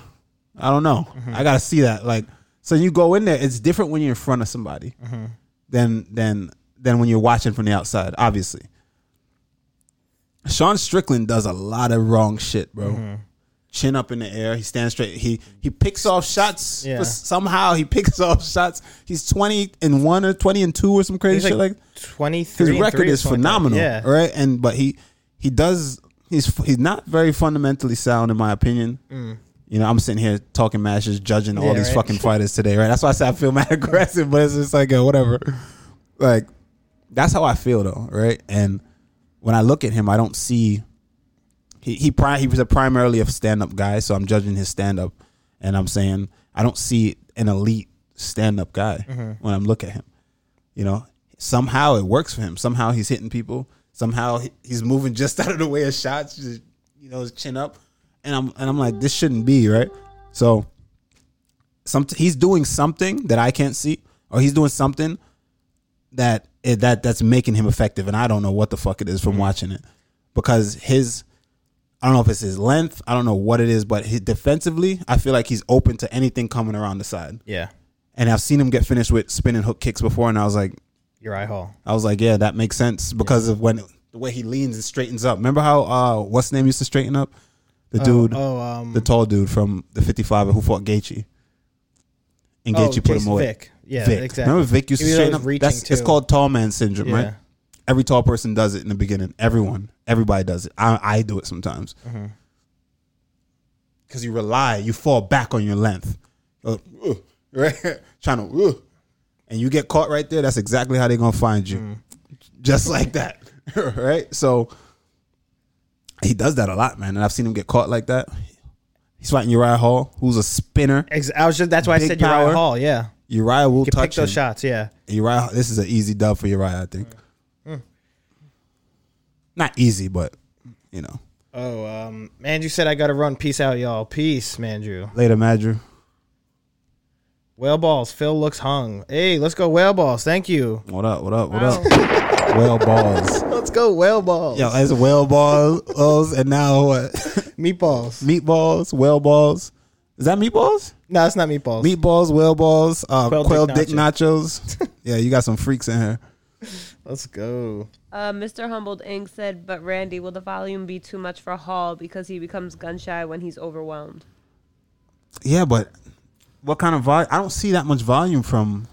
Speaker 1: I don't know.
Speaker 2: Mm-hmm.
Speaker 1: I gotta see that. Like, so you go in there. It's different when you're in front of somebody
Speaker 2: Mm-hmm.
Speaker 1: than than than when you're watching from the outside. Obviously, Sean Strickland does a lot of wrong shit, bro.
Speaker 2: Mm-hmm.
Speaker 1: Chin up in the air. He stands straight. He he picks off shots.
Speaker 2: Yeah.
Speaker 1: but somehow he picks off shots. He's twenty and one or twenty and two or some crazy
Speaker 2: He's
Speaker 1: shit like.
Speaker 2: like twenty three.
Speaker 1: His record is phenomenal.
Speaker 2: yeah.
Speaker 1: All right, and but he he does he's he's not very fundamentally sound in my opinion. You know, I'm sitting here talking matches, judging all
Speaker 2: Mm. Yeah,
Speaker 1: these
Speaker 2: right.
Speaker 1: fucking fighters today, right? That's why I say I feel mad aggressive, but it's just like, yo, whatever. Like, that's how I feel though, right? And when I look at him, I don't see he he pri- he was a primarily a stand up guy, so I'm judging his stand up, and I'm saying I don't see an elite stand up guy
Speaker 2: Mm-hmm.
Speaker 1: when I'm look at him. You know, somehow it works for him. Somehow he's hitting people. Somehow he- he's moving just out of the way of shots. just, you know, his chin up, and I'm and I'm like, this shouldn't be right. So, some he's doing something that I can't see, or he's doing something that it, that that's making him effective, and I don't know what the fuck it is from watching it because his I don't know if it's his length, I don't know what it is, but he, defensively, I feel like he's open to anything coming around the side,
Speaker 2: Yeah.
Speaker 1: and I've seen him get finished with spinning hook kicks before, and I was like,
Speaker 2: Your eye hole.
Speaker 1: I was like, yeah, that makes sense because of when the way he leans and straightens up. Remember how uh, what's name used to straighten up? The dude,
Speaker 2: Oh, um,
Speaker 1: the tall dude from the 55 who fought Gaethje. And
Speaker 2: Oh,
Speaker 1: Gaethje put him
Speaker 2: Jason
Speaker 1: away.
Speaker 2: Vick. Yeah, exactly.
Speaker 1: Remember Vic used to
Speaker 2: Even though
Speaker 1: straighten
Speaker 2: it
Speaker 1: up?
Speaker 2: was reaching
Speaker 1: That's, it's
Speaker 2: too.
Speaker 1: called tall man syndrome,
Speaker 2: Yeah.
Speaker 1: right? Every tall person does it in the beginning. Everyone, everybody does it. I, I do it sometimes
Speaker 2: Mm-hmm.
Speaker 1: because you rely, you fall back on your length, Uh, uh, right? Trying to, uh, and you get caught right there. That's exactly how they're gonna find you,
Speaker 2: Mm-hmm.
Speaker 1: just like that, right? So he does that a lot, man, and I've seen him get caught like that. He's fighting Uriah Hall, who's a spinner.
Speaker 2: Ex- I was just, that's why I
Speaker 1: Big
Speaker 2: said your eye
Speaker 1: power.
Speaker 2: hall. Yeah.
Speaker 1: Uriah will
Speaker 2: You pick
Speaker 1: touch him.
Speaker 2: those shots. Yeah.
Speaker 1: Uriah, this is an easy dub for Uriah, I think. Hmm. Not easy, but you know.
Speaker 2: Oh, um, Mandrew said I got to run. Peace out, y'all. Peace, Mandrew.
Speaker 1: Later, Madrew.
Speaker 2: Whale balls. Phil looks hung. Hey, let's go whale balls. Thank you.
Speaker 1: What up? What up? What
Speaker 3: Wow.
Speaker 1: up? whale balls.
Speaker 2: Let's go whale balls.
Speaker 1: Yo, as whale balls, and now what?
Speaker 2: Meatballs.
Speaker 1: meatballs, whale balls. Is that meatballs?
Speaker 2: No, it's not meatballs.
Speaker 1: Meatballs, whale balls, uh, quail,
Speaker 2: Quail
Speaker 1: dick,
Speaker 2: dick
Speaker 1: nachos. yeah, you got some freaks in here.
Speaker 2: Let's go.
Speaker 3: Uh, Mr. Humbled Inc. said, but Randy, will the volume be too much for Hall because he becomes gun shy when he's overwhelmed?
Speaker 1: Yeah, but what kind of volume? I don't see that much volume from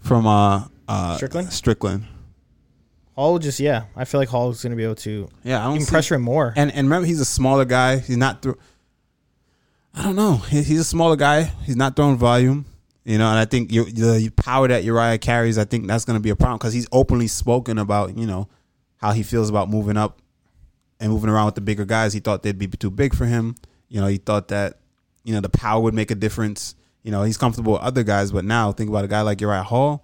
Speaker 1: from uh, uh
Speaker 2: Strickland?
Speaker 1: Strickland.
Speaker 2: Hall just yeah. I feel like Hall is gonna be able to
Speaker 1: Yeah, I don't
Speaker 2: even
Speaker 1: Uh, see-
Speaker 2: pressure him more.
Speaker 1: And and remember, he's a smaller guy. He's not through. I don't know. He, he's a smaller guy. He's not throwing volume. You know, and I think you, the power that Uriah carries, I think that's going to be a problem because he's openly spoken about you know how he feels about moving up and moving around with the bigger guys. He thought they'd be too big for him. You know, he thought that you know the power would make a difference. You know, he's comfortable with other guys, but now think about a guy like Uriah Hall.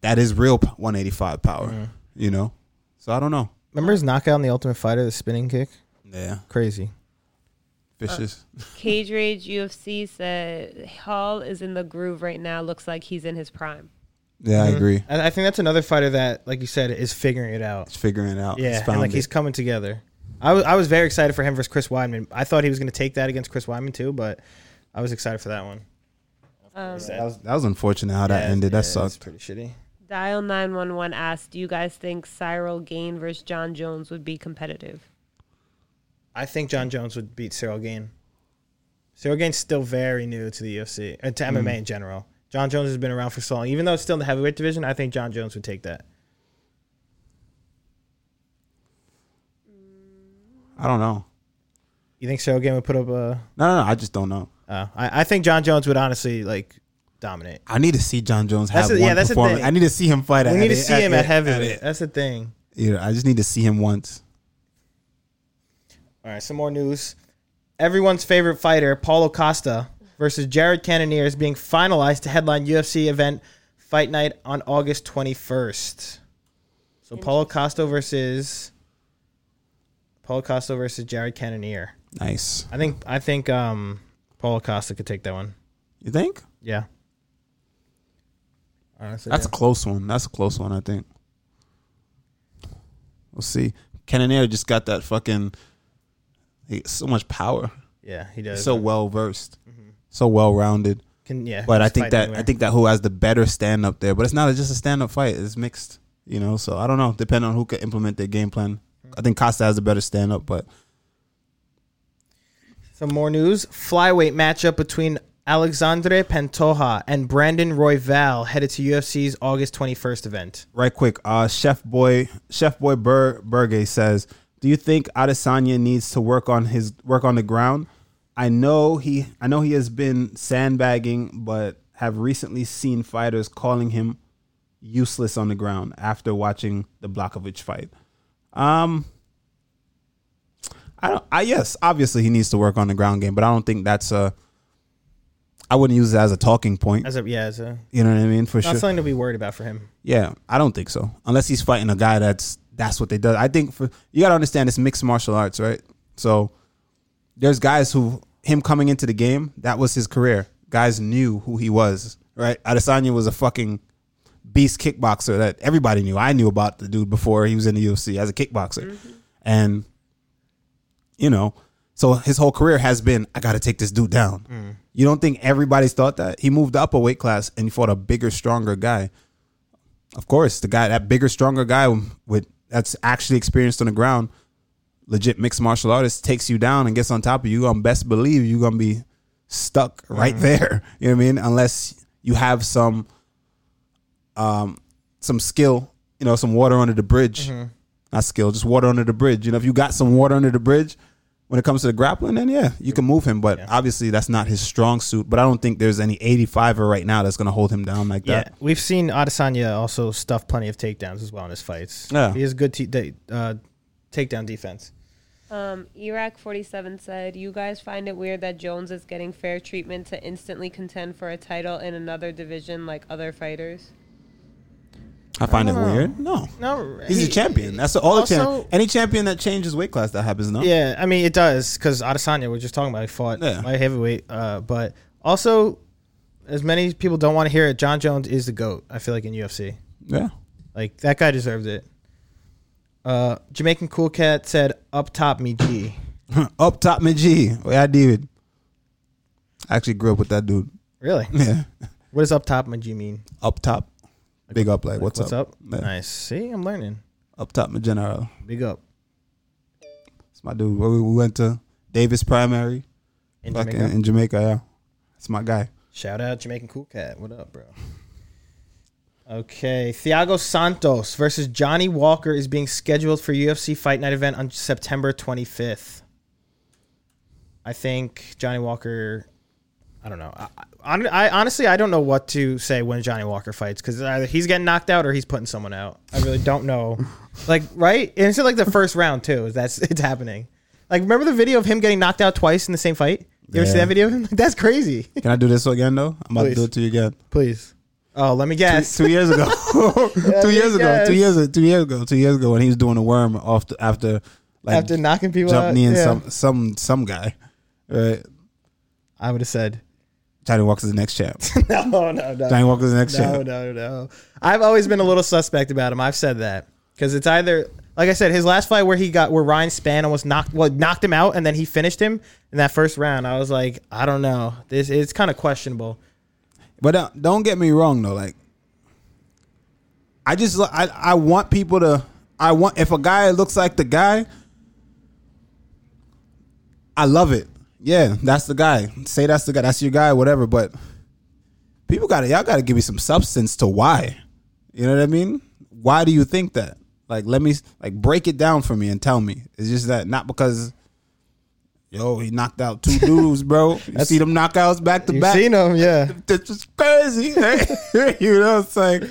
Speaker 1: That is real p- 185 power. You know, so I don't know.
Speaker 2: Remember his knockout in the Ultimate Fighter, the spinning kick?
Speaker 1: Yeah,
Speaker 2: Crazy.
Speaker 1: vicious.
Speaker 3: Cage Rage UFC said, Hall is in the groove right now. Looks like he's in his prime.
Speaker 1: Yeah,
Speaker 2: Mm-hmm.
Speaker 1: I agree.
Speaker 2: I, I think that's another fighter that, like you said, is figuring it out.
Speaker 1: He's figuring it out.
Speaker 2: Yeah,
Speaker 1: he's
Speaker 2: and
Speaker 1: found
Speaker 2: like
Speaker 1: it.
Speaker 2: he's coming together. I was I was very excited for him versus Chris Weidman. I thought he was going to take that against Chris Weidman too, but I was excited for that one.
Speaker 1: that, was, that was unfortunate how that
Speaker 2: Yeah,
Speaker 1: ended.
Speaker 2: yeah,
Speaker 1: That
Speaker 2: it's
Speaker 1: sucked.
Speaker 2: Pretty shitty.
Speaker 3: Dial 911 asked, do you guys think Cyril Gain versus John Jones would be competitive?
Speaker 2: I think John Jones would beat Cyril Gain. Cyril Gain's still very new to the UFC and uh, to
Speaker 1: Mm.
Speaker 2: MMA in general. John Jones has been around for so long. Even though it's still in the heavyweight division, I think John Jones would take that.
Speaker 1: I don't know.
Speaker 2: You think Cyril Gain would put up a?
Speaker 1: No, no, no. I just don't know.
Speaker 2: Uh, I, I think John Jones would honestly like dominate.
Speaker 1: I need to see John Jones have
Speaker 2: That's the-
Speaker 1: one
Speaker 2: yeah, that's the
Speaker 1: performance.
Speaker 2: thing.
Speaker 1: I need to see him fight.
Speaker 2: We
Speaker 1: at
Speaker 2: need to
Speaker 1: it-
Speaker 2: see him at
Speaker 1: it-
Speaker 2: heavyweight.
Speaker 1: it.
Speaker 2: That's the thing.
Speaker 1: You know, I just need to see him once.
Speaker 2: All right, some more news. Everyone's favorite fighter, Paulo Costa, versus Jared Cannonier is being finalized to headline UFC event Fight Night on August 21st. So Paulo Costa versus Paulo Costa versus Jared Cannonier.
Speaker 1: Nice.
Speaker 2: I think I think um Paulo Costa could take that one.
Speaker 1: You think?
Speaker 2: Yeah. Honestly,
Speaker 1: That's
Speaker 2: that's
Speaker 1: a close one. That's a close one. I think. We'll see. Cannonier just got that fucking. He got so much power.
Speaker 2: yeah, Mm-hmm. he does.
Speaker 1: So well versed. So well rounded.
Speaker 2: can yeah.
Speaker 1: But I
Speaker 2: just
Speaker 1: think
Speaker 2: fight
Speaker 1: that
Speaker 2: anywhere.
Speaker 1: I think that who has the better stand up there. But it's not just a stand up fight; it's mixed. You know, so I don't know. Depending on who can implement their game plan, I think Costa has a better stand up. But
Speaker 2: Some more news. Flyweight matchup between Alexandre Pantoja and Brandon Royval headed to UFC's August 21st event.
Speaker 1: right quick, uh, Chef Boy Chef Boy Bur- Burgay says Do you think Adesanya needs to work on his work on the ground? I know he I know he has been sandbagging, but have recently seen fighters calling him useless on the ground after watching the Blakovich fight. Um I don't I yes, obviously he needs to work on the ground game, but I don't think that's a I wouldn't use it as a talking point.
Speaker 2: As a yeah, as a
Speaker 1: You know what I mean? For
Speaker 2: not
Speaker 1: sure.
Speaker 2: something to be worried about for him.
Speaker 1: Yeah, I don't think so. Unless he's fighting a guy that's that's what they do. I think for you gotta understand it's mixed martial arts, right? So there's guys who him coming into the game that was his career. Guys knew who he was, right? Adesanya was a fucking beast kickboxer that everybody knew. I knew about the dude before he was in the UFC as a kickboxer, and you know, so his whole career has been I got to take this dude down. You don't think everybody's thought that he moved up a weight class and he fought a bigger, stronger guy? Of course, the guy that bigger, stronger guy with that's actually experienced on the ground, legit mixed martial artist takes you down and gets on top of you. I'm best believe you're gonna be stuck right there. You know what I mean? Unless you have some um some skill, you know, some water under the bridge. Not skill, just water under the bridge. You know, if you got some water under the bridge when it comes to the grappling, then yeah, you can move him. But obviously that's not his strong suit. But I don't think there's any 85er right now that's gonna hold him down like
Speaker 2: Yeah,
Speaker 1: that.
Speaker 2: we've seen Adesanya also stuff plenty of takedowns as well in his fights.
Speaker 1: Yeah.
Speaker 2: he has good te- de- uh, takedown defense.
Speaker 3: Um, Iraq 47 said, You guys find it weird that Jones is getting fair treatment to instantly contend for a title in another division like other fighters?
Speaker 1: I find it
Speaker 2: don't know.
Speaker 1: weird. No.
Speaker 2: No,
Speaker 1: He's a
Speaker 2: he-
Speaker 1: champion. That's all the
Speaker 2: also-
Speaker 1: champion. Any champion that changes weight class that happens, no?
Speaker 2: Yeah, I mean it does because Adesanya, we are just talking about, he fought
Speaker 1: Yeah.
Speaker 2: light heavyweight. Uh, but also, as many people don't want to hear it, John Jones is the goat. I feel like in UFC,
Speaker 1: Yeah.
Speaker 2: like that guy deserved it. Uh, Jamaican Cool Cat said, "Up top, me G."
Speaker 1: Up top, McGee. Yeah, I did. I actually grew up with that dude.
Speaker 2: Really?
Speaker 1: Yeah.
Speaker 2: What does up top, me G mean?
Speaker 1: Up top. Big up, like, what's,
Speaker 2: What's
Speaker 1: up?
Speaker 2: up?
Speaker 1: Yeah.
Speaker 2: Nice. See, I'm learning.
Speaker 1: Up top, my general.
Speaker 2: Big up.
Speaker 1: It's my dude. We we went to Davis Primary
Speaker 2: In
Speaker 1: fucking
Speaker 2: Jamaica.
Speaker 1: in Jamaica. Yeah. It's my guy.
Speaker 2: Shout out Jamaican Cool Cat. What up, bro? Okay, Thiago Santos versus Johnny Walker is being scheduled for UFC Fight Night event on September 25th. I think Johnny Walker. I don't know. I, I, I honestly I don't know what to say when Johnny Walker fights because either he's getting knocked out or he's putting someone out. I really don't know. like right, and it's like the first round too. That's it's happening. Like remember the video of him getting knocked out twice in the same fight? You ever see
Speaker 1: Yeah.
Speaker 2: that video? of him? That's crazy.
Speaker 1: Can I do this again, though? I'm about to do
Speaker 2: Please.
Speaker 1: it to you again.
Speaker 2: Please. Oh, let me guess.
Speaker 1: Two years ago. two years ago.
Speaker 2: guess.
Speaker 1: Two years Two years ago. Two years ago when he was doing a worm off the, after, like,
Speaker 2: After knocking people
Speaker 1: jump
Speaker 2: out.
Speaker 1: knee and
Speaker 2: yeah.
Speaker 1: some, some, some guy. Right.
Speaker 2: I would have said.
Speaker 1: Johnny Walker's the next champ.
Speaker 2: no, no, no.
Speaker 1: Johnny Walker's the next
Speaker 2: no,
Speaker 1: champ.
Speaker 2: no, no. I've always been a little suspect about him. I've said that. Because it's either like I said, his last fight where he got where Ryan Span almost knocked well, knocked him out and then he finished him in that first round. I was like, I don't know. This it's kind of questionable.
Speaker 1: But uh, don't get me wrong though. Like, I just I I want people to I want if a guy looks like the guy, I love it. Yeah, that's the guy. Say that's the guy. That's your guy. Whatever. But people got to y'all got to give me some substance to why. You know what I mean? Why do you think that? Like, let me like break it down for me and tell me. It's just that not because. Yo, he knocked out two dudes, bro. You see them knockouts back to
Speaker 2: You've
Speaker 1: back
Speaker 2: seen him, yeah.
Speaker 1: that's just crazy. right? you know, it's like you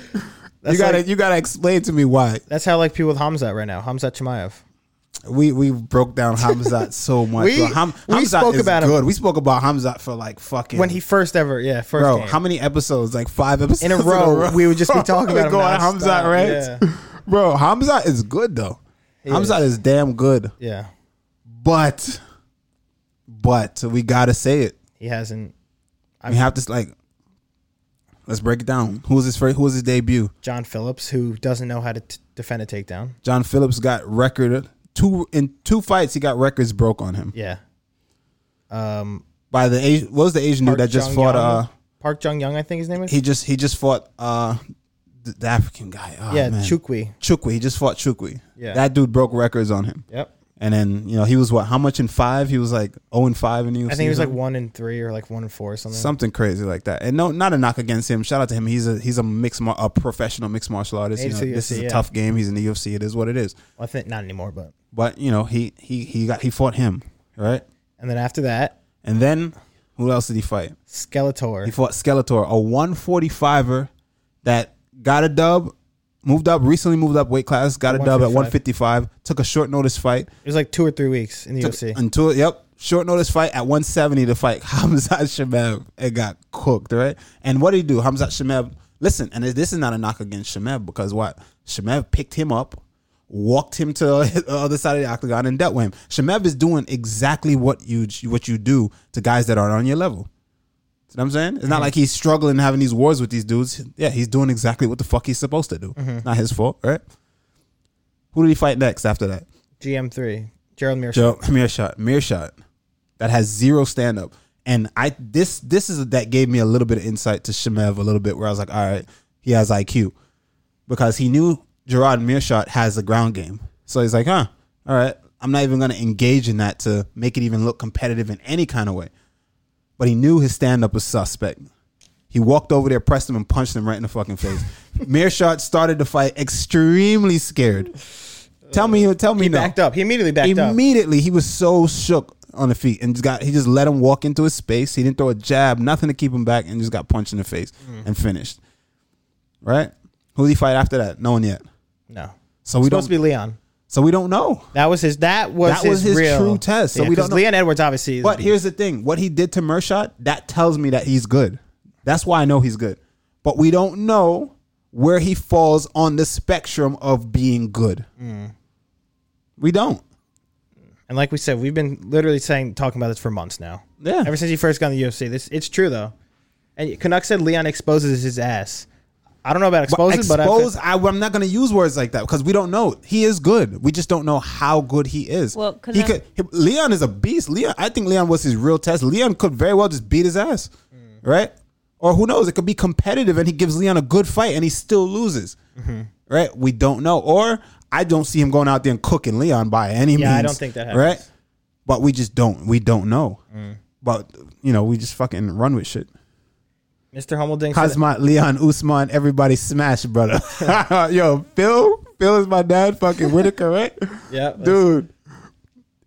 Speaker 2: That's
Speaker 1: gotta
Speaker 2: like-
Speaker 1: you gotta explain to me why
Speaker 2: That's how like people with Hamzat right now. Hamzat Chimaev.
Speaker 1: we we broke down Hamzat so much.
Speaker 2: We-
Speaker 1: bro. Ham,
Speaker 2: we
Speaker 1: Hamzat
Speaker 2: spoke
Speaker 1: is
Speaker 2: about him.
Speaker 1: good. We spoke about Hamzat for like fucking
Speaker 2: When he first ever, yeah, first
Speaker 1: bro.
Speaker 2: game.
Speaker 1: How many episodes? Like five episodes
Speaker 2: in a row, we would just be talking
Speaker 1: We
Speaker 2: about him
Speaker 1: go on
Speaker 2: nonstop.
Speaker 1: Hamzat, right?
Speaker 2: Yeah.
Speaker 1: Bro, Hamzat is good though. Hamzat is damn good,
Speaker 2: yeah.
Speaker 1: but but we gotta say it.
Speaker 2: He hasn't
Speaker 1: We have to like let's break it down. Who was his first? Who was his debut?
Speaker 2: John Phillips, who doesn't know how to t- defend a takedown.
Speaker 1: John Phillips got record two in two fights. He got records broke on him
Speaker 2: Yeah. Um,
Speaker 1: by the Asi- what was the Asian dude that just fought? Uh,
Speaker 2: Park Jung Young, I think his name is.
Speaker 1: he just he just fought uh the, the African guy. Oh,
Speaker 2: yeah,
Speaker 1: man.
Speaker 2: Chukwi.
Speaker 1: Chukwi. He just fought Chukwi.
Speaker 2: Yeah.
Speaker 1: that dude broke records on him.
Speaker 2: Yep.
Speaker 1: And then you know he was what? How much in five? He was like zero and five, and he
Speaker 2: I think he was like one and three or like one and four or something.
Speaker 1: something crazy like that. And no, not a knock against him. Shout out to him. He's a he's a mixed mar- a professional mixed martial artist. You
Speaker 2: Made it
Speaker 1: know,
Speaker 2: to the
Speaker 1: this is
Speaker 2: UFC,
Speaker 1: a
Speaker 2: yeah.
Speaker 1: tough game. He's in the UFC. It is what it is.
Speaker 2: Well, I think not anymore, but
Speaker 1: But you know, he he he got he fought him, right?
Speaker 2: And then after that,
Speaker 1: And then who else did he fight? He
Speaker 2: Skeletor.
Speaker 1: fought Skeletor, a 145er that got a dub, moved up recently, moved up weight class, got a dub at 155, took a short notice fight,
Speaker 2: It was like two or three weeks in the
Speaker 1: took
Speaker 2: UFC.
Speaker 1: until yep, short notice fight at 170 to fight Hamzat Shemab and got cooked, right? And what did he do? Hamzat Shemab, listen, and this is not a knock against Shemab because what Shemab picked him up. Walked him to the other side of the octagon and dealt with him. Shemab is doing exactly what you what you do to guys that aren't on your level. See what I'm saying? It's not like he's struggling having these wars with these dudes. Yeah, he's doing exactly what the fuck he's supposed to do. Not his fault, right? Who did he fight next after that?
Speaker 2: GM3. Gerald Mearsheimer.
Speaker 1: Joe Mearshot. Mearshot. That has zero stand up. And I this this is that gave me a little bit of insight to Shemev a little bit where I was like, all right, he has IQ. Because he knew Gerard Mearshot has a ground game. So he's like, huh, all right, I'm not even gonna engage in that to make it even look competitive in any kind of way. But he knew his stand up was suspect. He walked over there, pressed him, and punched him right in the fucking face. Mearshot started the fight extremely scared. Tell me, tell me,
Speaker 2: He
Speaker 1: no
Speaker 2: backed up. He immediately backed up.
Speaker 1: immediately he was so shook on the feet and just got he just let him walk into his space. He didn't throw a jab, nothing to keep him back, and just got punched in the face
Speaker 2: Mm-hmm.
Speaker 1: and finished. Right? Who did he fight after that? No one yet.
Speaker 2: No.
Speaker 1: So we
Speaker 2: supposed
Speaker 1: don't.
Speaker 2: to be Leon.
Speaker 1: so we don't know.
Speaker 2: That was his. That was
Speaker 1: That
Speaker 2: his,
Speaker 1: was his
Speaker 2: real-
Speaker 1: true test, so
Speaker 2: Yeah,
Speaker 1: we don't
Speaker 2: 'cause
Speaker 1: know-
Speaker 2: Leon Edwards obviously. Is
Speaker 1: But
Speaker 2: the-
Speaker 1: here's the thing: what he did to Mershot that tells me that he's good. That's why I know he's good. But we don't know where he falls on the spectrum of being good.
Speaker 2: Mm.
Speaker 1: We don't.
Speaker 2: and like we said, we've been literally saying talking about this for months now.
Speaker 1: Yeah.
Speaker 2: Ever since he first got in the UFC, this it's true though. And Canuck said Leon exposes his ass. I don't know about
Speaker 1: But
Speaker 2: exposes, but, I-
Speaker 1: expose, I, am not going to use words like that because we don't know. He is good. We just don't know how good he is.
Speaker 3: Well, 'cause
Speaker 1: he
Speaker 3: I-
Speaker 1: could. he- Leon is a beast. Leon, I think Leon was his real test. Leon could very well just beat his ass,
Speaker 2: Mm.
Speaker 1: right? Or who knows? It could be competitive, and he gives Leon a good fight, and he still loses,
Speaker 2: Mm-hmm.
Speaker 1: right? We don't know. Or I don't see him going out there and cooking Leon by any means.
Speaker 2: Yeah, I don't think that happens. Mm.
Speaker 1: Right? But we just don't. We don't know. But you know, we just fucking run with shit.
Speaker 2: Mr. Hummelding. said-
Speaker 1: Cosmot, Leon, Usman, everybody smash, brother. Yo, Phil, Phil is my dad, fucking Whitaker, right?
Speaker 2: Yeah, that's-
Speaker 1: Dude.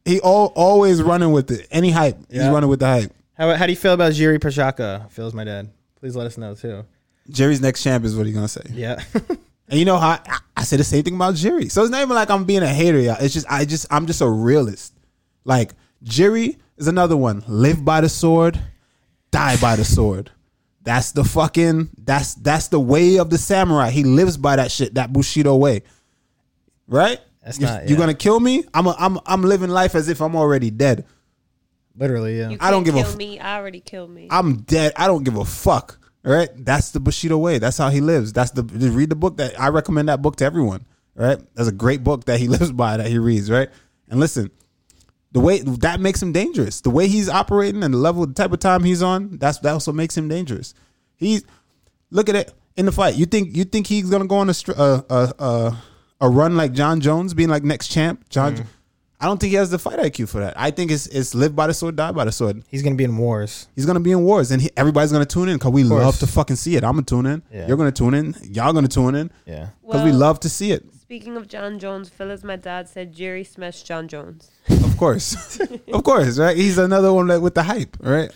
Speaker 1: He all, always running with it. Any hype, he's
Speaker 2: Yeah.
Speaker 1: running with the hype.
Speaker 2: How, how do you feel about Jiri Pashaka? Phil's my dad. Please let us know too.
Speaker 1: Jerry's next champ is what he's gonna say.
Speaker 2: Yeah.
Speaker 1: And you know how I, I say the same thing about Jerry. So it's not even like I'm being a hater, y'all. It's just I just I'm just a realist. Like Jerry is another one. Live by the sword, die by the sword. That's the fucking that's that's the way of the samurai. He lives by that shit, that Bushido way. Right?
Speaker 2: That's
Speaker 1: you,
Speaker 2: not-
Speaker 1: You're
Speaker 2: yeah.
Speaker 1: gonna kill me? I'm a, I'm I'm living life as if I'm already dead.
Speaker 2: Literally, yeah.
Speaker 3: You
Speaker 1: I don't
Speaker 3: can't
Speaker 1: give a
Speaker 3: kill
Speaker 1: f-
Speaker 3: me. I already killed me.
Speaker 1: I'm dead. I don't give a fuck. All right. That's the Bushido way. That's how he lives. That's the just read the book that I recommend that book to everyone. All right. That's a great book that he lives by that he reads. Right. And listen, the way that makes him dangerous, the way he's operating and the level, the type of time he's on, that's that's what makes him dangerous. He's look at it in the fight. You think you think he's gonna go on a str- a a, a, a run like John Jones, being like next champ, John. I don't think he has the fight IQ for that. I think it's it's live by the sword, die by the sword.
Speaker 2: He's gonna be in wars.
Speaker 1: He's gonna be in wars, and he, everybody's gonna tune in because we
Speaker 2: course.
Speaker 1: love to fucking see it. I'm gonna tune in.
Speaker 2: Yeah.
Speaker 1: You're gonna tune in. Y'all gonna tune in because
Speaker 2: Yeah.
Speaker 1: we
Speaker 3: Well-
Speaker 1: love to see it.
Speaker 3: Speaking of John Jones, Phil is my dad said Jerry smashed John Jones.
Speaker 1: Of course, of course, right? He's another one that, with the hype, right?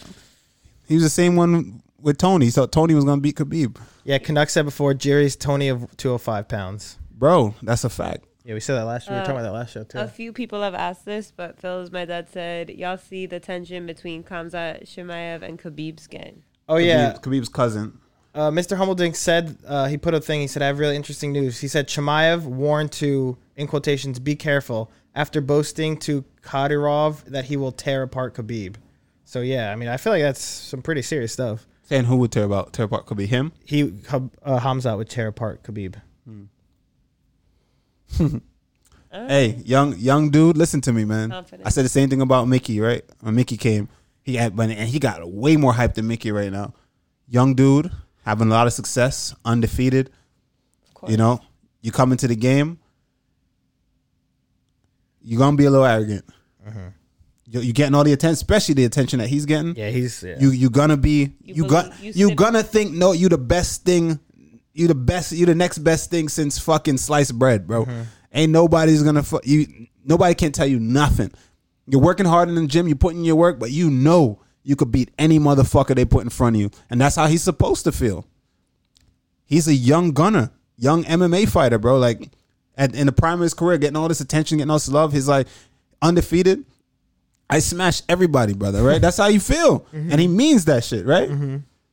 Speaker 1: He was the same one with Tony. So Tony was gonna beat Khabib,
Speaker 2: Yeah, Canuck said before Jerry's Tony of 205 pounds.
Speaker 1: bro. That's a fact.
Speaker 2: Yeah, we said that last. we were talking about that last show
Speaker 3: A
Speaker 2: too.
Speaker 3: few people have asked this, but Phil is my dad said y'all see the tension between Kamzat Shemaev and Khabib's gang.
Speaker 2: Oh yeah,
Speaker 1: Khabib- Khabib's cousin.
Speaker 2: uh, Mr. Hummeldink said uh, he put a thing. He said I have really interesting news. He said Chimaev warned to in quotations be careful after boasting to Kadyrov that he will tear apart Khabib. So yeah, I mean I feel like that's some pretty serious stuff.
Speaker 1: Saying who would tear about tear apart could be him.
Speaker 2: He Hab- uh, Hamza would tear apart Khabib.
Speaker 1: Hey, young young dude, listen to me, man.
Speaker 3: Confident.
Speaker 1: I said the same thing about Mickey, right? When Mickey came, he had, but and he got way more hype than Mickey right now. Young dude, having a lot of success, undefeated.
Speaker 3: Of course.
Speaker 1: You know, you come into the game, you're gonna be a little arrogant. You- You're getting all the attention, especially the attention that he's getting.
Speaker 2: Yeah, he's yeah.
Speaker 1: You you gonna be you,
Speaker 3: You
Speaker 1: got
Speaker 3: believe-
Speaker 1: you,
Speaker 3: you sit-
Speaker 1: gonna think no you the best thing you the best you the next best thing since fucking sliced bread bro ain't nobody's gonna fu- you Nobody can tell you nothing. You're working hard in the gym, you're putting in your work, but you know you could beat any motherfucker they put in front of you. And that's how he's supposed to feel. He's a young gunner, young MMA fighter, bro. Like at, in the prime of his career, getting all this attention, getting all this love. He's like undefeated. I smash everybody, brother, right? That's how you feel.
Speaker 2: Mm-hmm.
Speaker 1: And he means that shit, right?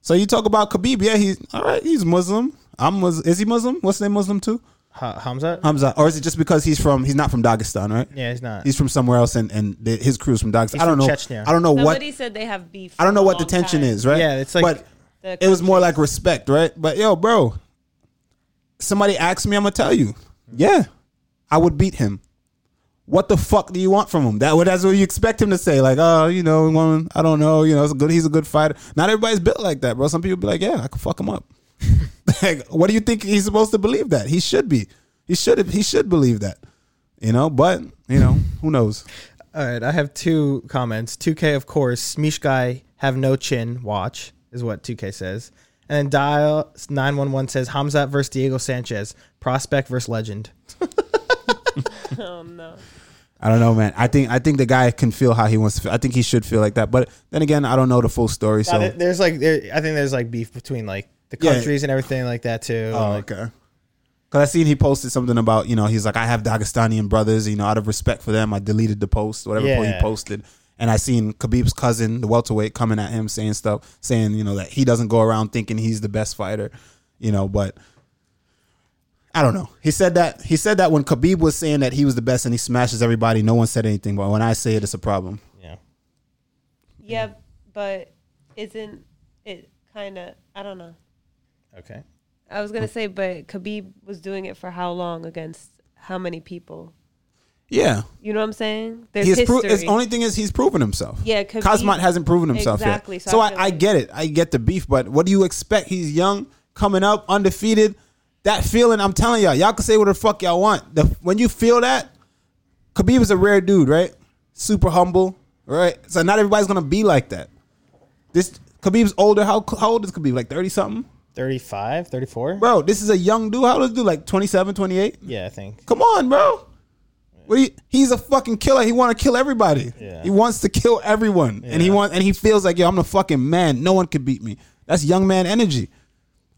Speaker 1: So you talk about Khabib, yeah, he's all right, he's Muslim. I'm Muslim. Is he Muslim? What's his name Muslim too?
Speaker 2: Ha- Hamza?
Speaker 1: Hamza. Or is it just because he's from he's not from Dagestan, right?
Speaker 2: yeah, he's not.
Speaker 1: He's from somewhere else and, and the, his crew's from Dagestan.
Speaker 2: He's
Speaker 1: I don't
Speaker 2: from
Speaker 1: know.
Speaker 2: Chechnya.
Speaker 1: I don't know what
Speaker 3: Somebody said they have beef.
Speaker 1: I don't know
Speaker 3: for a
Speaker 1: what the
Speaker 3: long
Speaker 1: tension
Speaker 3: time.
Speaker 1: is, right?
Speaker 2: Yeah, it's like-
Speaker 1: but
Speaker 3: The
Speaker 1: it was more like respect, right? But yo, bro, somebody asked me, I'm gonna tell you. Yeah, I would beat him. What the fuck do you want from him? That what that's what you expect him to say, like, oh, you know, well, I don't know, you know, it's good. He's a good fighter. Not everybody's built like that, bro. Some people be like, yeah, I can fuck him up. like, what do you think he's supposed to believe that? He should be. He should. He should believe that. You know, but you know, who knows?
Speaker 2: All right, I have two comments. 2K, of course, Smeesh guy have no chin. Watch is what 2K says. And then Dial nine one one says Hamzat versus Diego Sanchez, prospect versus legend.
Speaker 3: Oh no.
Speaker 1: I don't know, man. I think I think the guy can feel how he wants to feel. I think he should feel like that. But then again, I don't know the full story. So
Speaker 2: Now, there- there's like there, I think there's like beef between like the
Speaker 1: Yeah.
Speaker 2: countries and everything like that too.
Speaker 1: Oh,
Speaker 2: Like,
Speaker 1: okay. Cause I seen he posted something about you know he's like I have Dagestani brothers you know out of respect for them I deleted the post whatever post he
Speaker 2: Yeah.
Speaker 1: posted and I seen Khabib's cousin the welterweight coming at him saying stuff saying you know that he doesn't go around thinking he's the best fighter you know but I don't know he said that he said that when Khabib was saying that he was the best and he smashes everybody no one said anything but when I say it it's a problem
Speaker 2: yeah.
Speaker 3: Yeah, but isn't it kind of? I don't know.
Speaker 2: Okay.
Speaker 3: I was
Speaker 1: Oh.
Speaker 3: gonna say, but Khabib was doing it for how long against how many people?
Speaker 1: yeah
Speaker 3: You know what I'm saying? There's
Speaker 1: he's pro-
Speaker 3: history.
Speaker 1: his only thing is he's proven himself.
Speaker 3: Yeah, Khabib-
Speaker 1: Cosmot hasn't proven himself
Speaker 3: Exactly,
Speaker 1: yet.
Speaker 3: so
Speaker 1: So
Speaker 3: I
Speaker 1: I,
Speaker 3: feel
Speaker 1: I
Speaker 3: like-
Speaker 1: get it. I get the beef, but what do you expect? He's young, coming up, undefeated. That feeling, I'm telling y'all, y'all can say what the fuck y'all want. The, when you feel that, Khabib is a rare dude, right? Super humble, right? So not everybody's gonna be like that. This Khabib's older. How how old is Khabib? Like thirty something,
Speaker 2: 35, 34?
Speaker 1: bro. This is a young dude. How old is this dude? Like 27, 28?
Speaker 2: Yeah, I think.
Speaker 1: Come on, bro. What do you, he's a fucking killer. He want to kill everybody.
Speaker 2: Yeah.
Speaker 1: He wants to kill everyone, and he
Speaker 2: Yeah.
Speaker 1: wants and he feels like yo, I'm the fucking man. No one could beat me. That's young man energy.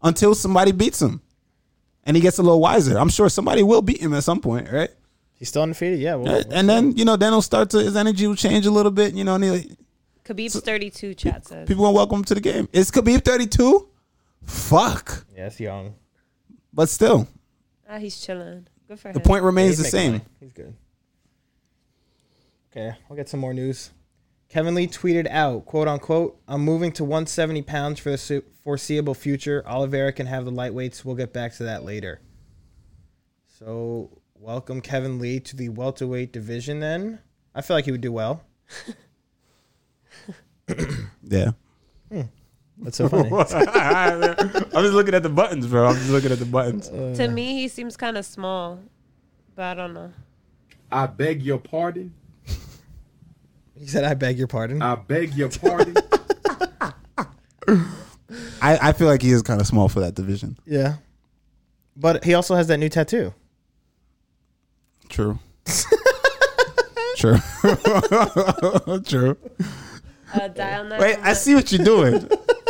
Speaker 1: Until somebody beats him, and he gets a little wiser. I'm sure somebody will beat him at some point, right?
Speaker 2: He's still undefeated. Yeah. Well,
Speaker 1: And then you know, then he'll start to his energy will change a little bit. You know, and he,
Speaker 3: Khabib's 32. Chat says.
Speaker 1: people gonna welcome him to the game. Is Khabib 32? Fuck,
Speaker 2: yeah, it's young.
Speaker 1: but still,
Speaker 3: ah, he's chilling. Good for
Speaker 1: the
Speaker 3: him.
Speaker 1: point remains
Speaker 2: He's
Speaker 1: the
Speaker 2: making
Speaker 1: same.
Speaker 2: money. He's good. Okay, I'll get some more news. Kevin Lee tweeted out, "quote unquote," I'm moving to 170 pounds for the su- foreseeable future. Oliveira can have the lightweights. We'll get back to that later. So, welcome Kevin Lee to the welterweight division. Then I feel like he would do well.
Speaker 1: Yeah.
Speaker 2: That's so funny.
Speaker 1: I'm just looking at the buttons, bro. I'm just looking at the buttons.
Speaker 3: To me, he seems kind of small, but I don't know.
Speaker 5: I beg your pardon.
Speaker 2: he said, "I beg your pardon."
Speaker 1: Uh,
Speaker 5: I beg your pardon.
Speaker 1: I, I feel like he is kind of small for that division.
Speaker 2: yeah, but he also has that new tattoo.
Speaker 1: True. True. True.
Speaker 3: Uh, dial nine.
Speaker 1: Wait, I see what you're doing.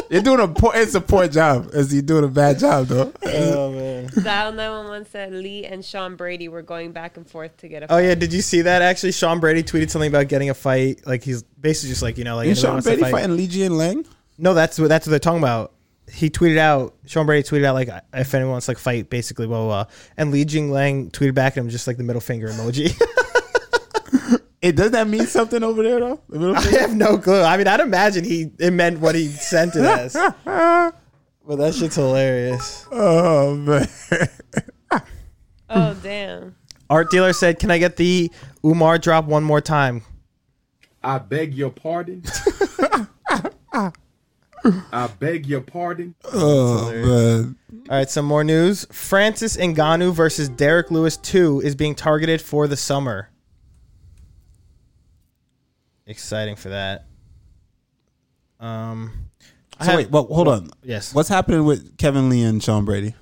Speaker 1: You're doing a poor, it's a poor job. Is you doing a bad job though?
Speaker 2: Oh man.
Speaker 3: Dial 911 said Lee and Sean Brady were going back and forth to get a
Speaker 2: Oh yeah, did you see that? Actually, Sean Brady tweeted something about getting a fight. Like he's basically just like you know, like anybody
Speaker 1: Is Sean
Speaker 2: wants to
Speaker 1: Brady
Speaker 2: fight-
Speaker 1: fighting Lee Jian Lang?
Speaker 2: No, that's what that's what they're talking about. He tweeted out. Sean Brady tweeted out like if anyone wants to, like fight, basically blah blah. blah. And Li Jing Lang tweeted back at him just like the middle finger emoji.
Speaker 1: It does that mean something over there though? The middle
Speaker 2: I
Speaker 1: finger?
Speaker 2: have no clue. I mean, I'd imagine he it meant what he sent it as. But that shit's hilarious.
Speaker 1: oh man.
Speaker 3: Oh damn.
Speaker 2: Art dealer said, "Can I get the Umar drop one more time?"
Speaker 5: I beg your pardon. I beg your pardon.
Speaker 1: Oh man.
Speaker 2: All right, some more news. Francis Ngannou versus Derek Lewis 2 is being targeted for the summer. Exciting for that. Um, I
Speaker 1: So
Speaker 2: have
Speaker 1: wait, well, hold on.
Speaker 2: Yes.
Speaker 1: What's happening with Kevin Lee and Sean Brady?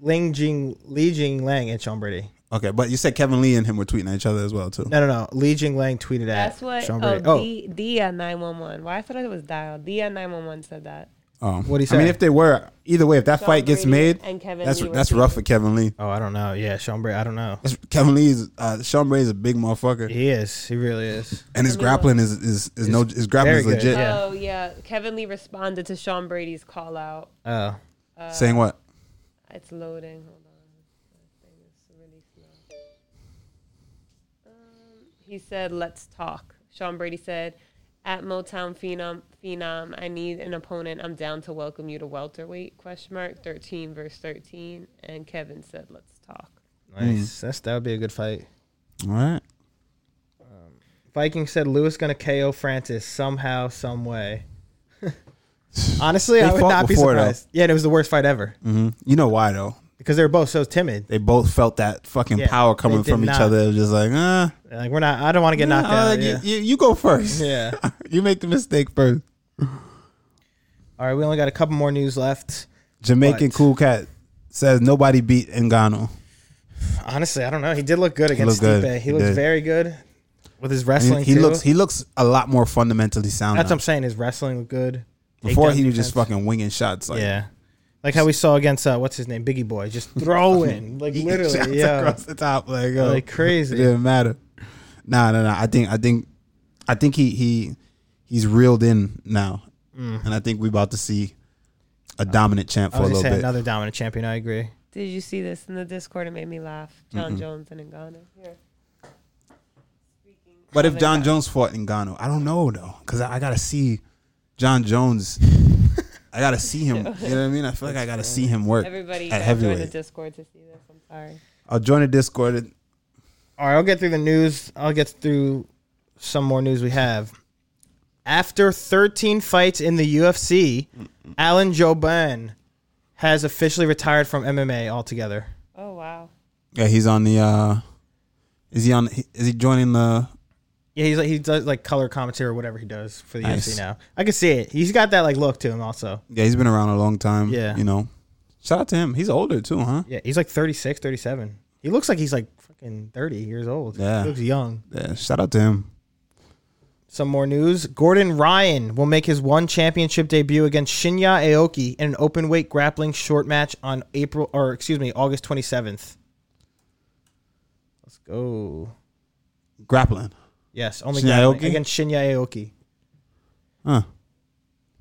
Speaker 2: Ling Jing, Li Jing Lang and Sean Brady.
Speaker 1: Okay, but you said Kevin Lee and him were tweeting at each other as well too.
Speaker 2: No, no, no. Li Jinglang tweeted at
Speaker 3: That's what.
Speaker 2: Sean
Speaker 3: Oh,
Speaker 2: Brady. Oh,
Speaker 3: D, D on 911. Why I thought it was dial. D on 911 said that.
Speaker 1: Um,
Speaker 2: What'd he
Speaker 1: I mean,
Speaker 2: say?
Speaker 1: if they were either way, if that
Speaker 3: Sean
Speaker 1: fight gets
Speaker 3: Brady
Speaker 1: made,
Speaker 3: and Kevin
Speaker 1: that's
Speaker 3: Lee were
Speaker 1: that's rough for Kevin Lee.
Speaker 2: oh, I don't know. Yeah, Sean Brady. I don't know.
Speaker 1: That's, Kevin Lee is uh, Sean Brady's a big motherfucker,
Speaker 2: He is. He really is.
Speaker 1: and his grappling is is, is no his grappling
Speaker 2: very
Speaker 1: is
Speaker 2: good.
Speaker 1: legit.
Speaker 2: Yeah.
Speaker 3: Oh yeah, Kevin Lee responded to Sean Brady's call out.
Speaker 2: Oh,
Speaker 1: Saying what?
Speaker 3: It's loading. Hold on. My thing is really slow. Um, he said, "Let's talk." Sean Brady said, "At Motown Phenom, Phenom, I need an opponent. I'm down to welcome you to welterweight?" Question mark. Thirteen verse thirteen, and Kevin said, "Let's talk."
Speaker 1: Hmm.
Speaker 2: nice. That's that would be a good fight.
Speaker 1: All right.
Speaker 2: Viking said Lewis gonna KO Francis somehow, some way. Honestly, I
Speaker 1: They
Speaker 2: would
Speaker 1: fought
Speaker 2: not be
Speaker 1: before, though. Mm.
Speaker 2: surprised. Yeah, and it was the worst fight ever
Speaker 1: You know why though?
Speaker 2: because they were both so timid.
Speaker 1: They both felt that fucking
Speaker 2: Yeah,
Speaker 1: power coming
Speaker 2: they did
Speaker 1: from each
Speaker 2: not.
Speaker 1: other. It was just like, ah,
Speaker 2: Like we're not. I don't want to get knocked
Speaker 1: nah,
Speaker 2: out.
Speaker 1: you-
Speaker 2: yeah.
Speaker 1: you, you go first.
Speaker 2: Yeah.
Speaker 1: you make the mistake first.
Speaker 2: All right, we only got a couple more news left.
Speaker 1: Jamaican
Speaker 2: But-
Speaker 1: cool cat says nobody beat Ngannou.
Speaker 2: Honestly, I don't know. He did look good against
Speaker 1: looked good.
Speaker 2: Stipe. He,
Speaker 1: He
Speaker 2: looks
Speaker 1: did.
Speaker 2: very good with his
Speaker 1: I mean,
Speaker 2: wrestling.
Speaker 1: he
Speaker 2: too.
Speaker 1: looks he looks a lot more fundamentally sound.
Speaker 2: That's what
Speaker 1: now.
Speaker 2: I'm saying. His wrestling looked good.
Speaker 1: Before
Speaker 2: Takedown
Speaker 1: he was just
Speaker 2: defense.
Speaker 1: fucking winging shots. Like,
Speaker 2: yeah, like how we saw against uh, what's his name, Biggie Boy, just throwing like
Speaker 1: he shots
Speaker 2: literally, yeah,
Speaker 1: across the top like, yo,
Speaker 2: like
Speaker 1: It
Speaker 2: crazy.
Speaker 1: didn't matter. Nah, nah, nah. I think I think I think he he he's reeled in now, and I think we about to see a dominant champ
Speaker 2: Mm. Uh, I
Speaker 1: for a
Speaker 2: was just
Speaker 1: little
Speaker 2: saying
Speaker 1: bit.
Speaker 2: another dominant champion. I agree.
Speaker 3: Did you see this in the Discord? It made me laugh. John Jones and Ngannou. Here. Speaking
Speaker 1: But
Speaker 3: of
Speaker 1: if John
Speaker 3: Ngannou-
Speaker 1: Jones fought Ngannou, I don't know though, because I, I gotta see John Jones. I gotta see him. You know what I mean? I feel like I gotta see him work
Speaker 3: Everybody
Speaker 1: at
Speaker 3: gotta join the
Speaker 1: heavyweight.
Speaker 3: Discord to see this. I'm sorry.
Speaker 1: I'll join the Discord. and-
Speaker 2: All right, I'll get through the news. I'll get through some more news we have. After 13 fights in the UFC, Alan Joban has officially retired from MMA altogether.
Speaker 3: Oh wow.
Speaker 1: Yeah, he's on the. uh Is he on? Is he joining the?
Speaker 2: Yeah, he's like he does like color commentary or whatever he does for the UFC
Speaker 1: Nice.
Speaker 2: now. I can see it. He's got that like look to him also.
Speaker 1: Yeah, he's been around a long time.
Speaker 2: Yeah.
Speaker 1: you know. Shout out to him. He's older too, huh?
Speaker 2: Yeah, he's like 36, 37. He looks like he's like fucking 30 years old.
Speaker 1: Yeah.
Speaker 2: He looks young.
Speaker 1: Yeah. Shout out to him.
Speaker 2: Some more news. Gordon Ryan will make his one championship debut against Shinya Aoki in an open weight grappling short match on April or excuse me, August 27th. Let's go.
Speaker 1: Grappling.
Speaker 2: Yes, only
Speaker 1: Shinya
Speaker 2: grappling
Speaker 1: Aoki?
Speaker 2: against Shinya Aoki.
Speaker 1: Huh.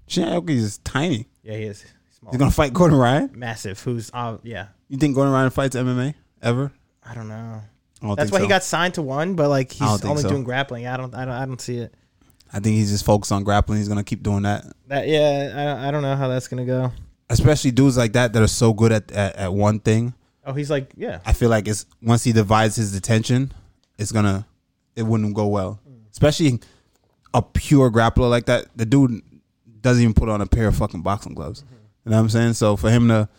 Speaker 1: Shinaoki is tiny.
Speaker 2: Yeah, he is. He's small.
Speaker 1: He's gonna fight Gordon Ryan.
Speaker 2: Massive. Who's uh yeah.
Speaker 1: You think Gordon Ryan fights MMA ever?
Speaker 2: I don't know.
Speaker 1: I don't
Speaker 2: That's
Speaker 1: think
Speaker 2: why
Speaker 1: so.
Speaker 2: he got signed to one, but like
Speaker 1: I don't
Speaker 2: he's
Speaker 1: think
Speaker 2: only
Speaker 1: so.
Speaker 2: doing grappling. I don't I don't I don't see it.
Speaker 1: I think he's just focused on grappling. He's gonna keep doing that.
Speaker 2: That yeah, I don't, I don't know how that's going to go.
Speaker 1: especially dudes like that that are so good at, at, at one thing.
Speaker 2: Oh, he's like yeah.
Speaker 1: I feel like it's once he divides his attention, it's gonna it wouldn't go well. Especially a pure grappler like that. The dude doesn't even put on a pair of fucking boxing gloves. You know what I'm saying? So for him to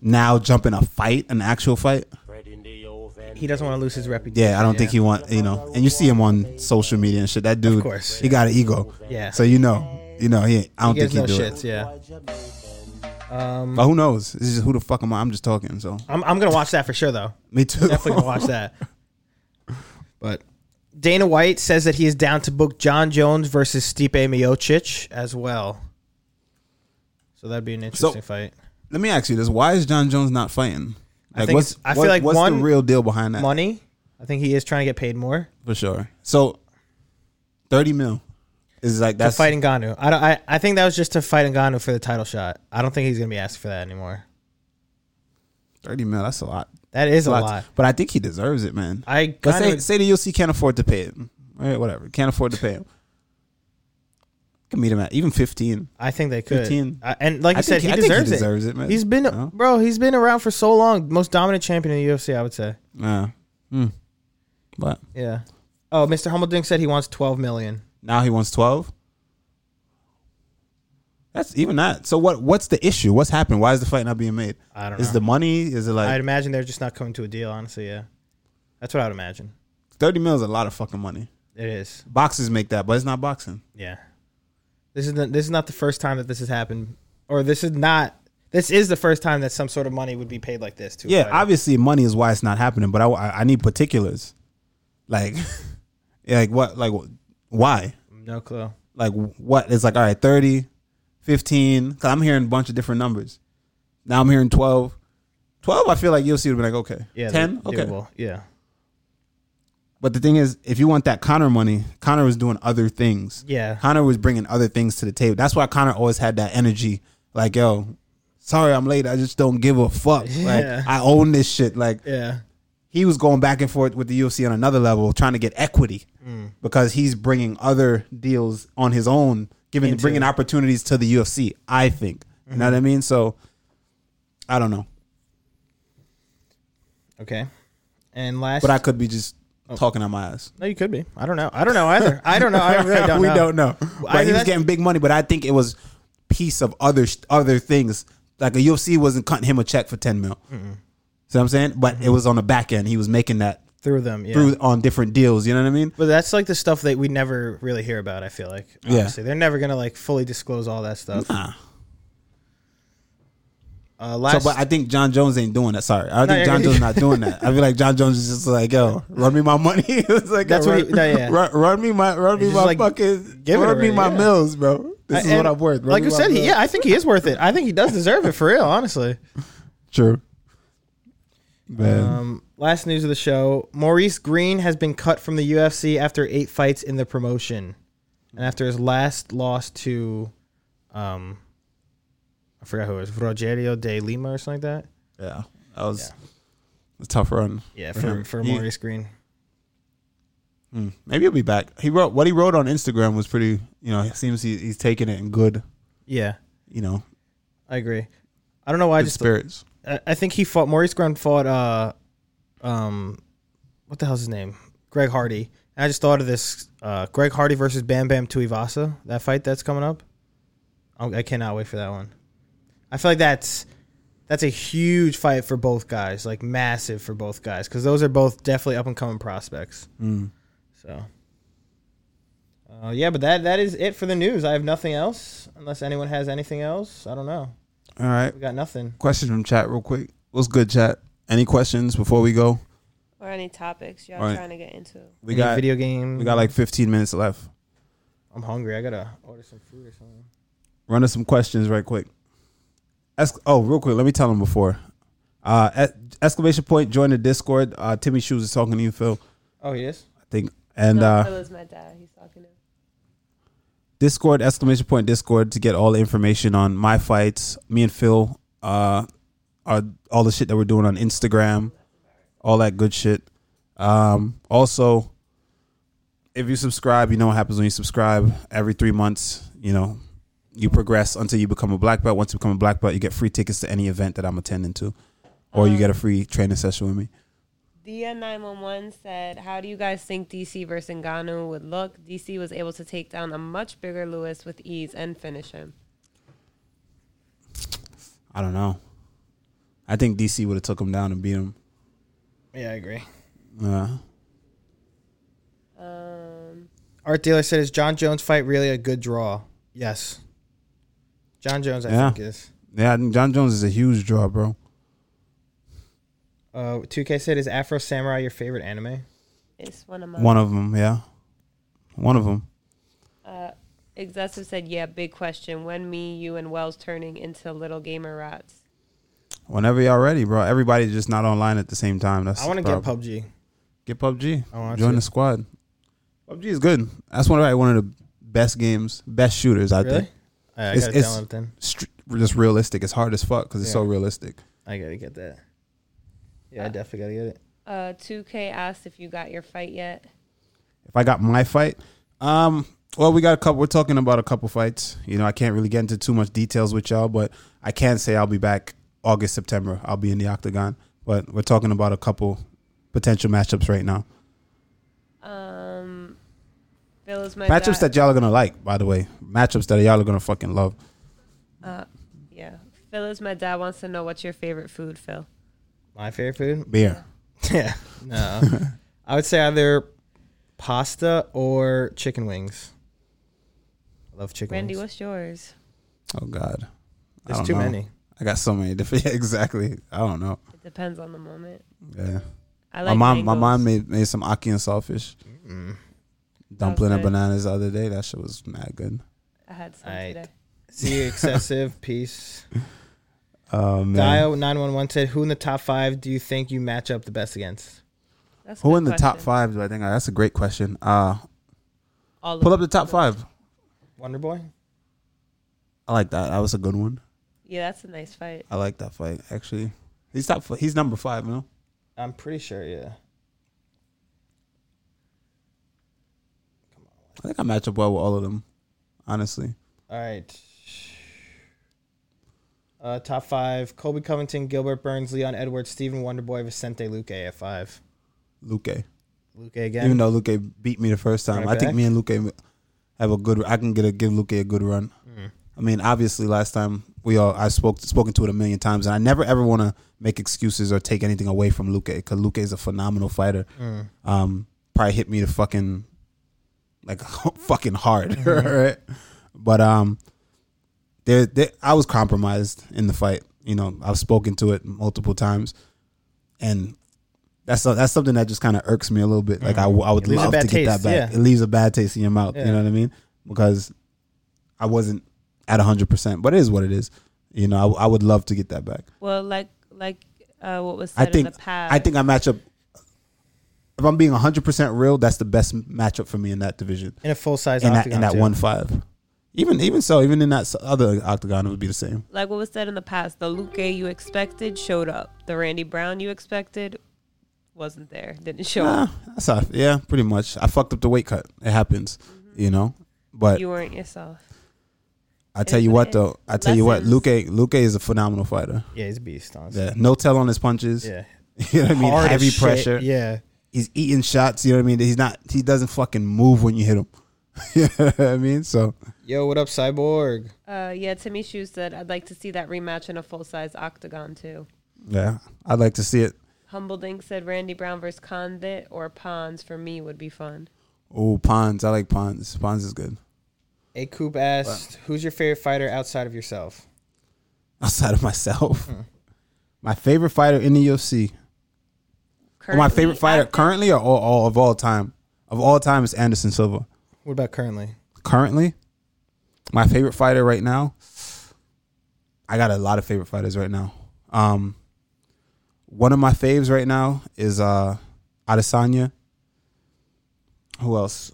Speaker 1: now jump in a fight, an actual fight,
Speaker 4: Bread in the oven.
Speaker 2: He doesn't want to lose his reputation.
Speaker 1: yeah, I don't think he want you know. And you see him on social media and shit. That dude,
Speaker 2: course.
Speaker 1: he got an ego.
Speaker 2: Yeah.
Speaker 1: So you know, you know, he. ain't- I don't
Speaker 2: he
Speaker 1: think
Speaker 2: gives
Speaker 1: he
Speaker 2: no
Speaker 1: do
Speaker 2: shits,
Speaker 1: it.
Speaker 2: yeah.
Speaker 1: But who knows? This is who the fuck am I? I'm just talking. So
Speaker 2: I'm, I'm gonna watch that for sure though.
Speaker 1: me too.
Speaker 2: Definitely gonna watch that. But Dana White says that he is down to book John Jones versus Stipe Miocic as well. So that'd be an interesting fight.
Speaker 1: Let me ask you this: Why is John Jones not fighting? Like,
Speaker 2: think
Speaker 1: what's,
Speaker 2: it's- I feel
Speaker 1: what-
Speaker 2: like
Speaker 1: what's
Speaker 2: one-
Speaker 1: the real deal behind that
Speaker 2: Money, I think he is trying to get paid more
Speaker 1: for sure. So, thirty mil is like
Speaker 2: to
Speaker 1: that's
Speaker 2: fight Ngannou. I don't. I, I think that was just to fight Ngannou for the title shot. I don't think he's gonna be asking for that anymore.
Speaker 1: thirty mil. That's a lot.
Speaker 2: That is a
Speaker 1: Lots.
Speaker 2: lot.
Speaker 1: but I think he deserves it, man.
Speaker 2: I
Speaker 1: Let's
Speaker 2: kinda-
Speaker 1: say, say the UFC can't afford to pay him. All right, whatever, can't afford to pay him. Can meet him at even fifteen.
Speaker 2: I think they could.
Speaker 1: 15.
Speaker 2: I- and like
Speaker 1: I
Speaker 2: you said,
Speaker 1: think-
Speaker 2: he
Speaker 1: I think he
Speaker 2: deserves, it.
Speaker 1: deserves it, man.
Speaker 2: He's been,
Speaker 1: No?
Speaker 2: bro. He's been around for so long. Most dominant champion in the UFC, I would say.
Speaker 1: Yeah. Hmm. But
Speaker 2: Yeah. Oh, Mr. Humbledink said he wants twelve million.
Speaker 1: now he wants twelve. That's even that. So what? What's the issue? What's happened? Why is the fight not being made?
Speaker 2: I don't
Speaker 1: Is
Speaker 2: know.
Speaker 1: the money? Is it like
Speaker 2: I'd imagine they're just not coming to a deal. Honestly, yeah. That's what I would imagine.
Speaker 1: Thirty mil is a lot of fucking money.
Speaker 2: It is.
Speaker 1: Boxers make that, but it's not boxing.
Speaker 2: Yeah. This is the, this is not the first time that this has happened, or this is not. This is the first time that some sort of money would be paid like this to. a
Speaker 1: Yeah,
Speaker 2: fighter.
Speaker 1: obviously money is why it's not happening, but I, I, I need particulars. Like, like what? Like why?
Speaker 2: no clue.
Speaker 1: Like what? It's like all right, 30, 15. Because I'm hearing a bunch of different numbers. Now I'm hearing 12. 12, I feel like you'll see would be like okay,
Speaker 2: Yeah,
Speaker 1: 10,
Speaker 2: they-
Speaker 1: okay.
Speaker 2: they will. Yeah,
Speaker 1: But the thing is, if you want that Connor money, Connor was doing other things.
Speaker 2: Yeah.
Speaker 1: Connor was bringing other things to the table. That's why Connor always had that energy. Like, yo, sorry I'm late. I just don't give a fuck.
Speaker 2: Yeah.
Speaker 1: Like, I own this shit. Like,
Speaker 2: yeah,
Speaker 1: he was going back and forth with the UFC on another level, trying to get equity
Speaker 2: Mm.
Speaker 1: because he's bringing other deals on his own, giving
Speaker 2: Into
Speaker 1: bringing
Speaker 2: it. Mm-hmm.
Speaker 1: opportunities to the UFC. I think you know what I mean. So I don't know,
Speaker 2: okay. And last,
Speaker 1: but I could be just
Speaker 2: Oh.
Speaker 1: talking on my ass.
Speaker 2: no, you could be. I don't know. I don't know either. I don't know. I really don't.
Speaker 1: we
Speaker 2: know.
Speaker 1: don't know. But
Speaker 2: I-
Speaker 1: he was
Speaker 2: that's-
Speaker 1: getting big money, but I think it was piece of other sh- other things. Like a UFC wasn't cutting him a check for ten mil. See what I'm saying? But it was on the back end. He was making that
Speaker 2: through them. Mm-hmm. Yeah.
Speaker 1: through on different deals. You know what I mean?
Speaker 2: But that's like the stuff that we never really hear about. I feel like
Speaker 1: Yeah.
Speaker 2: obviously they're never gonna like fully disclose all that stuff.
Speaker 1: Nah.
Speaker 2: Uh,
Speaker 1: So,
Speaker 2: last,
Speaker 1: but I think John Jones ain't doing that. Sorry, I think
Speaker 2: you're
Speaker 1: John
Speaker 2: good.
Speaker 1: Jones not doing that. I feel like John Jones is just like, yo, run me my money. it's like,
Speaker 2: That's
Speaker 1: yo,
Speaker 2: what
Speaker 1: run,
Speaker 2: he- no, yeah.
Speaker 1: run, run me my, run me
Speaker 2: He's
Speaker 1: my
Speaker 2: just like,
Speaker 1: fucking,
Speaker 2: give it
Speaker 1: run me
Speaker 2: already,
Speaker 1: my
Speaker 2: yeah.
Speaker 1: mills, bro. This is
Speaker 2: and
Speaker 1: what I'm worth. Run
Speaker 2: like
Speaker 1: me
Speaker 2: I
Speaker 1: my
Speaker 2: said, he,
Speaker 1: mills.
Speaker 2: yeah, I think he is worth it. I think he does deserve it for real. Honestly.
Speaker 1: true. Man.
Speaker 2: Um, last news of the show: Maurice Green has been cut from the UFC after eight fights in the promotion, and after his last loss to, um, I forgot who it was, Rogerio de Lima or something like that.
Speaker 1: yeah, that was a tough run.
Speaker 2: Yeah,
Speaker 1: for
Speaker 2: for
Speaker 1: him.
Speaker 2: for
Speaker 1: He-
Speaker 2: Maurice Green.
Speaker 1: Hmm. Maybe he'll be back. He wrote what he wrote on Instagram was pretty. You know, it seems he, he's taking it in good.
Speaker 2: Yeah,
Speaker 1: You know,
Speaker 2: I agree. I don't know why I
Speaker 1: good
Speaker 2: just
Speaker 1: spirits.
Speaker 2: I I think he fought Maurice Grun fought uh um what the hell's his name? Greg Hardy. And I just thought of this uh Greg Hardy versus Bam Bam Tuivasa, that fight that's coming up. I I cannot wait for that one. I feel like that's that's a huge fight for both guys, like massive for both guys cuz those are both definitely up and coming prospects.
Speaker 1: Mm.
Speaker 2: So uh, yeah, but that that is it for the news. I have nothing else unless anyone has anything else. I don't know.
Speaker 1: All right.
Speaker 2: We got nothing.
Speaker 1: Question from chat, real quick. What's good, chat? Any questions before we go?
Speaker 3: Or any topics y'all all
Speaker 1: Alright.
Speaker 3: trying to get into.
Speaker 1: We
Speaker 2: Any
Speaker 1: got
Speaker 2: video game.
Speaker 1: we got like 15 minutes left.
Speaker 2: I'm hungry. I gotta order some food or something.
Speaker 1: run us some questions right quick. Esc- oh, real quick, let me tell them before. Uh, at exclamation point, join the Discord. Uh, Timmy Shoes is talking to you, Phil.
Speaker 2: Oh, he is.
Speaker 1: I think. And
Speaker 3: no,
Speaker 1: uh,
Speaker 3: Phil is my dad. He's talking to.
Speaker 1: Discord, exclamation point, Discord to get all the information on my fights. Me and Phil uh, are all the shit that we're doing on Instagram, all that good shit. Um, also, if you subscribe, you know what happens when you subscribe. Every three months, you know, you progress until you become a black belt. Once you become a black belt, you get free tickets to any event that I'm attending to, or you get a free training session with me.
Speaker 3: DN911 said, How do you guys think DC versus Ngannou would look? DC was able to take down a much bigger Lewis with ease and finish him.
Speaker 1: I don't know. I think DC would have took him down and beat Uh, him.
Speaker 2: Yeah, I agree.
Speaker 1: Yeah.
Speaker 3: Um,
Speaker 2: Art dealer said, "Is John Jones fight really a good draw?" Yes. John Jones, I
Speaker 1: Yeah.
Speaker 2: think is.
Speaker 1: yeah, I think John Jones is a huge draw, bro.
Speaker 2: Uh, 2K said, "Is Afro Samurai your favorite anime?"
Speaker 3: it's one of my.
Speaker 1: One of them, yeah. One of them.
Speaker 3: Uh, Excessive said, Yeah, big question. When me, you, and Wells turning into little gamer rats?
Speaker 1: Whenever y'all ready, bro. Everybody's just not online at the same time. That's
Speaker 2: I want to get PUBG.
Speaker 1: get PUBG.
Speaker 2: I want
Speaker 1: Join
Speaker 2: to.
Speaker 1: the squad. PUBG is good. That's one of like, one of the best games, best shooters out
Speaker 2: Really?
Speaker 1: there.
Speaker 2: I, I
Speaker 1: It's-
Speaker 2: gotta
Speaker 1: it's-
Speaker 2: download it then.
Speaker 1: Str- just realistic. It's hard as fuck because it's so
Speaker 2: Yeah.
Speaker 1: realistic.
Speaker 2: I gotta get that. Yeah, I definitely gotta get it.
Speaker 3: Uh, 2K asked if you got your fight yet.
Speaker 1: If I got my fight, um, well, we got a couple. We're talking about a couple fights. You know, I can't really get into too much details with y'all, but I can say I'll be back August, September. I'll be in the octagon, but we're talking about a couple potential matchups right now.
Speaker 3: Um, Phil is my
Speaker 1: Matchups
Speaker 3: dad.
Speaker 1: that y'all are gonna like, by the way. Matchups that y'all are gonna fucking love.
Speaker 3: yeah. Phil is my dad wants to know what's your favorite food, Phil.
Speaker 2: My favorite food?
Speaker 1: Beer.
Speaker 2: yeah. No. I would say either pasta or chicken wings. I love chicken
Speaker 3: Randy,
Speaker 2: wings.
Speaker 3: what's yours?
Speaker 1: Oh God. I
Speaker 2: There's
Speaker 1: don't
Speaker 2: too
Speaker 1: know.
Speaker 2: many.
Speaker 1: I got so many different. Yeah, exactly. I don't know.
Speaker 3: It depends on the moment.
Speaker 1: Yeah.
Speaker 3: I like
Speaker 1: my mom, my
Speaker 3: mangoes.
Speaker 1: mom made made some aki and saltfish, dumpling and
Speaker 3: good.
Speaker 1: bananas the other day. That shit was mad good.
Speaker 3: I had some
Speaker 2: Aight.
Speaker 3: today.
Speaker 2: See you, excessive peace.
Speaker 1: Oh man,
Speaker 2: Dio nine one one said, "Who in the top five do you think you match up the best against?"
Speaker 3: That's a
Speaker 1: who
Speaker 3: good
Speaker 1: in the top
Speaker 3: question.
Speaker 1: five do I think? I- That's a great question. Uh,
Speaker 3: All of
Speaker 1: pull up
Speaker 3: them.
Speaker 1: the top five.
Speaker 2: Wonder Boy.
Speaker 1: I like that. That was a good one.
Speaker 3: Yeah, that's a nice fight.
Speaker 1: I like that fight actually. He's top. f- He's number five. You know.
Speaker 2: I'm pretty sure. Yeah.
Speaker 1: I think I match up well with all of them. Honestly,
Speaker 2: All right. Uh, top five: Colby Covington, Gilbert Burns, Leon Edwards, Stephen Wonderboy, Vicente Luque at five.
Speaker 1: Luque.
Speaker 2: Luque again.
Speaker 1: Even though Luque beat me the first time,
Speaker 2: Right
Speaker 1: I think
Speaker 2: back.
Speaker 1: me and Luque have a good. I can get a give Luque a good run.
Speaker 2: Mm.
Speaker 1: I mean, obviously, last time we all I spoke spoken to it a million times, and I never ever want to make excuses or take anything away from Luque because Luque is a phenomenal fighter.
Speaker 2: Mm.
Speaker 1: Um, probably hit me the fucking like fucking hard, right? But um, there, there, I was compromised in the fight. You know, I've spoken to it multiple times, and that's that's something that just kind of irks me a little bit. Like I, I would
Speaker 2: It leaves a
Speaker 1: love to
Speaker 2: bad
Speaker 1: get that
Speaker 2: taste,
Speaker 1: back.
Speaker 2: yeah.
Speaker 1: It leaves a bad taste in your mouth. You
Speaker 2: Yeah.
Speaker 1: know what I mean? Because I wasn't at hundred percent, but it is what it is. You know, I, I would love to get that back.
Speaker 3: Well, like like uh, what was
Speaker 1: I
Speaker 3: said
Speaker 1: think
Speaker 3: in the past.
Speaker 1: I think I match up. If I'm being hundred percent real, that's the best matchup for me in that division.
Speaker 2: in a full size
Speaker 1: In that
Speaker 2: octagon.
Speaker 1: in that
Speaker 2: too.
Speaker 1: one five, even even so, even in that s- other octagon, it would be the same.
Speaker 3: like what was said in the past. The Luke you expected showed up. The Randy Brown you expected wasn't there. Didn't show
Speaker 1: Nah,
Speaker 3: up.
Speaker 1: that's how, yeah, pretty much. I fucked up the weight cut. It happens,
Speaker 2: Mm-hmm.
Speaker 1: you know. But
Speaker 3: You weren't yourself.
Speaker 1: I tell
Speaker 3: is
Speaker 1: you what,
Speaker 3: what it
Speaker 1: though, I tell you what, Luke
Speaker 3: Lessons.
Speaker 1: Luke is a phenomenal fighter.
Speaker 2: Yeah, he's a beast. Honestly.
Speaker 1: Yeah, no tell on his punches.
Speaker 2: Yeah.
Speaker 1: you know what I mean.
Speaker 2: Hard as
Speaker 1: Heavy
Speaker 2: shit,
Speaker 1: pressure.
Speaker 2: Yeah.
Speaker 1: He's eating shots. You know what I mean. He's not. He doesn't fucking move when you hit him. you know what I mean. So
Speaker 2: Yo, what up, Cyborg?
Speaker 3: Uh, yeah, Timmy Shoes said I'd like to see that rematch in a full size octagon too.
Speaker 1: yeah, I'd like to see it.
Speaker 3: Humbleding said Randy Brown versus Condit or Pons for me would be fun.
Speaker 1: Oh, Pons. I like Pons. Pons is good.
Speaker 2: A Coop asked, "Who's your favorite fighter outside of yourself?"
Speaker 1: Outside of myself,
Speaker 2: Hmm.
Speaker 1: my favorite fighter in the UFC. Or my
Speaker 3: Currently
Speaker 1: favorite fighter
Speaker 3: active-
Speaker 1: currently, or all, all of all time, of all time is Anderson Silva.
Speaker 2: What about currently?
Speaker 1: currently, my favorite fighter right now, I got a lot of favorite fighters right now. Um, one of my faves right now is uh, Adesanya. Who else?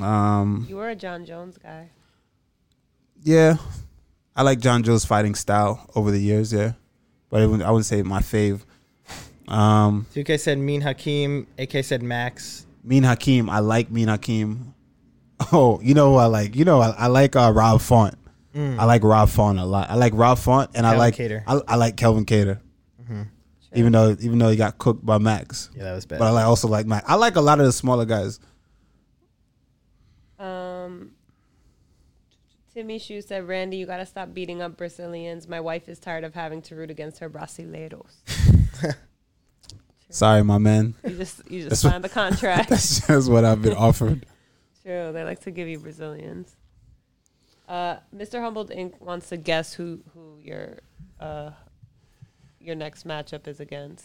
Speaker 1: Um,
Speaker 3: You were a John Jones guy.
Speaker 1: yeah, I like John Joe's fighting style over the years. Yeah, but I wouldn't, I wouldn't say my fave. Um,
Speaker 2: 2K said Mean Hakeem. AK said Max.
Speaker 1: Mean Hakeem, I like Mean Hakeem. Oh, you know who I like? You know I, I like uh, Rob Font. I like Rob Font a lot. I like Rob Font, and I
Speaker 2: Kelvin Mm.
Speaker 1: like
Speaker 2: Cater. Mm-hmm.
Speaker 1: I, I like Kelvin Cater. Even though even though he got cooked by Max,
Speaker 2: Yeah, that was bad.
Speaker 1: but I like, also like Max. I like a lot of the smaller guys.
Speaker 3: Um, Timmy Shoe said, Randy, you got to stop beating up Brazilians. My wife is tired of having to root against her brasileiros.
Speaker 1: Sorry, my man.
Speaker 3: You just, you just
Speaker 1: That's what-
Speaker 3: signed the contract.
Speaker 1: That's just what I've been offered.
Speaker 3: True. They like to give you Brazilians. Uh, Mr. Humbled Inc. wants to guess who, who your, uh, your next matchup is against.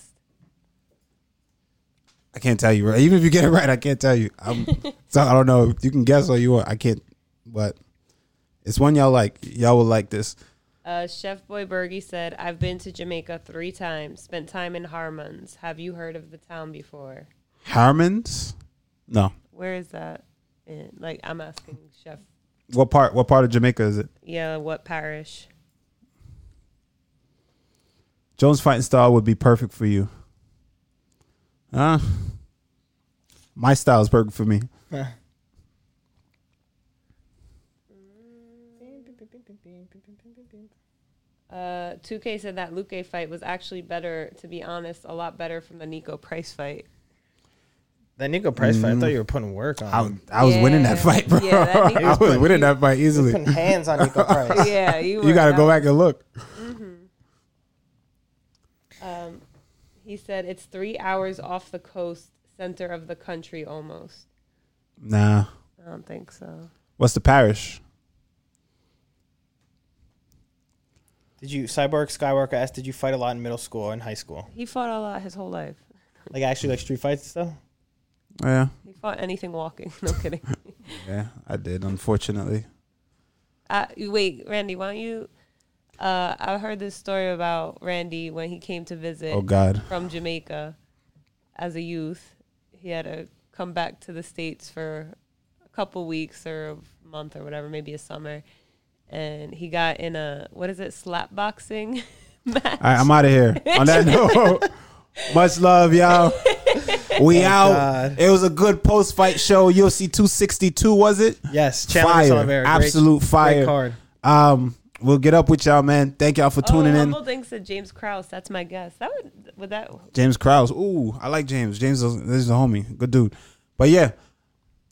Speaker 1: I can't tell you. right? Even if you get it right, I can't tell you. I'm, so I don't know. You can guess all you want. I can't. But it's one y'all like. Y'all will like this.
Speaker 3: Uh, Chef Boy Bergie said, I've been to Jamaica three times, spent time in Harmons. Have you heard of the town before?
Speaker 1: Harmon's? No.
Speaker 3: Where is that? In? Like, I'm asking Chef,
Speaker 1: What part? What part of Jamaica is it?
Speaker 3: yeah, what parish?
Speaker 1: Jones fighting style would be perfect for you. Huh? My style is perfect for me.
Speaker 3: Uh, 2K said that Luke fight was actually better, to be honest, a lot better from the Nico Price fight.
Speaker 2: that Nico Price fight, I thought you were putting work on.
Speaker 1: Mm-hmm. I,
Speaker 2: him.
Speaker 1: I was winning that
Speaker 3: Yeah.
Speaker 1: fight, bro.
Speaker 3: Yeah, that nigga
Speaker 1: I was
Speaker 2: putting-
Speaker 1: winning that fight
Speaker 2: He was
Speaker 1: easily.
Speaker 2: putting hands on Nico Price.
Speaker 3: Yeah, you,
Speaker 1: You got to go back and look.
Speaker 3: Um, he said it's three hours off the coast, center of the country almost.
Speaker 1: Nah.
Speaker 3: I don't think so.
Speaker 1: What's the parish?
Speaker 2: Did you Cyborg Skywalker asked, did you fight a lot in middle school or in high school?
Speaker 3: He fought a lot his whole life.
Speaker 2: Like actually like street fights and stuff?
Speaker 1: Yeah,
Speaker 3: He fought anything walking. No kidding.
Speaker 1: yeah, I did. Unfortunately,
Speaker 3: Uh, wait, Randy, why don't you? Uh, I heard this story about Randy when he came to visit
Speaker 1: oh God,
Speaker 3: from Jamaica as a youth. He had to come back to the States for a couple weeks or a month or whatever, maybe a summer. And he got in a, what is it, slap boxing match.
Speaker 1: All right, I'm out of here. On that note, much love, y'all. We out.
Speaker 2: God.
Speaker 1: It was a good post fight show. UFC 262 was it?
Speaker 2: Yes, Chandler
Speaker 1: fire,
Speaker 2: Oliveira, great-
Speaker 1: absolute fire.
Speaker 2: Great card.
Speaker 1: Um, we'll get up with y'all, man. Thank y'all for tuning
Speaker 3: oh,
Speaker 1: in.
Speaker 3: Humble thanks to James Krause. That's my guess. That would, would that,
Speaker 1: James Krause. Ooh, I like James. James is this is a homie. Good dude. But yeah,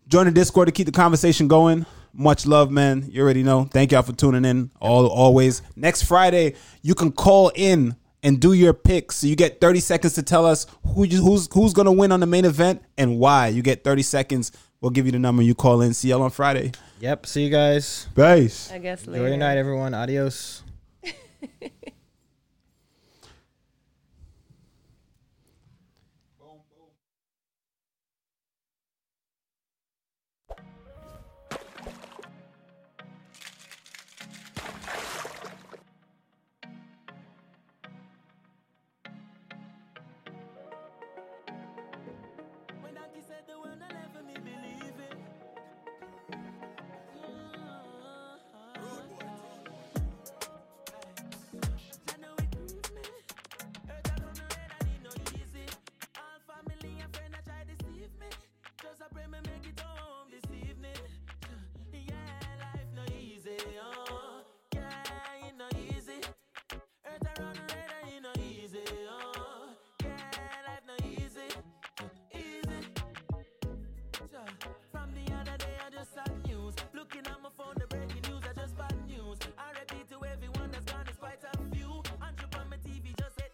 Speaker 1: join the Discord to keep the conversation going. Much love, man. You already know. Thank y'all for tuning in. All always. Next Friday, you can call in and do your picks. So you get 30 seconds to tell us who you, who's who's gonna win on the main event and why. You get 30 seconds. We'll give you the number. You call in. See y'all on Friday.
Speaker 2: Yep. See you guys.
Speaker 1: Peace.
Speaker 3: I guess
Speaker 2: Enjoy
Speaker 3: later.
Speaker 2: your night, everyone. Adios.